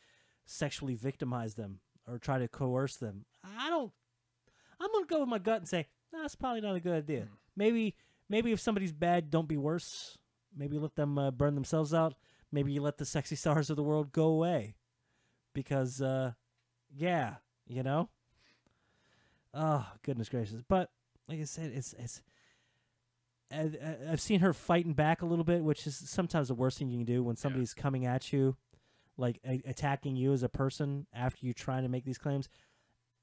sexually victimize them or try to coerce them? I don't. I'm gonna go with my gut and say "Nah, that's probably not a good idea. Maybe maybe if somebody's bad, don't be worse. Maybe let them uh, burn themselves out. Maybe you let the sexy stars of the world go away, because uh, yeah, you know. Oh goodness gracious! But like I said, it's it's. I- I- I've seen her fighting back a little bit, which is sometimes the worst thing you can do when somebody's coming at you, like a- attacking you as a person after you trying to make these claims.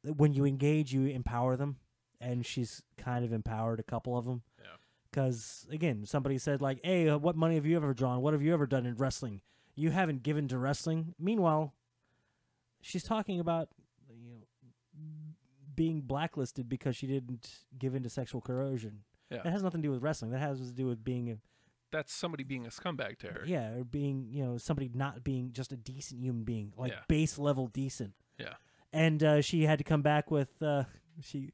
When you engage, you empower them, and she's kind of empowered a couple of them.
Yeah.
Because again, somebody said like, "Hey, uh, what money have you ever drawn? What have you ever done in wrestling? You haven't given to wrestling." Meanwhile, she's talking about you know being blacklisted because she didn't give in to sexual corrosion.
Yeah.
That has nothing to do with wrestling. That has to do with being a
That's somebody being a scumbag to her.
yeah, or being you know somebody not being just a decent human being, like
Yeah.
base level decent.
Yeah.
And uh, she had to come back with uh, she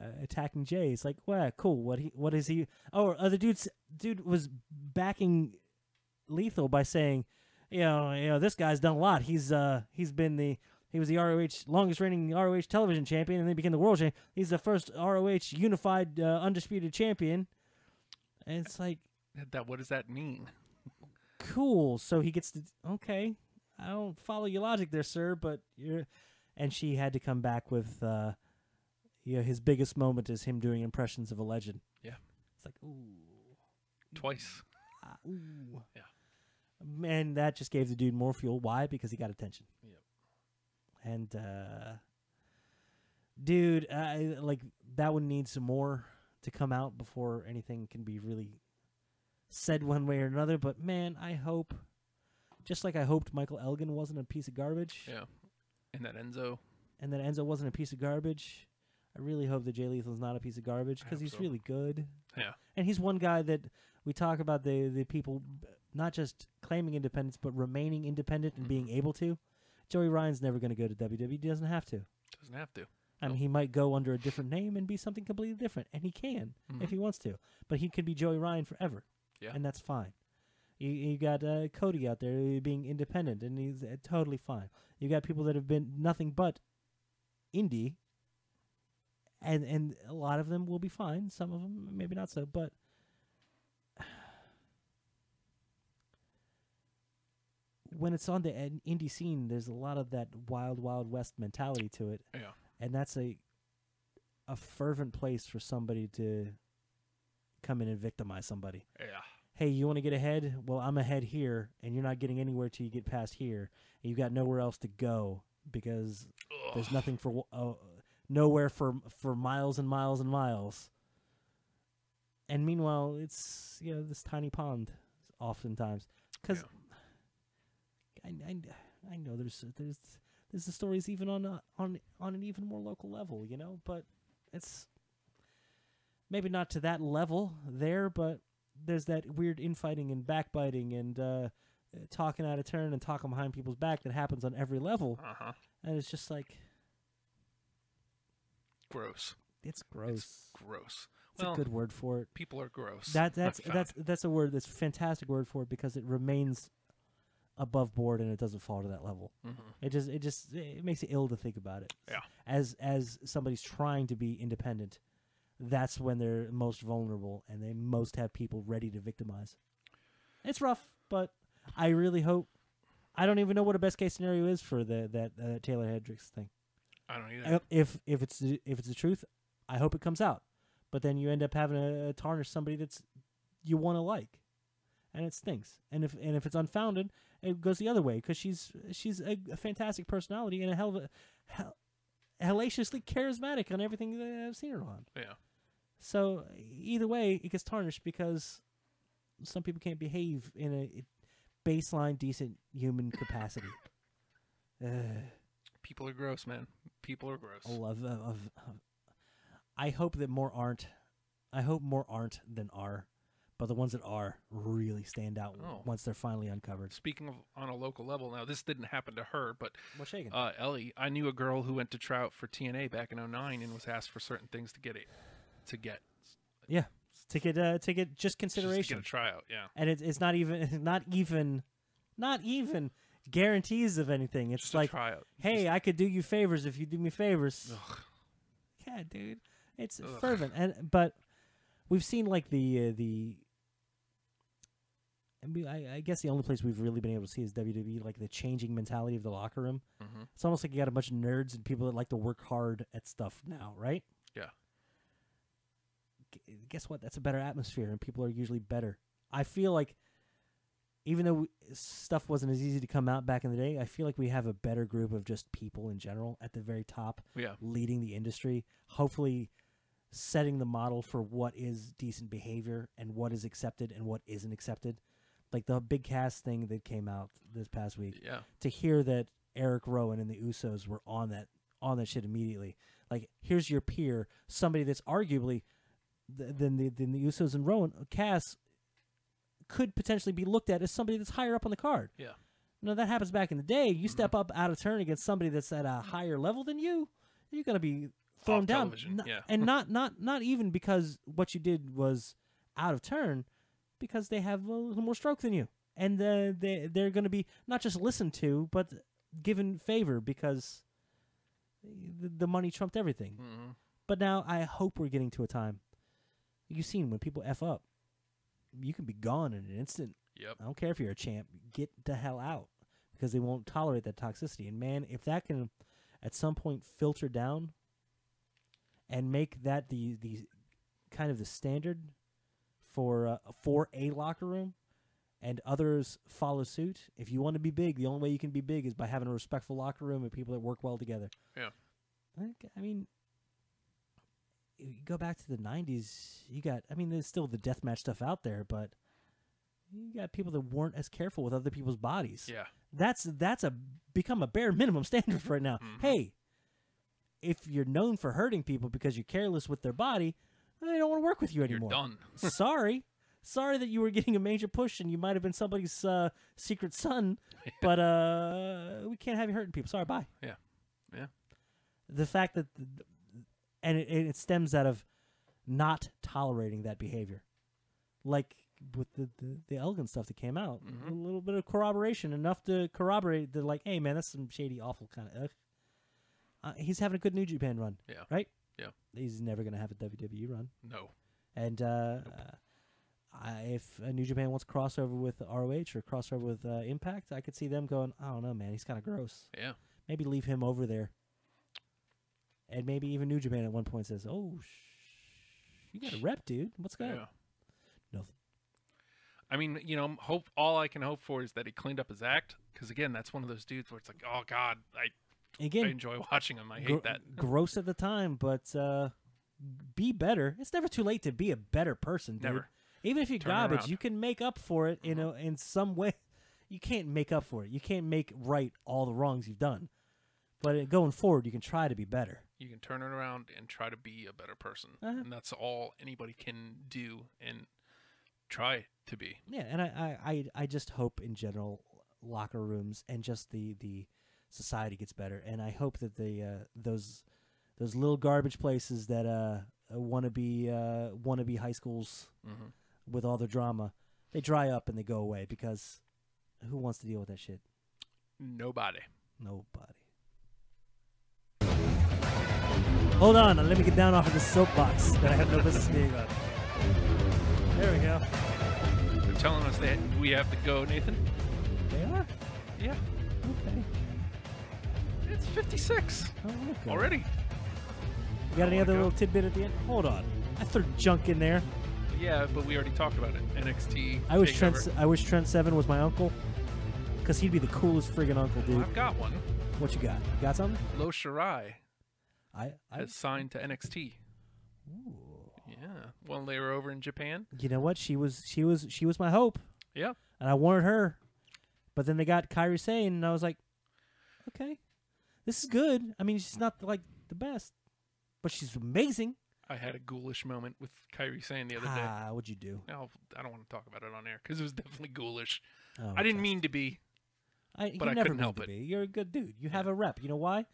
uh, attacking Jay. It's like, wow, cool. What he? What is he? Oh, other dudes. Dude was backing Lethal by saying, you know, you know, this guy's done a lot. He's uh, he's been the he was the ROH longest reigning ROH television champion, and then he became the world champion. He's the first ROH unified uh, undisputed champion. And it's like,
That what does that mean?
Mm-hmm. cool. So he gets to okay. I don't follow your logic there, sir, but you're. And she had to come back with, uh, you know, his biggest moment is him doing impressions of a legend.
Yeah.
It's like ooh,
Twice.
ah, ooh.
Yeah.
Man, that just gave the dude more fuel. Why? Because he got attention.
Yep.
And uh, dude, I like that one needs some more to come out before anything can be really said one way or another. But man, I hope, just like I hoped Michael Elgin wasn't a piece of garbage,
Yeah. And that Enzo.
and that Enzo wasn't a piece of garbage. I really hope that Jay Lethal's not a piece of garbage
I
because
hope
he's
so.
really good,
Yeah.
and he's one guy that we talk about the the people b- not just claiming independence but remaining independent and
Mm-hmm.
being able to. Joey Ryan's never going to go to WWE. He doesn't have to.
Doesn't have to.
I mean, he might go under a different name and be something completely different, and he can if he wants to. But he could be Joey Ryan forever,
Yeah.
and that's fine. You, you got uh, Cody out there being independent, and he's uh, totally fine. You got people that have been nothing but indie, and and a lot of them will be fine. Some of them maybe not so, but when it's on the uh, indie scene, there's a lot of that wild, wild west mentality to it
Yeah.
and that's a a fervent place for somebody to come in and victimize somebody.
Yeah.
Hey, you want to get ahead? Well, I'm ahead here, and you're not getting anywhere till you get past here. And you've got nowhere else to go because there's nothing for uh, nowhere for for miles and miles and miles. And meanwhile, it's you know this tiny pond, oftentimes, because I, I I know there's there's there's the stories even on a, on on an even more local level, you know, but it's maybe not to that level there, but there's that weird infighting and backbiting and uh, uh, talking out of turn and talking behind people's back that happens on every level,
Uh huh.
and it's just like
Gross.
it's gross. It's,
Gross.
a
well,
good word for it.
people are gross.
That
I
that's
found.
that's that's a word that's a fantastic word for it because it remains above board and it doesn't fall to that level. It just it just it makes it ill to think about it.
Mm-hmm. Yeah.
As as somebody's trying to be independent, that's when they're most vulnerable and they most have people ready to victimize. It's rough, but I really hope I don't even know what a best case scenario is for the that uh, Taylor Hendricks thing.
I don't either.
I- if if it's the- if it's the truth, I hope it comes out. But then you end up having to tarnish somebody that's you want to like, and it stinks. And if and if it's unfounded, it goes the other way because she's she's a, a fantastic personality and a hell of a hell, hellaciously charismatic on everything that I've seen her on.
Yeah.
So either way, it gets tarnished because some people can't behave in a baseline decent human capacity. Ugh.
People are gross, man. People are gross.
Oh, of, of, of, of- I hope that more aren't. I hope more aren't than are, but the ones that are really stand out w-
Oh.
once they're finally uncovered.
Speaking of on a local level, now this didn't happen to her, but
Well, shaken.
uh, Ellie, I knew a girl who went to Trout for TNA back in 09 and was asked for certain things to get it, to get
yeah, to get uh, to get
just
just
to
consideration,
get a tryout. Yeah,
and it's it's not even not even not even guarantees of anything. It's
just
like,
a tryout.
hey, I could do you favors if you do me favors.
Ugh.
Yeah, dude, it's
Ugh.
fervent, and but we've seen like the uh, the. I, mean, I, I guess the only place we've really been able to see is WWE, like the changing mentality of the locker room.
Mhm.
It's almost like you got a bunch of nerds and people that like to work hard at stuff now, right?
Yeah.
Gu- Guess what? That's a better atmosphere, and people are usually better. I feel like, even though we, stuff wasn't as easy to come out back in the day, I feel like we have a better group of just people in general at the very top
Yeah,
leading the industry, hopefully setting the model for what is decent behavior and what is accepted and what isn't accepted. Like the big cast thing that came out this past week,
yeah.
to hear that Eric Rowan and the Usos were on that on that shit immediately. Like here's your peer, somebody that's arguably th- than the than the Usos and Rowan Cass could potentially be looked at as somebody that's higher up on the card.
Yeah.
No, that happens back in the day.
Mm-hmm.
You step up out of turn against somebody that's at a higher level than you, you're gonna be thrown
Off
down.
television,
N-
yeah.
and not not not even because what you did was out of turn, because they have a little more stroke than you, and uh, they they're gonna be not just listened to, but given favor because the, the money trumped everything.
hmm
But now I hope we're getting to a time. You've seen when people f up, you can be gone in an instant.
Yep.
I don't care if you're a champ. Get the hell out because they won't tolerate that toxicity. And man, if that can at some point filter down and make that the the kind of the standard for uh, for a locker room and others follow suit. If you want to be big, the only way you can be big is by having a respectful locker room and people that work well together.
Yeah.
I think- I mean you go back to the 90s, you got I mean there's still the deathmatch stuff out there, but you got people that weren't as careful with other people's bodies.
Yeah.
That's that's a become a bare minimum standard right now.
Mm-hmm.
Hey, if you're known for hurting people because you're careless with their body, I don't want to work with you
You're
anymore.
done.
Sorry. Sorry that you were getting a major push and you might have been somebody's uh, secret son, but uh, we can't have you hurting people. Sorry, bye.
Yeah. Yeah.
The fact that, th- th- and it, it stems out of not tolerating that behavior. Like with the, the, the Elgin stuff that came out,
Mm-hmm.
a little bit of corroboration, enough to corroborate that, like, hey, man, that's some shady, awful kind of. Uh, he's having a good New Japan run.
Yeah.
Right?
Yeah.
He's never going to have a WWE run.
No.
And uh, I, if uh, New Japan wants to cross over with ROH or crossover with uh, Impact, I could see them going, I don't know, man, he's kind of gross.
Yeah.
Maybe leave him over there. And maybe even New Japan at one point says, oh, sh- you got a rep, dude. What's going
Yeah.
on? Nothing.
I mean, you know, hope all I can hope for is that he cleaned up his act because again, that's one of those dudes where it's like, oh God, I, I
Again,
enjoy watching him. I hate
gro-
that.
gross at the time, but uh, be better. It's never too late to be a better person, dude.
Never.
Even if you're
Turn it
garbage,
around. Uh-huh.
you can make up for it, you know, in some way. You can't make up for it. You can't make right all the wrongs you've done. But uh, going forward, you can try to be better.
You can turn it around and try to be a better person,
Uh-huh.
and that's all anybody can do and try to be.
Yeah, and I, I, I, I just hope in general locker rooms and just the, the society gets better. And I hope that the uh, those those little garbage places that uh want to be uh want to be high schools
Mhm.
with all the drama, they dry up and they go away because who wants to deal with that shit?
Nobody.
Nobody. Hold on, let me get down off of this soapbox that I have no business being on. There we go.
They're telling us that we have to go, Nathan.
They are?
Yeah.
Okay.
Yeah. It's 56
Oh, look at it.
already.
You got any
Oh,
other
my God.
little tidbit at the end? Hold on. I threw junk in there.
Yeah, but we already talked about it. NXT.
I wish
takeover.
Trent. Se- I wish Trent Seven was my uncle, cause he'd be the coolest friggin' uncle, dude.
I've got one.
What you got? You got something?
Lo Shirai
I. I.
has signed to NXT. Yeah. Well, they were over in Japan.
You know what? She was. She was. She was my hope,
Yeah.
and I wanted her, but then they got Kyrie Sane, and I was like, okay, this is good. I mean, she's not like the best, but she's amazing.
I had a ghoulish moment with Kyrie Sane the other day.
Ah, what'd you do?
No, I don't want to talk about it on air because it was definitely ghoulish.
Oh,
I didn't
okay.
mean to be.
I, you
but I
never
couldn't
mean
help
to
it. Hmm?
Be. You're a good dude. You have a rep. You know why?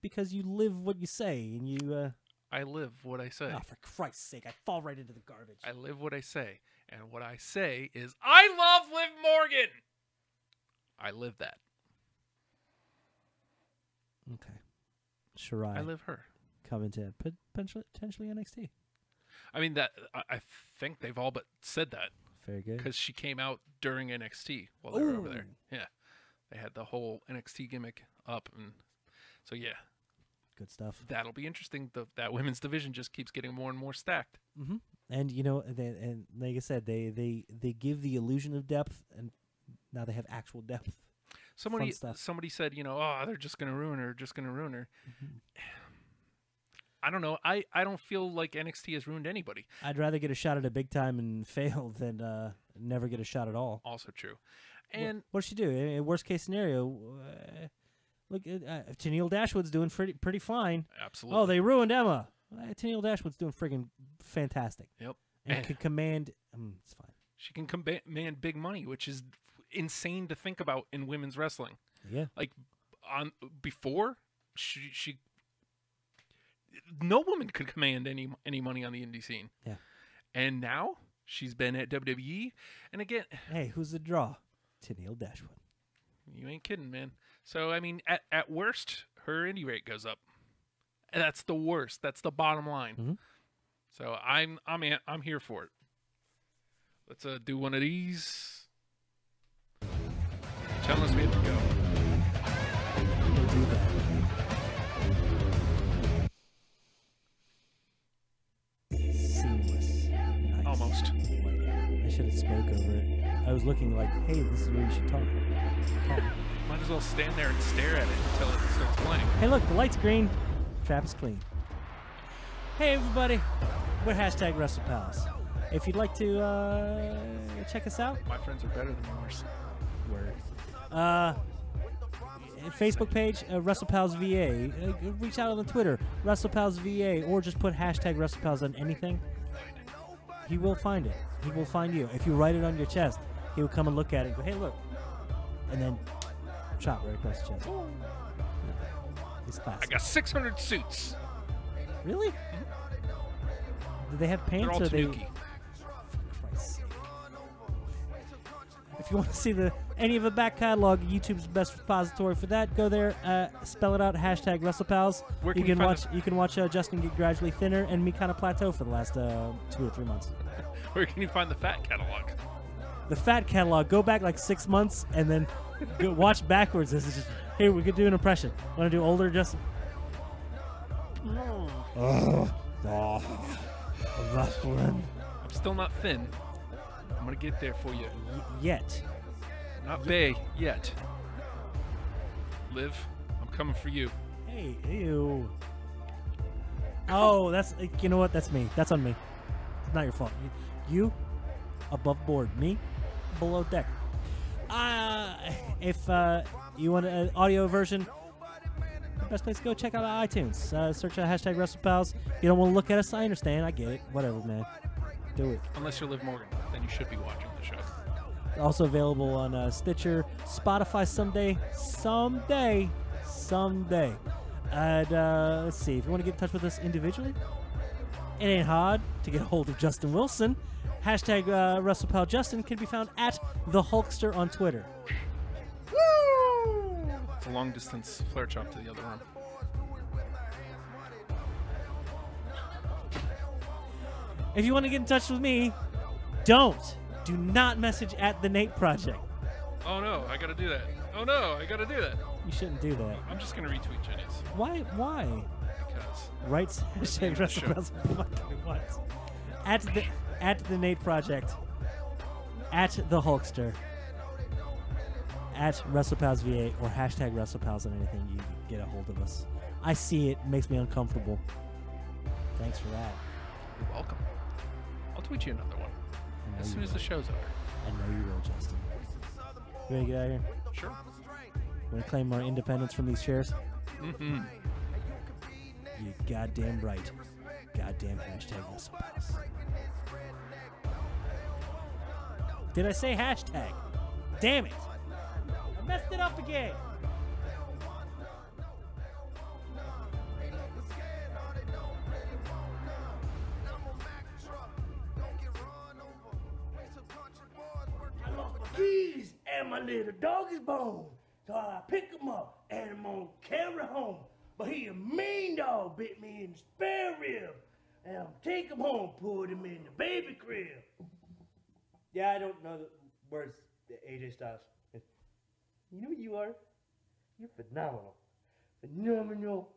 Because you live what you say, and you. Uh,
I live what I say.
oh, for Christ's sake! I fall right into the garbage.
I live what I say. And what I say is, I love Liv Morgan. I live that.
okay. Shirai.
I live her.
coming to pot- potentially, potentially NXT.
I mean, that I, I think they've all but said that
Very good.
because she came out during NXT while they were over there.
Ooh.
Yeah. They had the whole NXT gimmick up. And so, yeah,
Good stuff.
that'll be interesting. The, that women's division just keeps getting more and more stacked.
And you know, they, and like I said, they they they give the illusion of depth, and now they have actual depth.
Somebody
stuff.
somebody said, you know, oh, they're just gonna ruin her, just gonna ruin her.
Mm-hmm.
I don't know. I, I don't feel like NXT has ruined anybody.
I'd rather get a shot at a big time and fail than uh, never get a shot at all.
Also true.
Wha-
And
what does she do? I- I- worst case scenario, uh, look, at, uh, Tennille Dashwood's doing pretty pretty fine.
absolutely.
Oh, they ruined Emma. Uh, Tennille Dashwood's doing friggin' fantastic,
yep.
and
Man,
can command. Um, it's fine.
she can command big money, which is insane to think about in women's wrestling.
Yeah.
Like on before she she no woman could command any any money on the indie scene.
Yeah.
And now she's been at WWE, and again,
Hey, who's the draw? Tennille Dashwood.
You ain't kidding, man. So I mean, at, at worst, her indie rate goes up. And That's the worst. That's the bottom line.
Mhm.
So I'm I'm in- I'm here for it. Let's uh, do one of these. Tell us we have to go.
They do that. Seamless. Nice.
Almost.
I should have spoke over it. I was looking like, hey, this is where you should talk.
Might as well stand there and stare at it until it starts playing.
Hey, look, the light's green. Trap is clean. Hey, everybody. We're hashtag WrestlePals. If you'd like to uh, check us out,
My friends are better than yours.
Word. Uh, Facebook page, uh, WrestlePalsVA. Uh, g- reach out on the Twitter, WrestlePalsVA, or just put hashtag WrestlePals on anything. He will find it. He will find you. If you write it on your chest, he will come and look at it and go, hey, look. And then chop right across the chest. It's
I
classic.
got 600 suits.
Really? Do they have
Mm-hmm. They're
pants
all
or they.
tanuki.
Christ's sake. If you want to see the any of the back catalog, YouTube's best repository for that. Go there, uh, spell it out, hashtag WrestlePals.
Where
you
can you
can
find
watch
us?
you can watch uh, Justin get gradually thinner and me kind of plateau for the last uh, two or three months.
Where can you find the fat catalog?
The fat catalog, go back like six months and then go watch backwards. This is just hey, we could do an impression. Want to do older Justin?
I'm still not thin. I'm gonna get there for you.
Y- yet,
Not Bay yet. Liv, I'm coming for you.
hey, ew. Oh, that's you know what? That's me. That's on me. It's not your fault. You, you above board. Me, below deck. Uh, if uh, you want an audio version, the best place to go check out our iTunes. Uh, search out hashtag WrestlePals. You don't want to look at us. I understand. I get it. Whatever, man. Do it.
Unless you're Liv Morgan, then you should be watching the show.
Also available on uh, Stitcher, Spotify someday, someday, someday. And uh, let's see, if you want to get in touch with us individually, it ain't hard to get a hold of Justin Wilson. Hashtag uh, WrestlePalJustin can be found at the Hulkster on Twitter.
It's a long distance flare chop to the other arm.
If you want to get in touch with me, don't. Do not message at the Nate Project.
Oh no, I gotta do that. Oh no, I gotta do that.
You shouldn't do that.
I'm just gonna retweet Jenny's
Why? Why?
because
Right? Hashtag
Sure.
WrestleBuzz. Fucking what? At the at the Nate Project. At the Hulkster. At WrestlePals V8 or hashtag WrestlePals on anything you get a hold of us. I see it, makes me uncomfortable. Thanks for that.
you're welcome. I'll tweet you another one
I know
as
you
soon as the
will.
show's over.
I know you will, Justin. You ready to get out of here?
Sure.
We're gonna claim our independence from these chairs.
Mm-hmm.
You goddamn right. Goddamn hashtag WrestlePals. Did I say hashtag? Damn it! I messed it up again.
I lost my keys and my little dog is bone. So I pick him up and I'm gonna carry home. But he a mean dog bit me in the spare rib. And I'm take him home, put him in the baby crib. Yeah, I don't know the words that AJ Styles. You know what you are? You're phenomenal. Phenomenal